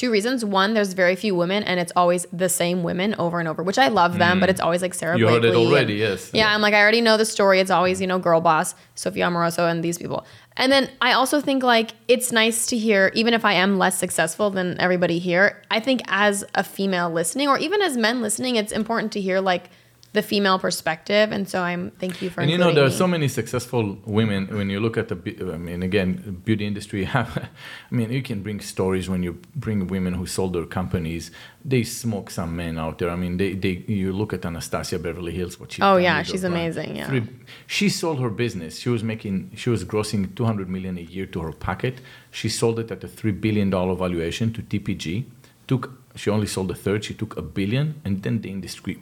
Two reasons. One, there's very few women, and it's always the same women over and over, which I love them, but it's always like Sarah
Mm. You heard it
Blakely and-
already, yes.
Yeah, I'm like, I already know the story. It's always, you know, Girl Boss, Sofia Amoroso, and these people. And then I also think like it's nice to hear, even if I am less successful than everybody here, I think as a female listening or even as men listening, it's important to hear like the female perspective. And so I'm thank you for
and you know there are
there's
so many successful women when you look at the be- i mean again beauty industry <laughs> i mean you can bring stories when you bring women who sold their companies they smoke some men out there i mean they, they you look at anastasia beverly hills what she
Oh,
done
yeah,
with her
she's
brand.
amazing, yeah.
Three- she sold her business she was making she was grossing 200 million a year to her pocket she sold it at a 3 billion dollar valuation to tpg took she only sold a third she took a billion and then the industry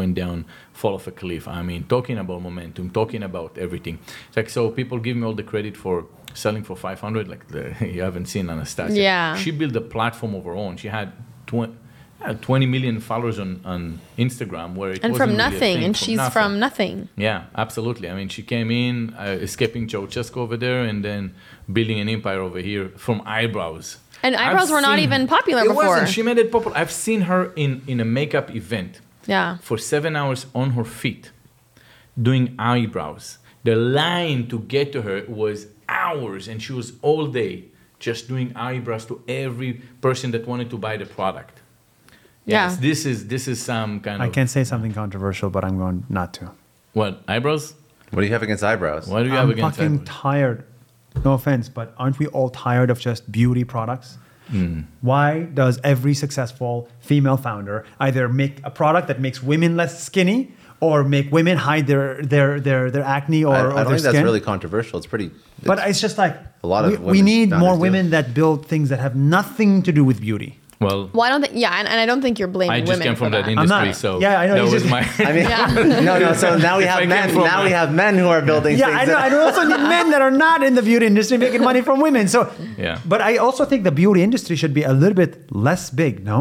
went down fall off a cliff i mean talking about momentum talking about everything it's like so people give me all the credit for selling for 500 like the, <laughs> you haven't seen anastasia
Yeah.
she built a platform of her own she had 20 yeah, 20 million followers on, on Instagram, where it
and
wasn't
from
really a
nothing,
thing,
and she's from nothing.
yeah, absolutely. I mean, she came in, uh, escaping Ceausescu over there, and then building an empire over here from eyebrows.
And
I've
eyebrows were not
seen-
even popular
it
before.
Wasn't. She made it popular. I've seen her in, in a makeup event
Yeah.
for seven hours on her feet doing eyebrows. The line to get to her was hours, and she was all day just doing eyebrows to every person that wanted to buy the product.
Yeah.
Yes, this is this is some kind
I
of
can say something controversial, but I'm going not to.
what eyebrows?
What do you have against eyebrows?
What do you have
I'm
against
fucking
eyebrows?
tired. No offense, but aren't we all tired of just beauty products?
Hmm.
Why does every successful female founder either make a product that makes women less skinny or make women hide their their their, their acne or,
I, I
or
don't
their
think that's
skin?
really controversial. It's pretty.
but it's just like
A lot of
we, we
women
need more
founders do.
women that build things that have nothing to do with beauty.
Well,
Well, I don't think, yeah, and, and I don't think you're blaming
I
women.
just came
for
from that,
that.
industry,
not-
so
yeah, <laughs> I know,
that
you
was
just-
my.
I mean, <laughs> no, no. So now we have
came
men.
from
Now
a-
we have men who are building
<laughs> Yeah,
things.
I know.
that-
I also
<laughs>
need men that are not in the beauty industry making money from women. So,
Yeah.
But I also think the beauty industry should be a little bit less big. No,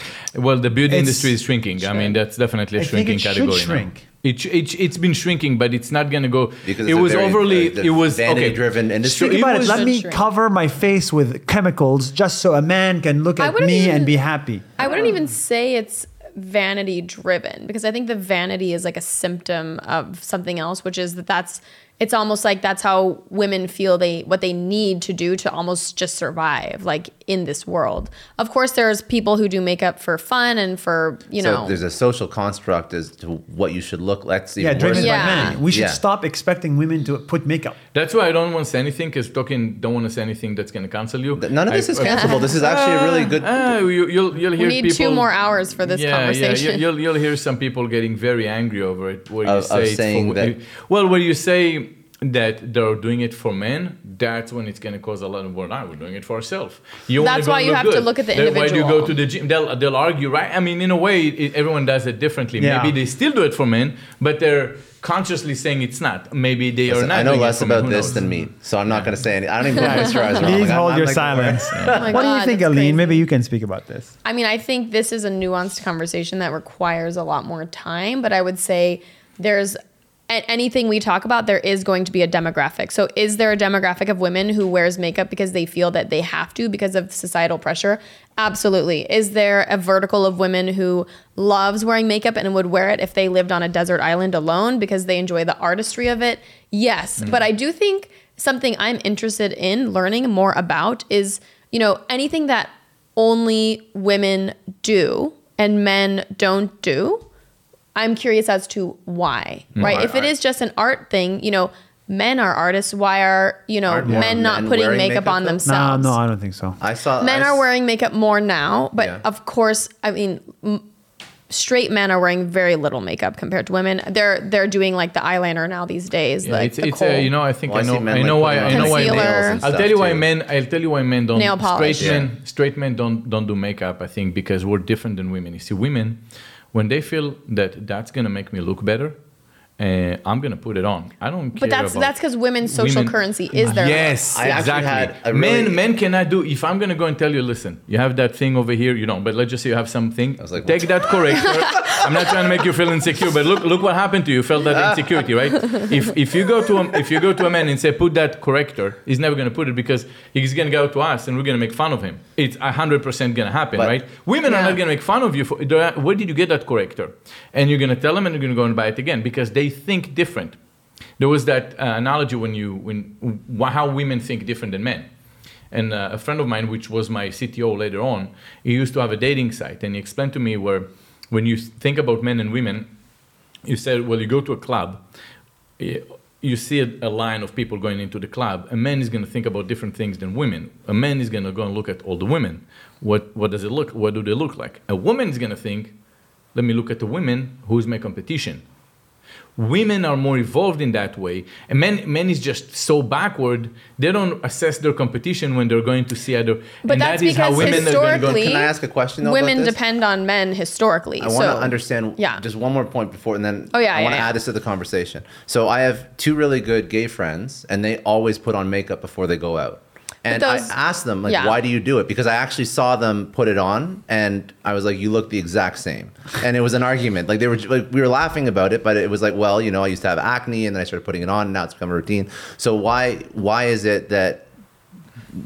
<laughs> Well, the beauty
It's-
industry is shrinking. I mean, that's definitely a
I think
shrinking
it should
category
shrink.
now. It, sh- it, sh- it's been shrinking, but it's not going to go.
Because
it
it's a
was
very,
overly.
uh, the
it was okay.
vanity-driven industry.
So
think about it.
was-
Let me
Shrink.
cover my face with chemicals just so a man can look
I
at
wouldn't
me
even-
and be happy.
I wouldn't even
Um,
say it's vanity driven because I think the vanity is like a symptom of something else, which is that that's it's almost like that's how women feel they what they need to do to almost just survive like in this world. Of course there's people who do makeup for fun and for, you
so
know,
there's a social construct as to what you should look. That's
Yeah,
even
driven
worse.
Yeah.
by men. We should
Yeah.
stop expecting women to put makeup.
That's why I don't want to say anything because talking don't want to say anything that's going to cancel you.
None of this
I- uh,
is cancelable. This is actually a really good.
Ah, you, you'll, you'll
we
hear
need
people.
two more hours for this
Yeah,
conversation.
you- you'll, you'll hear some people getting very angry over it. Where you
Of- of
say it's
saying
for,
that-
well, where you say that they're doing it for men, that's when it's going to cause a lot of more. Now we're doing it for ourselves. You
That's
wanna
why you have to look at the
Then Why do you
individual.
go to the gym? They'll, they'll argue, right? I mean, in a way, it, everyone does it differently.
Yeah.
Maybe they still do it for men, but they're consciously saying it's not. Maybe they are
Listen,
not.
I know
doing it
less
for men.
about
Who
this
knows?
than me, so I'm not going to say anything. I don't even know if Mr. Eyes wrong.
Please
Like, I'm-
hold
I'm
your
like,
silence.
<laughs>
Oh my
What do
God,
you think,
that's
Aline?
crazy.
Maybe you can speak about this.
I mean, I think this is a nuanced conversation that requires a lot more time, but I would say there's a- anything we talk about, there is going to be a demographic. So, is there a demographic of women who wears makeup because they feel that they have to because of societal pressure? Absolutely. Is there a vertical of women who loves wearing makeup and would wear it if they lived on a desert island alone because they enjoy the artistry of it? Yes. But I do think something I'm interested in learning more about is, you know, anything that only women do and men don't do, I'm curious as to why, right?
I-
if it is
I-
just an art thing, you know, men are artists. Why are you know
more
men not
men
putting
wearing
makeup,
makeup,
on
though? No,
No,
themselves?
no, I don't think so.
I saw
men
I
are
s-
wearing makeup more now, but
Yeah.
of course, I mean, m- straight men are wearing very little makeup compared to women. They're they're doing like the eyeliner now these days.
Yeah,
like
it's,
the
it's
Kohl.
a, you know I think
Well,
I
I see
know
men,
I
like,
know why
putting
I know
on
why
Concealer. nails
men,
and
I'll
stuff,
tell you why
too.
men I'll tell you why men don't
Nail polish.
straight men straight men don't don't do makeup I think because we're different than women you see women when they feel that that's gonna make me look better uh, I'm gonna put it on I don't
but that's that's because women's social
women-
currency is their
yes
I actually had
exactly
a really-
men men cannot do if I'm gonna go and tell you listen you have that thing over here you know but let's just say you have something
was like,
take that
<laughs>
corrector I'm not trying to make you feel insecure but look look what happened to you you felt that insecurity right if if you go to a, if you go to a man and say put that corrector he's never gonna put it because he's gonna go to us and we're gonna make fun of him it's hundred percent gonna happen
But-
right women are
Yeah.
not gonna make fun of you for they're- where did you get that corrector and you're gonna tell them and you're gonna go and buy it again because they think different there was that uh, analogy when you when wh- how women think different than men and uh, a friend of mine which was my cto later on he used to have a dating site and he explained to me where when you s- think about men and women you said well you go to a club eh, you see a, a line of people going into the club a man is going to think about different things than women a man is going to go and look at all the women what what does it look what do they look like a woman is going to think let me look at the women who's my competition women are more evolved in that way and men men is just so backward they don't assess their competition when they're going to see other
But
and
that's
that is how
because
women are going to go
historically,
Can I ask a question, though, about
women
this?
depend on men historically.
I want to
so-
understand
Yeah.
just one more point before, and then
Oh, yeah,
I want to
yeah, yeah.
add this to the conversation. So I have two really good gay friends, and they always put on makeup before they go out. And
those-
I asked them, like,
yeah.
why do you do it? Because I actually saw them put it on, and I was like, you look the exact same. And it was an argument. Like they were, like, we were laughing about it, but it was like, well, you know, I used to have acne, and then I started putting it on, and now it's become a routine. So why, why is it that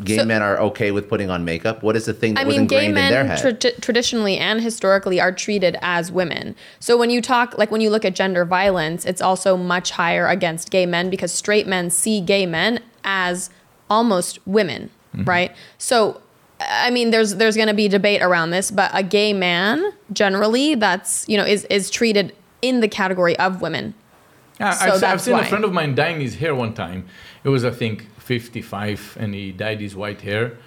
gay
So-
men are okay with putting on makeup? What is the thing that
I
was
mean,
ingrained
gay
in their
men
head?
tra- traditionally and historically are treated as women. So when you talk, like when you look at gender violence, it's also much higher against gay men because straight men see gay men as almost women,
Mm-hmm.
right? So, I mean, there's there's going to be debate around this, but a gay man generally, that's you know, is is treated in the category of women.
Yeah,
So
Uh, I've, se- I've
that's
seen
why.
a friend of mine dyeing his hair one time. It was, I think, 55, and he dyed his white hair.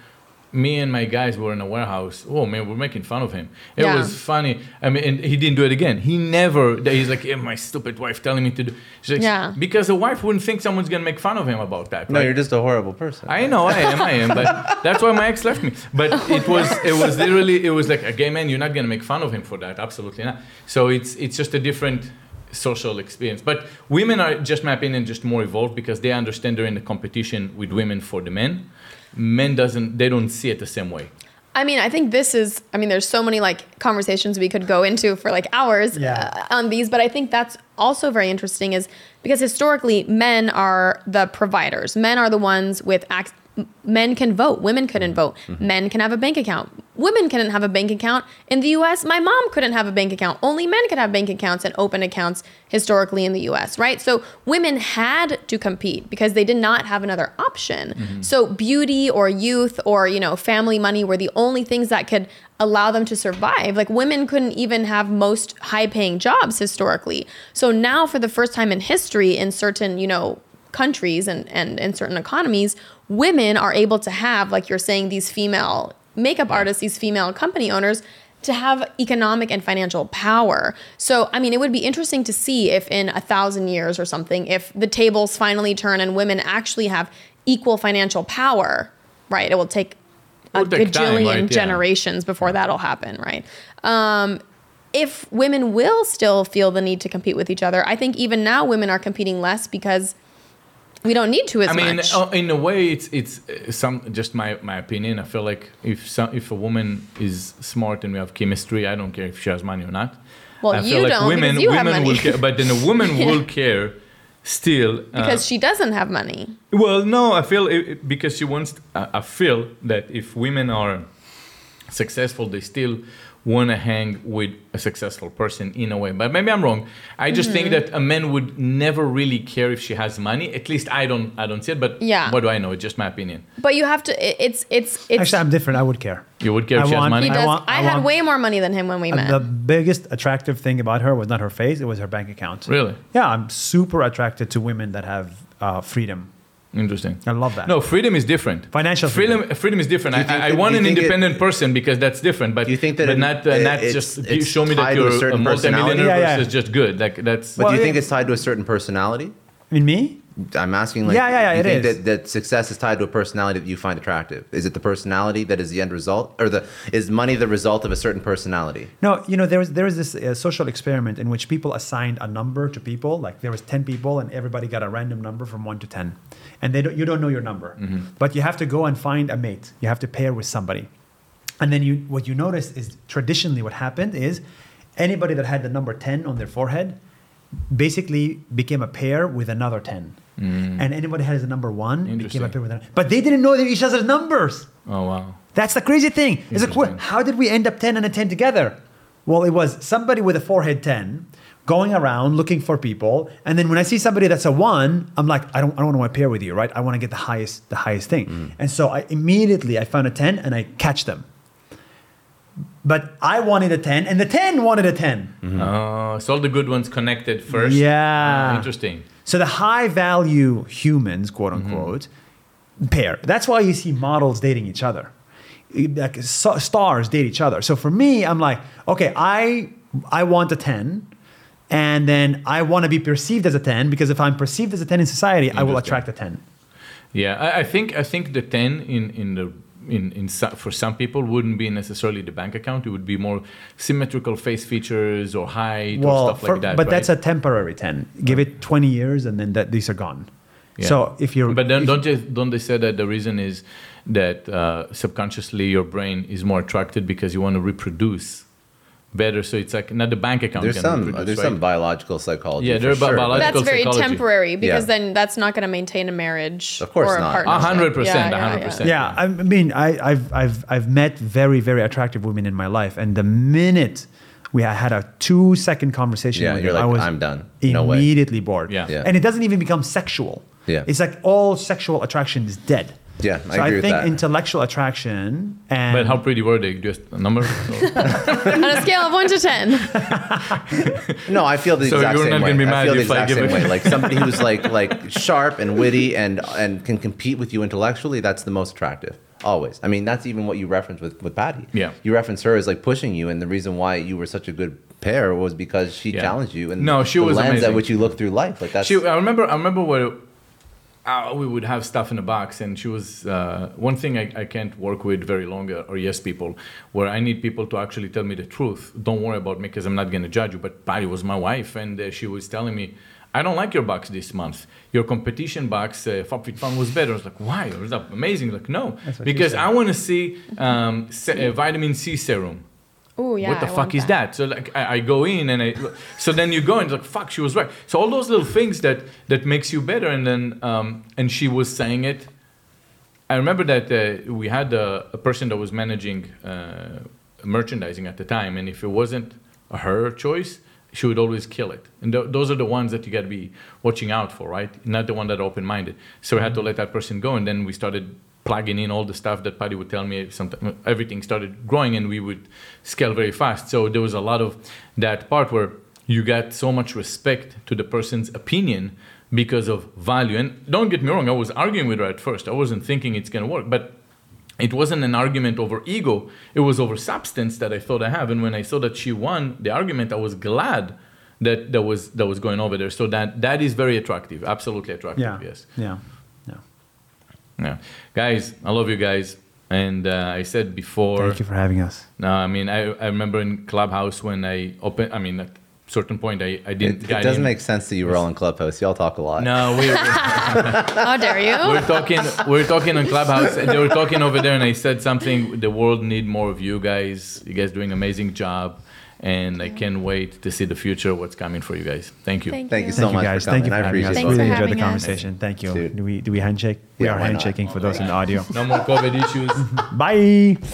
Me and my guys were in a warehouse. Oh man, we're making fun of him. It
Yeah.
was funny. I mean, and he didn't do it again. He never. He's like, "Yeah, my stupid wife telling me to do. She's like,
Yeah.
Because the wife wouldn't think someone's gonna make fun of him about that.
no,
right?
you're just a horrible person.
I know, I am, I am, but that's why my ex left me. But it was, it was literally, it was like a gay man. You're not gonna make fun of him for that, absolutely not. So it's, it's just a different social experience. But women are, just my opinion, just more evolved because they understand they're in a competition with women for the men. Men doesn't, they don't see it the same way.
I mean, I think this is. I mean, there's so many like conversations we could go into for like hours
Yeah.
uh, on these, but I think that's also very interesting is because historically men are the providers. Men are the ones with ac- men can vote, women couldn't vote. Men can have a bank account. Women couldn't have a bank account. In the US, my mom couldn't have a bank account. Only men could have bank accounts and open accounts historically in the US, right? So women had to compete because they did not have another option. So beauty or youth or, you know, family money were the only things that could allow them to survive. Like women couldn't even have most high paying jobs historically. So now for the first time in history in certain, you know, countries and and in certain economies, women are able to have like you're saying these female makeup artists, these female company owners to have economic and financial power. So, I mean, it would be interesting to see if in a thousand years or something, if the tables finally turn and women actually have equal financial power, right? It will take a
Will take time,
gajillion
right? Yeah.
generations before that'll happen, right? Um, if women will still feel the need to compete with each other, I think even now women are competing less because we don't need to as
I mean,
much.
uh, in a way, it's it's uh, some just my, my opinion. I feel like if some, if a woman is smart and we have chemistry, I don't care if she has money or not.
Well,
I
you don't,
women
because you
women
have money.
will care, but then a
<laughs>
woman will care still uh,
because she doesn't have money.
Well, no, I feel it, it- because she wants. I I feel that if women are successful, they still want to hang with a successful person in a way. But maybe I'm wrong. I just think that a man would never really care if she has money. At least I don't. I don't see it. But
Yeah.
what do I know? It's just my opinion.
But you have to. it- It's it's it's.
Actually, I'm different. I would care.
You would care
I
if she has
want-
money.
he does. I,
want- I
had
want-
way more money than him when we met.
The biggest attractive thing about her was not her face; it was her bank account.
Really
Yeah, I'm super attracted to women that have uh, freedom.
interesting.
I love that.
No, freedom is different.
Financial
freedom. Freedom, is different.
Do
I,
you think
I I
that-
want
do you
an
think it-
independent person because that's different. But
Do you think that
but
it-
not uh,
it-
not
it's-
just
it's
show me that
tied to a
you're a,
certain
multimillionaire
personality? Yeah, yeah.
versus just good. Like that's.
But do you
Well,
think
yeah.
it's tied to a certain personality?
I mean, me?
I'm asking, like,
Yeah, yeah, yeah,
you
it
think
is.
That, that success is tied to a personality that you find attractive? Is it the personality that is the end result, or the is money the result of a certain personality?
No, you know, there was there was this uh, social experiment in which people assigned a number to people. Like there was ten people, and everybody got a random number from one to ten, and they don't, you don't know your number, but you have to go and find a mate. You have to pair with somebody, and then you what you notice is traditionally what happened is anybody that had the number ten on their forehead basically became a pair with another ten, and anybody that has the number one became a
Interesting.
pair with another. But they didn't know each other's numbers.
Oh wow.
That's the crazy thing. It's like, what,
Interesting.
how did we end up 10 and a 10 together? Well, it was somebody with a forehead 10 going around looking for people. And then when I see somebody that's a one, I'm like, I don't, I don't want to pair with you, right? I want to get the highest, the highest thing. And so I immediately, I found a 10 and I catch them. But I wanted a 10 and the 10 wanted a 10.
Oh, so all the good ones connected first.
Yeah.
Ah, interesting.
So the high value humans, quote
Mm-hmm.
unquote, pair. That's why you see models dating each other, like so- stars date each other. So for me, I'm like, okay, I I want a ten, and then I want to be perceived as a ten because if I'm perceived as a ten in society, I will
Interesting.
attract a ten.
Yeah, I, I think I think the ten in in the in in so, for some people wouldn't be necessarily the bank account. It would be more symmetrical face features or height or
Well,
stuff
for-
like that.
but that's a
right?
temporary ten. Give it twenty years, and then that, these are gone.
Yeah.
So if you're
But then
if-
don't they, don't they say that the reason is that uh, subconsciously your brain is more attracted because you want to reproduce better. So it's like not the bank account.
There's
can
some
reproduce,
there's
right?
some biological psychology.
Yeah,
for
there are bi-
sure, but-
biological-
that's very
psychology.
temporary because
Yeah.
then that's not going to maintain a marriage
Of course
or a
not.
partnership.
A hundred percent,
Yeah,
a
yeah,
hundred
yeah.
percent.
Yeah, I mean, I, I've I've I've met very very attractive women in my life, and the minute we had a two second conversation,
Yeah,
with
you're
them,
like,
I was
"I'm done. No way."
Immediately bored.
Yeah.
Yeah.
and it doesn't even become sexual.
Yeah.
it's like all sexual attraction is dead.
Yeah, I
so I
agree
think
with that.
intellectual attraction and
But how pretty were they? Just a
<laughs>
number. So-
On a scale of one to ten,
No, I feel the
So
exact
you're
same
not
way.
gonna be
I
mad
feel the
if I
exact
give
same
it-
way.
<laughs>
Like somebody who's like like sharp and witty and and can compete with you intellectually. That's the most attractive. Always. I mean, that's even what you referenced with with Patty.
Yeah.
You reference her as like pushing you, and the reason why you were such a good pair was because she
Yeah.
challenged you and
No, she
the
was
lens
amazing.
at which you look through life. Like that's
She, uh, I remember, I remember where uh, we would have stuff in a box, and she was uh, one thing I, I can't work with very long uh, or yes people, where I need people to actually tell me the truth. Don't worry about me because I'm not going to judge you. But Patty was my wife, and uh, she was telling me. I don't like your box this month. Your competition box, uh, FabFitFun, was better. I was like, why? It was amazing. Like, no, because I want to see um, se- uh, vitamin C serum
oh yeah.
what the
I
fuck
want
is that? So like I, I go in and I so then you go and like fuck she was right. So all those little things that that makes you better and then um, and she was saying it. I remember that uh, we had a, a person that was managing uh, merchandising at the time, and if it wasn't her choice, she would always kill it. And th- those are the ones that you got to be watching out for, right? Not the one that are open-minded. So we had to let that person go, and then we started plugging in all the stuff that Patty would tell me. Sometimes everything started growing, and we would scale very fast. So there was a lot of that part where you got so much respect to the person's opinion because of value. And don't get me wrong, I was arguing with her at first. I wasn't thinking it's gonna work, but it wasn't an argument over ego it was over substance that i thought i have and when i saw that she won the argument i was glad that that was that was going over there so that that is very attractive absolutely attractive
Yeah.
yes
Yeah. Yeah.
yeah guys i love you guys and uh, i said before
Thank you for having us.
no i mean I, I remember in clubhouse when i opened i mean at certain point i, I
It,
didn't
it
I
doesn't
didn't-
make sense that you were all in Clubhouse. Y'all talk a lot.
no we
How Oh, dare you?
we're talking we're talking on clubhouse and they were talking over there and i said something the world need more of you guys you guys doing amazing job and i can't wait to see the future what's coming for you guys thank you
Thank,
Thank you
you.
so
Thank you
much
guys.
for coming.
Thank you for
I
having us.
appreciate
Thanks
it.
for
really enjoyed
having
the
us.
conversation. Thank you.
Dude.
Do we do we handshake? we
Yeah,
are
why not? <laughs>
handshaking for those in the audio.
no more covid issues
Bye.